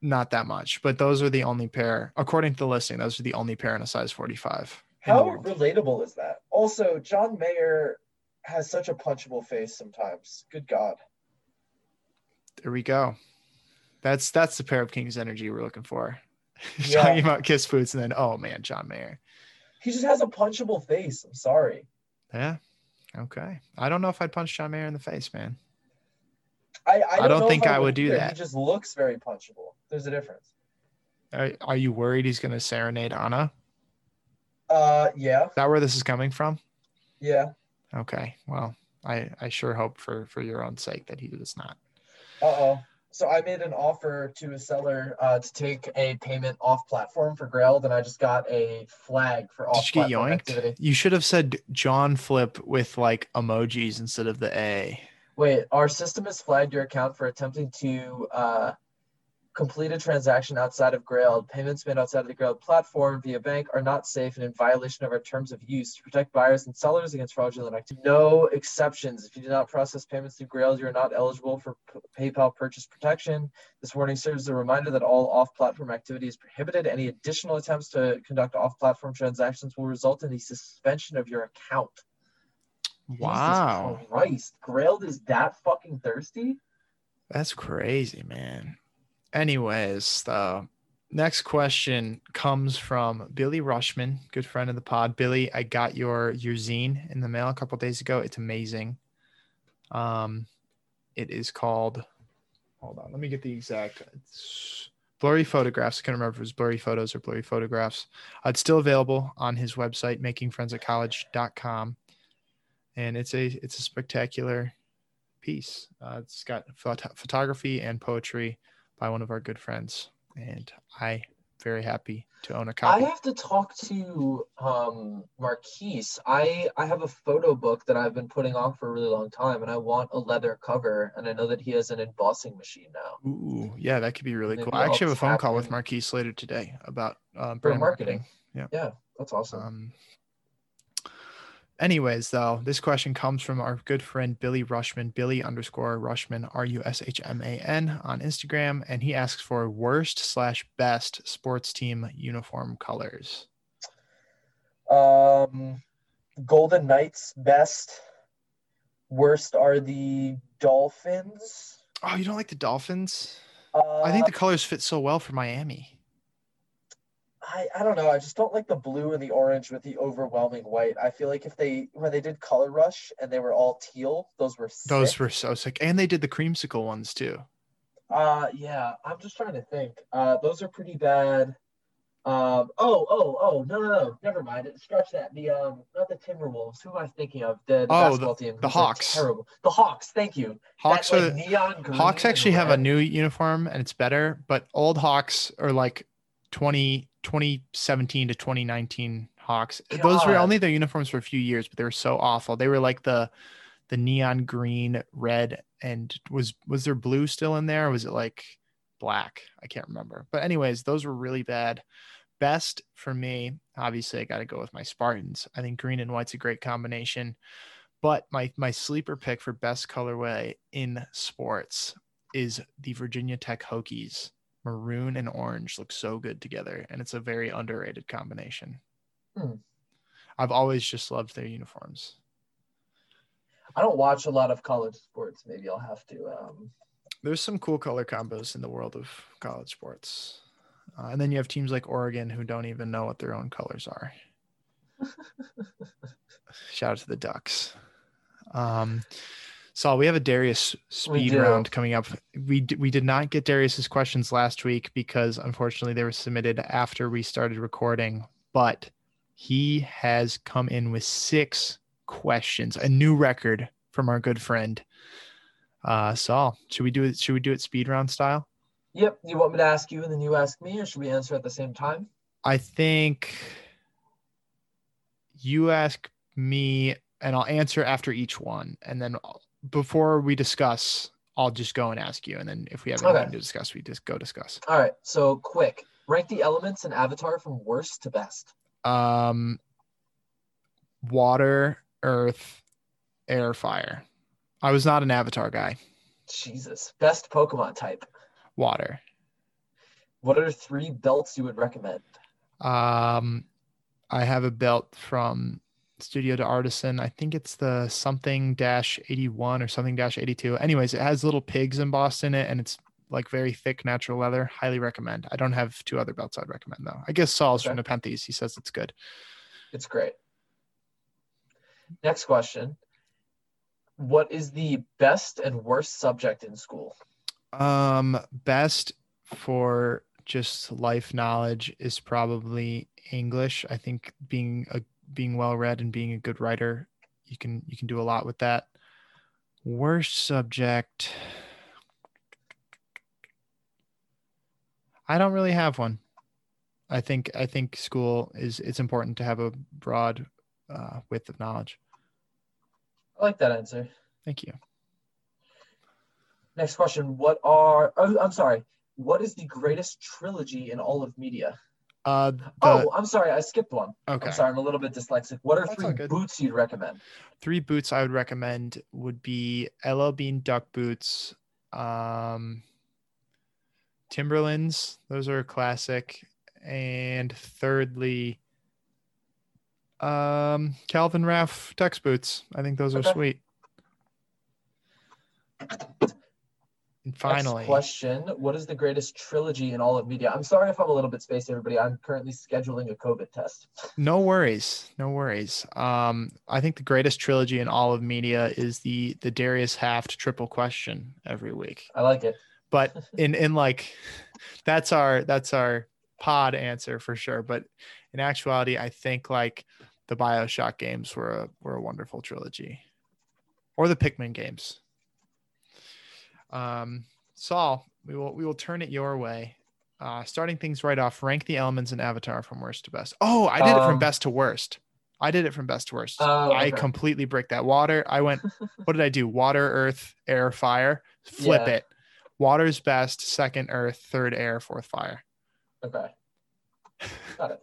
[SPEAKER 2] not that much. But those are the only pair, according to the listing. Those are the only pair in a size 45. in the
[SPEAKER 3] How
[SPEAKER 2] world.
[SPEAKER 3] relatable is that? Also, John Mayer has such a punchable face sometimes. Good God.
[SPEAKER 2] There we go. That's that's the pair of Kings energy we're looking for. *laughs*
[SPEAKER 3] Yeah.
[SPEAKER 2] Talking about kiss boots, and then oh man, John Mayer.
[SPEAKER 3] He just has a punchable face. I'm sorry.
[SPEAKER 2] Yeah. Okay. I don't know if I'd punch John Mayer in the face, man.
[SPEAKER 3] I, I don't,
[SPEAKER 2] don't
[SPEAKER 3] know if
[SPEAKER 2] think I would do
[SPEAKER 3] either.
[SPEAKER 2] that.
[SPEAKER 3] He just looks very punchable. There's a difference.
[SPEAKER 2] Are, are you worried he's going to serenade Anna?
[SPEAKER 3] Uh, yeah,
[SPEAKER 2] Is that where this is coming from?
[SPEAKER 3] yeah.
[SPEAKER 2] Okay. Well, I I sure hope for for your own sake that he does not.
[SPEAKER 3] Uh oh. So I made an offer to a seller uh, to take a payment off platform for Grail, then I just got a flag for off
[SPEAKER 2] Did you get
[SPEAKER 3] platform
[SPEAKER 2] yoinked?
[SPEAKER 3] activity.
[SPEAKER 2] You should have said John Flip with like emojis instead of the A.
[SPEAKER 3] Wait, our system has flagged your account for attempting to uh, complete a transaction outside of Grail. Payments made outside of the Grail platform via bank are not safe and in violation of our terms of use to protect buyers and sellers against fraudulent activity. No exceptions. If you do not process payments through Grail, you are not eligible for P- PayPal purchase protection. This warning serves as a reminder that all off platform activity is prohibited. Any additional attempts to conduct off platform transactions will result in the suspension of your account.
[SPEAKER 2] Wow.
[SPEAKER 3] Jesus Christ, Grailed is that fucking thirsty?
[SPEAKER 2] That's crazy, man. Anyways, the next question comes from Billy Rushman, good friend of the pod. Billy, I got your your zine in the mail a couple days ago. It's amazing. Um, it is called. Hold on, let me get the exact. It's blurry photographs. I can't remember if it was blurry photos or blurry photographs. Uh, It's still available on his website, makingfriendsatcollege.com, and it's a it's a spectacular piece. Uh, it's got phot- photography and poetry by one of our good friends, and I very happy to own a
[SPEAKER 3] I
[SPEAKER 2] copy.
[SPEAKER 3] have to talk to um, Marquise. I, I have a photo book that I've been putting on for a really long time, and I want a leather cover, and I know that he has an embossing machine now.
[SPEAKER 2] Ooh, yeah, that could be really
[SPEAKER 3] Maybe
[SPEAKER 2] cool. I actually
[SPEAKER 3] I'll
[SPEAKER 2] have a phone call with
[SPEAKER 3] tap in.
[SPEAKER 2] Marquise later today about uh,
[SPEAKER 3] For
[SPEAKER 2] brand
[SPEAKER 3] marketing.
[SPEAKER 2] marketing.
[SPEAKER 3] That's awesome.
[SPEAKER 2] Um, anyways, though, this question comes from our good friend Billy Rushman, Billy underscore Rushman, R U S H M A N on Instagram, and he asks for worst slash best sports team uniform colors.
[SPEAKER 3] Um, Golden Knights best. Worst are the Dolphins.
[SPEAKER 2] Oh, you don't like the Dolphins?
[SPEAKER 3] Uh,
[SPEAKER 2] I think the colors fit so well for Miami.
[SPEAKER 3] I, I don't know. I just don't like the blue and the orange with the overwhelming white. I feel like if they when they did Color Rush and they were all teal, those were sick.
[SPEAKER 2] Those were so sick. And they did the creamsicle ones too.
[SPEAKER 3] uh yeah. I'm just trying to think. Uh, those are pretty bad. Um oh oh oh no no no never mind. Scratch that. The um not the Timberwolves. Who am I thinking of? The, the
[SPEAKER 2] Oh,
[SPEAKER 3] basketball team.
[SPEAKER 2] the
[SPEAKER 3] who's, like,
[SPEAKER 2] Hawks.
[SPEAKER 3] Terrible. The Hawks. Thank you.
[SPEAKER 2] Hawks
[SPEAKER 3] That,
[SPEAKER 2] are
[SPEAKER 3] like, neon green
[SPEAKER 2] Hawks
[SPEAKER 3] and
[SPEAKER 2] actually have a
[SPEAKER 3] red.
[SPEAKER 2] new uniform and it's better, but old Hawks are like 20 2017 to 2019 Hawks. Those were
[SPEAKER 3] God.
[SPEAKER 2] only their uniforms for a few years, but they were so awful. They were like the the neon green, red, and was was there blue still in there? Or was it like black? I can't remember. But anyways, those were really bad. Best for me, obviously, I got to go with my Spartans. I think green and white's a great combination. But my my sleeper pick for best colorway in sports is the Virginia Tech Hokies. Maroon and orange look so good together, and it's a very underrated combination.
[SPEAKER 3] Hmm.
[SPEAKER 2] I've always just loved their uniforms.
[SPEAKER 3] I don't watch a lot of college sports. Maybe I'll have to um
[SPEAKER 2] There's some cool color combos in the world of college sports. Uh, and then you have teams like Oregon who don't even know what their own colors are. Shout out to the Ducks. Um, Saul, we have a Darius speed
[SPEAKER 3] do.
[SPEAKER 2] round coming up. We d- we did not get Darius's questions last week because unfortunately they were submitted after we started recording, but he has come in with six questions, a new record from our good friend. Uh, Saul, should we do it? Should we do it speed round style?
[SPEAKER 3] Yep. You want me to ask you and then you ask me, or should we answer at the same time?
[SPEAKER 2] I think you ask me and I'll answer after each one. And then I'll- before we discuss, I'll just go and ask you. And then if we have anything
[SPEAKER 3] Okay.
[SPEAKER 2] to discuss, we just go discuss.
[SPEAKER 3] All right. So quick. Rank the elements in Avatar from worst to best.
[SPEAKER 2] Um, water, earth, air, fire. I was not an avatar guy.
[SPEAKER 3] Jesus. Best Pokemon type.
[SPEAKER 2] Water.
[SPEAKER 3] What are three belts you would recommend?
[SPEAKER 2] Um, I have a belt from Studio to Artisan. I think it's the something dash 81 or something dash 82. Anyways, it has little pigs embossed in it and it's like very thick natural leather. Highly recommend. I don't have two other belts I'd recommend though. I guess Saul's from
[SPEAKER 3] Okay.
[SPEAKER 2] Nepenthes. He says it's good.
[SPEAKER 3] It's great. Next question. What is the best and worst subject in school?
[SPEAKER 2] Um, best for just life knowledge is probably English. I think being a being well read and being a good writer, you can you can do a lot with that. Worst subject. I don't really have one. I think I think school is it's important to have a broad uh, width of knowledge.
[SPEAKER 3] I like that answer.
[SPEAKER 2] Thank you.
[SPEAKER 3] Next question. What are, oh, I'm sorry, what is the greatest trilogy in all of media?
[SPEAKER 2] Uh, the,
[SPEAKER 3] oh, I'm sorry, I skipped one.
[SPEAKER 2] okay.
[SPEAKER 3] I'm sorry, I'm a little bit dyslexic. What are
[SPEAKER 2] That's all
[SPEAKER 3] three
[SPEAKER 2] good.
[SPEAKER 3] boots you'd recommend?
[SPEAKER 2] three boots I would recommend would be LL Bean duck boots, um, Timberlands. Those are a classic. And thirdly, um, Calvin Raff Tex boots. I think those are
[SPEAKER 3] Okay.
[SPEAKER 2] sweet. And
[SPEAKER 3] Next
[SPEAKER 2] finally,
[SPEAKER 3] question. What is the greatest trilogy in all of media? I'm sorry if I'm a little bit spaced, everybody. I'm currently scheduling a COVID test.
[SPEAKER 2] no worries, no worries. Um, I think the greatest trilogy in all of media is the the Darius Haft triple question every week.
[SPEAKER 3] I like it.
[SPEAKER 2] but in in like that's our that's our pod answer for sure but in actuality i think like the bioshock games were a were a wonderful trilogy or the pikmin games um saul we will we will turn it your way uh starting things right off rank the elements in avatar from worst to best oh i did it from
[SPEAKER 3] Um,
[SPEAKER 2] best to worst i did it from best to worst
[SPEAKER 3] Oh,
[SPEAKER 2] i
[SPEAKER 3] okay.
[SPEAKER 2] completely bricked that water i went what did i do water earth air fire flip
[SPEAKER 3] Yeah.
[SPEAKER 2] it water's best second earth third air fourth fire
[SPEAKER 3] Okay. Got it.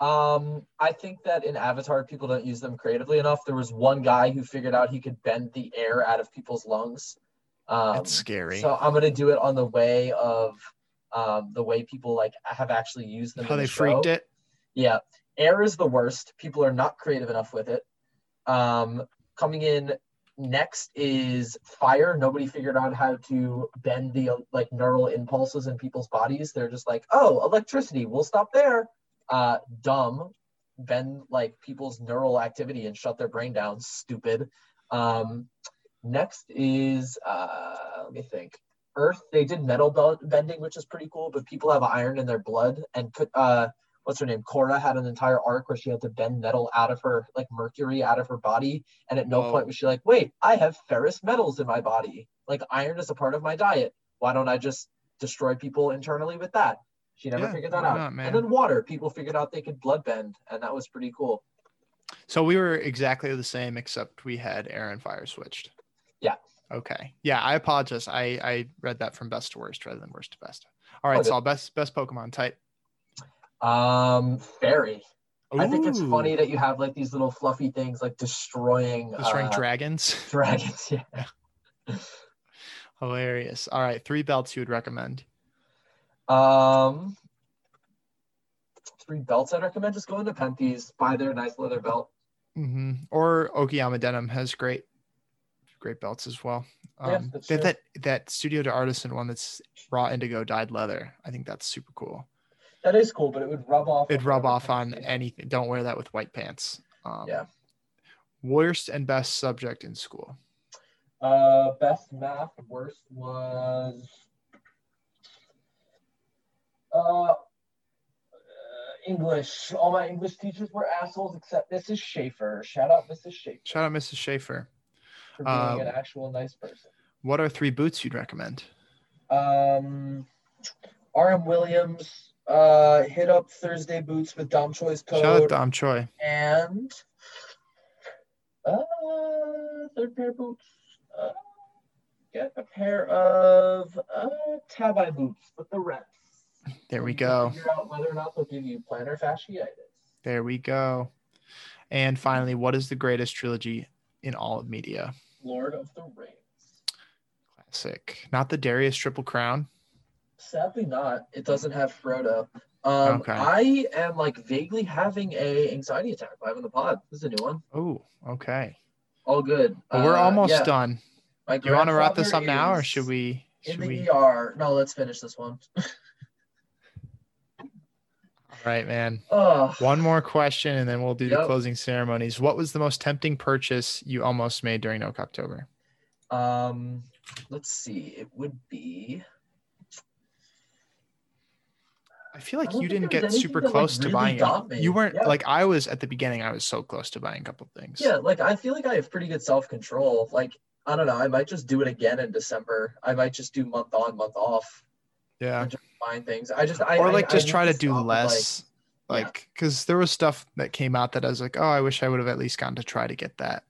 [SPEAKER 3] Um, I think that in Avatar, people don't use them creatively enough. There was one guy who figured out he could bend the air out of people's lungs. Um,
[SPEAKER 2] that's scary
[SPEAKER 3] So I'm gonna do it on the way of um, the way people like have actually used them.
[SPEAKER 2] how
[SPEAKER 3] in
[SPEAKER 2] they
[SPEAKER 3] the
[SPEAKER 2] freaked
[SPEAKER 3] show.
[SPEAKER 2] it
[SPEAKER 3] Yeah, air is the worst. People are not creative enough with it. Um, coming in next is fire. Nobody figured out how to bend the uh, like neural impulses in people's bodies. They're just like, oh, electricity. We'll stop there. Uh, dumb. Bend like people's neural activity and shut their brain down. Stupid. Um, next is uh, let me think. Earth. They did metal bel- bending, which is pretty cool. But people have iron in their blood and could. Uh, what's her name? Cora had an entire arc where she had to bend metal out of her, like mercury out of her body. And at no
[SPEAKER 2] Whoa.
[SPEAKER 3] point was she like, wait, I have ferrous metals in my body. Like iron is a part of my diet. Why don't I just destroy people internally with that? She never
[SPEAKER 2] Yeah,
[SPEAKER 3] figured that
[SPEAKER 2] why
[SPEAKER 3] out.
[SPEAKER 2] not, man?
[SPEAKER 3] and then water, people figured out they could blood bend, and that was pretty cool.
[SPEAKER 2] so we were exactly the same except we had air and fire switched
[SPEAKER 3] Yeah.
[SPEAKER 2] okay yeah i apologize i i read that from best to worst rather than worst to best all
[SPEAKER 3] All
[SPEAKER 2] right
[SPEAKER 3] good.
[SPEAKER 2] saul best best pokemon type
[SPEAKER 3] Um, fairy. I think it's
[SPEAKER 2] Ooh,
[SPEAKER 3] funny that you have like these little fluffy things like destroying,
[SPEAKER 2] destroying
[SPEAKER 3] uh,
[SPEAKER 2] dragons *laughs*
[SPEAKER 3] dragons. *laughs* Yeah.
[SPEAKER 2] hilarious all right three belts you would recommend
[SPEAKER 3] Um, three belts I'd recommend. Just go into Penties, buy their nice leather belt.
[SPEAKER 2] hmm or okiyama denim has great great belts as well
[SPEAKER 3] Yeah,
[SPEAKER 2] um
[SPEAKER 3] that's
[SPEAKER 2] that,
[SPEAKER 3] true.
[SPEAKER 2] that that studio to artisan one that's raw indigo dyed leather i think that's super cool
[SPEAKER 3] That is cool, but it would rub off.
[SPEAKER 2] it'd
[SPEAKER 3] on
[SPEAKER 2] rub
[SPEAKER 3] whatever
[SPEAKER 2] off on
[SPEAKER 3] Penties.
[SPEAKER 2] anything don't wear that with white pants um,
[SPEAKER 3] Yeah.
[SPEAKER 2] worst and best subject in school
[SPEAKER 3] Uh, best math, worst was uh, uh, English. All my English teachers were assholes except Mrs. Schaefer. Shout out Mrs. Schaefer
[SPEAKER 2] Shout out, Mrs. Schaefer.
[SPEAKER 3] for being
[SPEAKER 2] uh,
[SPEAKER 3] an actual nice person.
[SPEAKER 2] What are three boots you'd recommend?
[SPEAKER 3] Um, R.M. Williams uh, hit up Thursday Boots with Dom Choi's
[SPEAKER 2] Shout out
[SPEAKER 3] code
[SPEAKER 2] Dom Choi.
[SPEAKER 3] and uh, third pair of boots. Uh, get a pair of uh, Tabai boots with the reps.
[SPEAKER 2] There
[SPEAKER 3] So
[SPEAKER 2] we
[SPEAKER 3] you can
[SPEAKER 2] go.
[SPEAKER 3] Figure out whether or not they'll give you plantar fasciitis.
[SPEAKER 2] There we go. And finally, what is the greatest trilogy in all of media?
[SPEAKER 3] Lord of the Rings.
[SPEAKER 2] Classic. Not the Darius Triple Crown.
[SPEAKER 3] Sadly, not. It doesn't have Frodo. Um,
[SPEAKER 2] Okay.
[SPEAKER 3] I am like vaguely having a anxiety attack live on the pod. This is a new one.
[SPEAKER 2] Oh, okay.
[SPEAKER 3] All good.
[SPEAKER 2] Well, we're
[SPEAKER 3] Uh,
[SPEAKER 2] almost
[SPEAKER 3] yeah,
[SPEAKER 2] done.
[SPEAKER 3] my
[SPEAKER 2] Do you want to wrap this up
[SPEAKER 3] grandfather
[SPEAKER 2] now, or
[SPEAKER 3] is
[SPEAKER 2] should we?
[SPEAKER 3] In
[SPEAKER 2] Should
[SPEAKER 3] the
[SPEAKER 2] we?
[SPEAKER 3] ER. No, let's finish this one.
[SPEAKER 2] All right, man.
[SPEAKER 3] Oh,
[SPEAKER 2] One more question, and then we'll do the
[SPEAKER 3] Yep.
[SPEAKER 2] closing ceremonies. What was the most tempting purchase you almost made during Oak October?
[SPEAKER 3] Um, let's see. It would be.
[SPEAKER 2] I feel
[SPEAKER 3] I
[SPEAKER 2] like
[SPEAKER 3] don't
[SPEAKER 2] you
[SPEAKER 3] think
[SPEAKER 2] didn't
[SPEAKER 3] there
[SPEAKER 2] get
[SPEAKER 3] was
[SPEAKER 2] super
[SPEAKER 3] anything that, like,
[SPEAKER 2] close
[SPEAKER 3] really
[SPEAKER 2] to buying.
[SPEAKER 3] got
[SPEAKER 2] it.
[SPEAKER 3] me.
[SPEAKER 2] You weren't
[SPEAKER 3] Yeah.
[SPEAKER 2] like I was at the beginning. I was so close to buying a couple things.
[SPEAKER 3] Yeah, like I feel like I have pretty good self control. Like I don't know. I might just do it again in December. I might just do month on, month off,
[SPEAKER 2] Yeah.
[SPEAKER 3] find things. I just I
[SPEAKER 2] or
[SPEAKER 3] I-
[SPEAKER 2] like
[SPEAKER 3] I
[SPEAKER 2] just
[SPEAKER 3] need
[SPEAKER 2] try to
[SPEAKER 3] stop
[SPEAKER 2] do
[SPEAKER 3] with, like-
[SPEAKER 2] less
[SPEAKER 3] Yeah.
[SPEAKER 2] like because there was stuff that came out that i was like oh i wish i would have at least gone to try to get that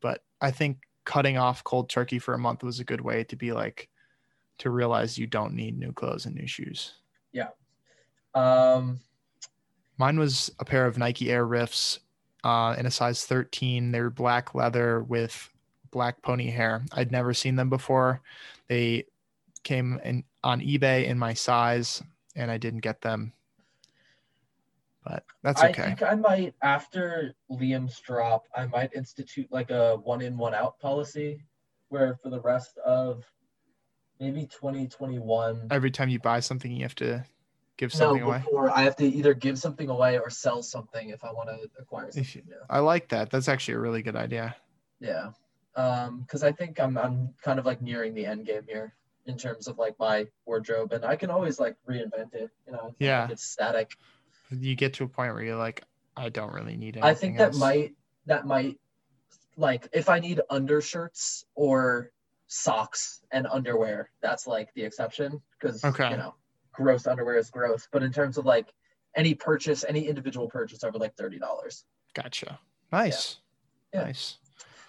[SPEAKER 2] but i think cutting off cold turkey for a month was a good way to be like to realize you don't need new clothes and new shoes
[SPEAKER 3] um,
[SPEAKER 2] mine was a pair of nike air riffs uh, in a size 13 they were black leather with black pony hair i'd never seen them before they came in on ebay in my size and i didn't get them but that's
[SPEAKER 3] I
[SPEAKER 2] okay
[SPEAKER 3] think I might after Liam's drop, I might institute like a one in one out policy, where for the rest of maybe 2021
[SPEAKER 2] every time you buy something you have to give something
[SPEAKER 3] no,
[SPEAKER 2] away
[SPEAKER 3] before I have to either give something away or sell something if I want to acquire
[SPEAKER 2] If
[SPEAKER 3] something. new.
[SPEAKER 2] i like that that's actually a really good idea
[SPEAKER 3] Yeah, Um, 'cause because I think I'm I'm kind of like nearing the end game here in terms of like my wardrobe, and I can always like reinvent it. You know, it's not
[SPEAKER 2] Yeah.
[SPEAKER 3] like it's static.
[SPEAKER 2] you get to a point where you're like i don't really need anything
[SPEAKER 3] I think that
[SPEAKER 2] else.
[SPEAKER 3] might that might like if I need undershirts or socks and underwear, that's like the exception because
[SPEAKER 2] Okay.
[SPEAKER 3] you know, gross underwear is gross. But in terms of like any purchase, any individual purchase over like thirty dollars.
[SPEAKER 2] gotcha nice
[SPEAKER 3] Yeah.
[SPEAKER 2] nice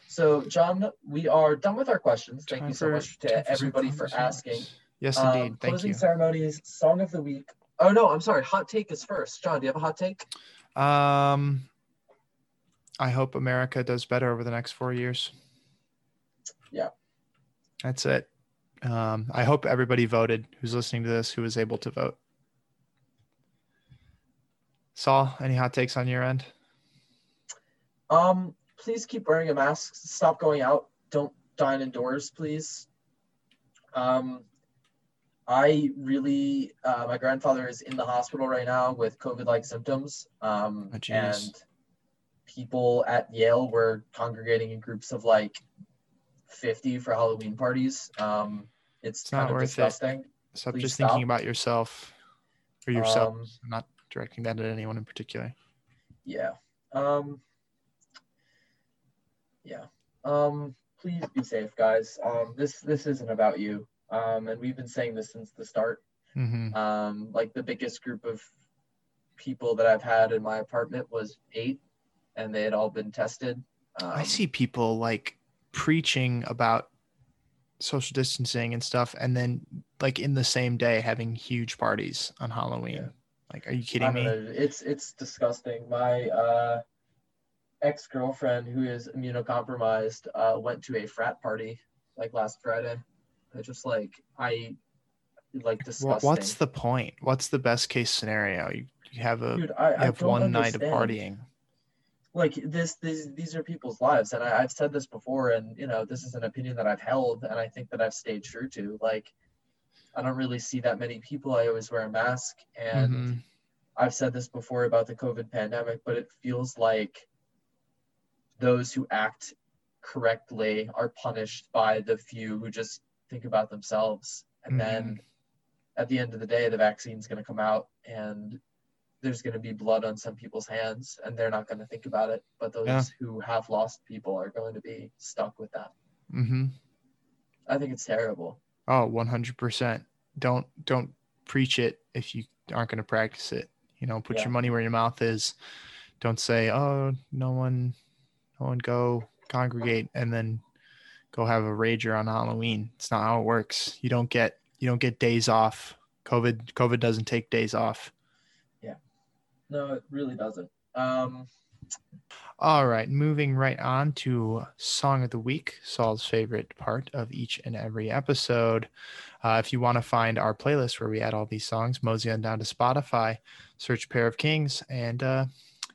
[SPEAKER 3] So, John, we are done with our questions. Thank
[SPEAKER 2] Time
[SPEAKER 3] you so
[SPEAKER 2] for-
[SPEAKER 3] much
[SPEAKER 2] time
[SPEAKER 3] to
[SPEAKER 2] some
[SPEAKER 3] everybody for
[SPEAKER 2] closing
[SPEAKER 3] asking.
[SPEAKER 2] remarks. yes
[SPEAKER 3] Um,
[SPEAKER 2] indeed thank
[SPEAKER 3] closing
[SPEAKER 2] you
[SPEAKER 3] ceremonies, song of the week. Oh no, I'm sorry. Hot take is first. John, do you have a hot take?
[SPEAKER 2] Um, I hope America does better over the next four years.
[SPEAKER 3] Yeah.
[SPEAKER 2] That's it. Um, I hope everybody voted who's listening to this who was able to vote. Saul, any hot takes on your end?
[SPEAKER 3] Um, please keep wearing a mask. Stop going out. Don't dine indoors, please. Um, I really, uh, my grandfather is in the hospital right now with COVID-like symptoms. Um,
[SPEAKER 2] Oh, jeez.
[SPEAKER 3] and people at Yale were congregating in groups of like 50 for Halloween parties. Um, it's,
[SPEAKER 2] It's
[SPEAKER 3] kind
[SPEAKER 2] not
[SPEAKER 3] of
[SPEAKER 2] worth it.
[SPEAKER 3] disgusting.
[SPEAKER 2] Stop
[SPEAKER 3] Please
[SPEAKER 2] just
[SPEAKER 3] stop.
[SPEAKER 2] thinking about yourself or yourself.
[SPEAKER 3] Um,
[SPEAKER 2] I'm not directing that at anyone in particular.
[SPEAKER 3] yeah um yeah um please be safe guys um this this isn't about you um and we've been saying this since the start
[SPEAKER 2] hmm
[SPEAKER 3] um like the biggest group of people that i've had in my apartment was eight and they had all been tested um,
[SPEAKER 2] I see people like preaching about social distancing and stuff, and then like in the same day having huge parties on Halloween.
[SPEAKER 3] Yeah.
[SPEAKER 2] Like, are you
[SPEAKER 3] I
[SPEAKER 2] kidding
[SPEAKER 3] don't
[SPEAKER 2] me?
[SPEAKER 3] know, it's it's disgusting my uh ex-girlfriend who is immunocompromised uh went to a frat party like last friday i just like i like
[SPEAKER 2] Wha-
[SPEAKER 3] disgusting
[SPEAKER 2] What's the point? What's the best case scenario? You, you have a
[SPEAKER 3] dude i,
[SPEAKER 2] you
[SPEAKER 3] I
[SPEAKER 2] have
[SPEAKER 3] don't
[SPEAKER 2] one night of
[SPEAKER 3] understand.
[SPEAKER 2] partying.
[SPEAKER 3] like this these these are people's lives and I, i've said this before and you know this is an opinion that i've held and i think that i've stayed true to like i don't really see that many people i always wear a mask and
[SPEAKER 2] Mhm.
[SPEAKER 3] I've said this before about the COVID pandemic, but it feels like those who act correctly are punished by the few who just think about themselves.
[SPEAKER 2] Mm-hmm.
[SPEAKER 3] And then at the end of the day, the vaccine's going to come out and there's going to be blood on some people's hands and they're not going to think about it. But those
[SPEAKER 2] Yeah.
[SPEAKER 3] who have lost people are going to be stuck with that.
[SPEAKER 2] Mm-hmm.
[SPEAKER 3] I think it's terrible.
[SPEAKER 2] Oh, 100%. Don't don't preach it if you aren't going to practice it. You know, put
[SPEAKER 3] Yeah.
[SPEAKER 2] your money where your mouth is. Don't say, "Oh, no one no one go congregate and then go have a rager on Halloween." It's not how it works. You don't get you don't get days off. COVID COVID doesn't take days off.
[SPEAKER 3] No, it really doesn't. Um,
[SPEAKER 2] All right, moving right on to Song of the Week, Saul's favorite part of each and every episode. Uh, if you want to find our playlist where we add all these songs, mosey on down to Spotify, search Pair of Kings, and uh,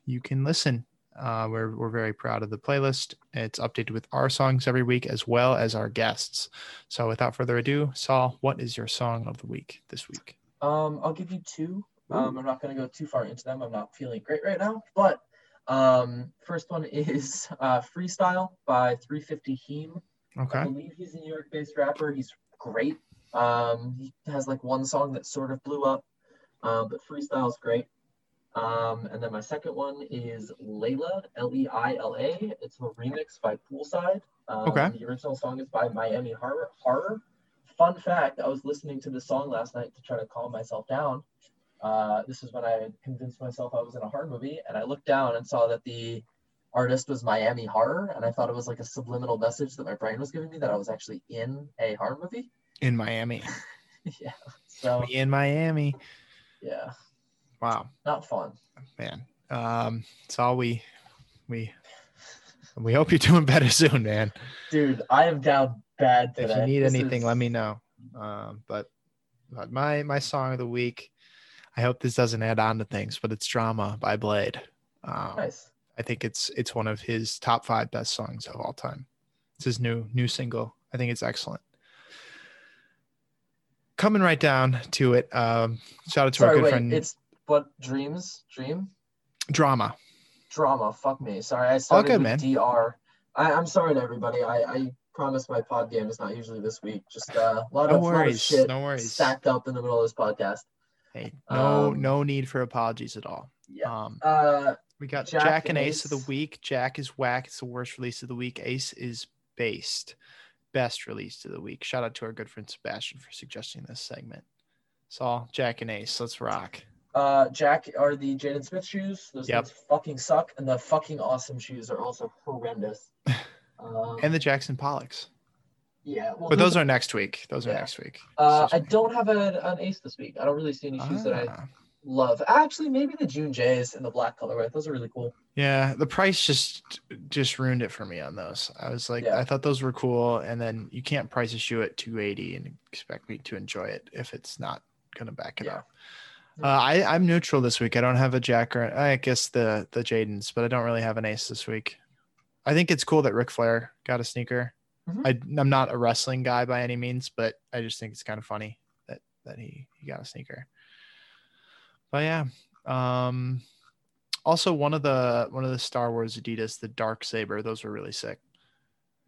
[SPEAKER 2] you can listen. Uh, we're, we're very proud of the playlist. It's updated with our songs every week as well as our guests. So without further ado, Saul, what is your song of the week this week?
[SPEAKER 3] Um, I'll give you two. Um, I'm not going to go too far into them. I'm not feeling great right now. But um, first one is *laughs* uh, Freestyle by 350 Heme. I
[SPEAKER 2] Okay.
[SPEAKER 3] believe he's a New York based rapper. He's great. Um, he has like one song that sort of blew up, uh, but Freestyle's great. Um, and then my second one is Layla, L E I L A. It's a remix by Poolside. Um,
[SPEAKER 2] Okay.
[SPEAKER 3] The original song is by Miami Horror. Horror. Fun fact I was listening to this song last night to try to calm myself down. Uh, this is when I had convinced myself I was in a horror movie, and I looked down and saw that the artist was Miami Horror, and I thought it was like a subliminal message that my brain was giving me that I was actually in a horror movie. *laughs*
[SPEAKER 2] In Miami.
[SPEAKER 3] yeah. So
[SPEAKER 2] In Miami.
[SPEAKER 3] yeah,
[SPEAKER 2] Wow.
[SPEAKER 3] not fun.
[SPEAKER 2] man. Um, it's all we we we hope you're doing better *laughs* soon, man.
[SPEAKER 3] Dude, I am down bad today.
[SPEAKER 2] If you need
[SPEAKER 3] This
[SPEAKER 2] anything,
[SPEAKER 3] is-
[SPEAKER 2] let me know. Um, but but my my song of the week. I hope this doesn't add on to things, but it's "Drama" by Blade. Um,
[SPEAKER 3] Nice.
[SPEAKER 2] I think it's it's one of his top five best songs of all time. It's his new new single. I think it's excellent. Coming right down to it. Um, shout out to our
[SPEAKER 3] Sorry,
[SPEAKER 2] good
[SPEAKER 3] wait.
[SPEAKER 2] friend
[SPEAKER 3] It's what dreams, dream,
[SPEAKER 2] Drama.
[SPEAKER 3] drama. Fuck me. Sorry, I started
[SPEAKER 2] good,
[SPEAKER 3] with
[SPEAKER 2] man.
[SPEAKER 3] dr. I, I'm sorry to everybody. I, I promise my pod game is not usually this week. Just uh, a lot
[SPEAKER 2] No
[SPEAKER 3] of, lot of
[SPEAKER 2] worries,
[SPEAKER 3] shit
[SPEAKER 2] no worries.
[SPEAKER 3] stacked up in the middle of this podcast.
[SPEAKER 2] Hey, no
[SPEAKER 3] Um,
[SPEAKER 2] no need for apologies at all.
[SPEAKER 3] Yeah.
[SPEAKER 2] Um,
[SPEAKER 3] Uh,
[SPEAKER 2] We got Jack,
[SPEAKER 3] Jack
[SPEAKER 2] and
[SPEAKER 3] and
[SPEAKER 2] Ace. of the
[SPEAKER 3] Ace.
[SPEAKER 2] week. Jack is whack. It's the worst release of the week. Ace is based. Best release of the week. Shout out to our good friend Sebastian for suggesting this segment. Saul, Jack, and Ace. Let's rock.
[SPEAKER 3] Uh, Jack are the Jaden Smith shoes. Those
[SPEAKER 2] Yep.
[SPEAKER 3] things fucking suck, and the fucking awesome shoes are also
[SPEAKER 2] *laughs*
[SPEAKER 3] horrendous. Um,
[SPEAKER 2] And the Jackson Pollocks.
[SPEAKER 3] yeah, well,
[SPEAKER 2] But those are next week. Those are
[SPEAKER 3] Yeah.
[SPEAKER 2] next week.
[SPEAKER 3] Uh, I
[SPEAKER 2] Excuse me.
[SPEAKER 3] don't have an, an ace this week. I don't really see any shoes that I
[SPEAKER 2] Ah.
[SPEAKER 3] love. Actually, maybe the June Jays in the black colorway. Those are really cool.
[SPEAKER 2] Yeah, the price just just ruined it for me on those. I was like,
[SPEAKER 3] Yeah.
[SPEAKER 2] I thought those were cool, and then you can't price a shoe at 280 and expect me to enjoy it if it's not gonna back it
[SPEAKER 3] Yeah.
[SPEAKER 2] up. Uh, I I'm neutral this week. I don't have a jack or I guess the the Jadens, but I don't really have an ace this week. I think it's cool that Ric Flair got a sneaker.
[SPEAKER 3] Mhm.
[SPEAKER 2] I I'm not a wrestling guy by any means, but I just think it's kind of funny that that he he got a sneaker. But yeah, um, also one of the one of the Star Wars Adidas, the Dark Saber, those were really sick.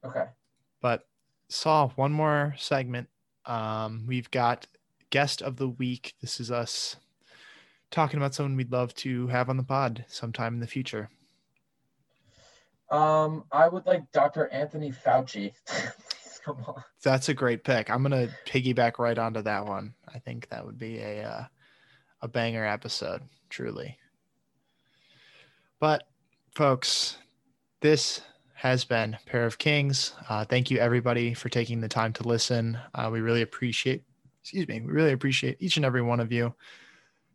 [SPEAKER 3] Okay.
[SPEAKER 2] But Saul, one more segment. Um, we've got guest of the week. This is us talking about someone we'd love to have on the pod sometime in the future.
[SPEAKER 3] Um, I would like Dr. Anthony Fauci. *laughs* Please come on.
[SPEAKER 2] That's a great pick. I'm gonna piggyback right onto that one. I think that would be a uh, a banger episode, truly. But folks, this has been Pair of Kings. Uh, thank you everybody for taking the time to listen. Uh, we really appreciate. Excuse me. We really appreciate each and every one of you.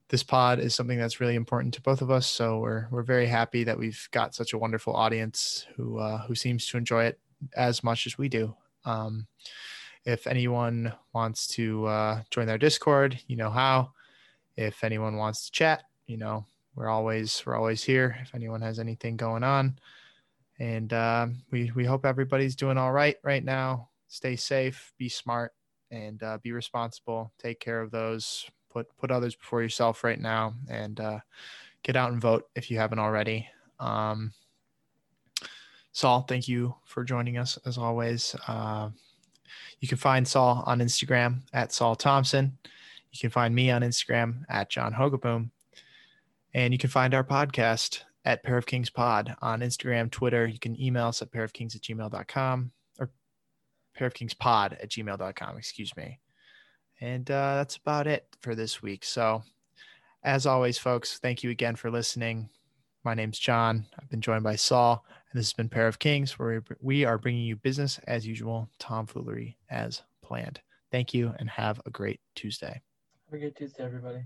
[SPEAKER 2] This pod is something that's really important to both of us, so we're we're very happy that we've got such a wonderful audience who uh, who seems to enjoy it as much as we do. Um, if anyone wants to uh, join our Discord, you know how. If anyone wants to chat, you know we're always we're always here. If anyone has anything going on, and um, we we hope everybody's doing all right right now. Stay safe, be smart, and uh, be responsible. Take care of those. Put put others before yourself right now, and uh, get out and vote if you haven't already. Um, Saul, thank you for joining us as always. Uh, you can find Saul on Instagram at Saul Thompson. You can find me on Instagram at John Hogaboom. And you can find our podcast at Pair of Kings Pod on Instagram, Twitter. You can email us at pair of kings at gmail.com or pair of kings pod at gmail.com, excuse me. And uh, that's about it for this week. So, as always, folks, thank you again for listening. My name's John. I've been joined by Saul, and this has been Pair of Kings, where we are bringing you business as usual, tomfoolery as planned. Thank you, and have a great Tuesday.
[SPEAKER 3] Have a good Tuesday, everybody.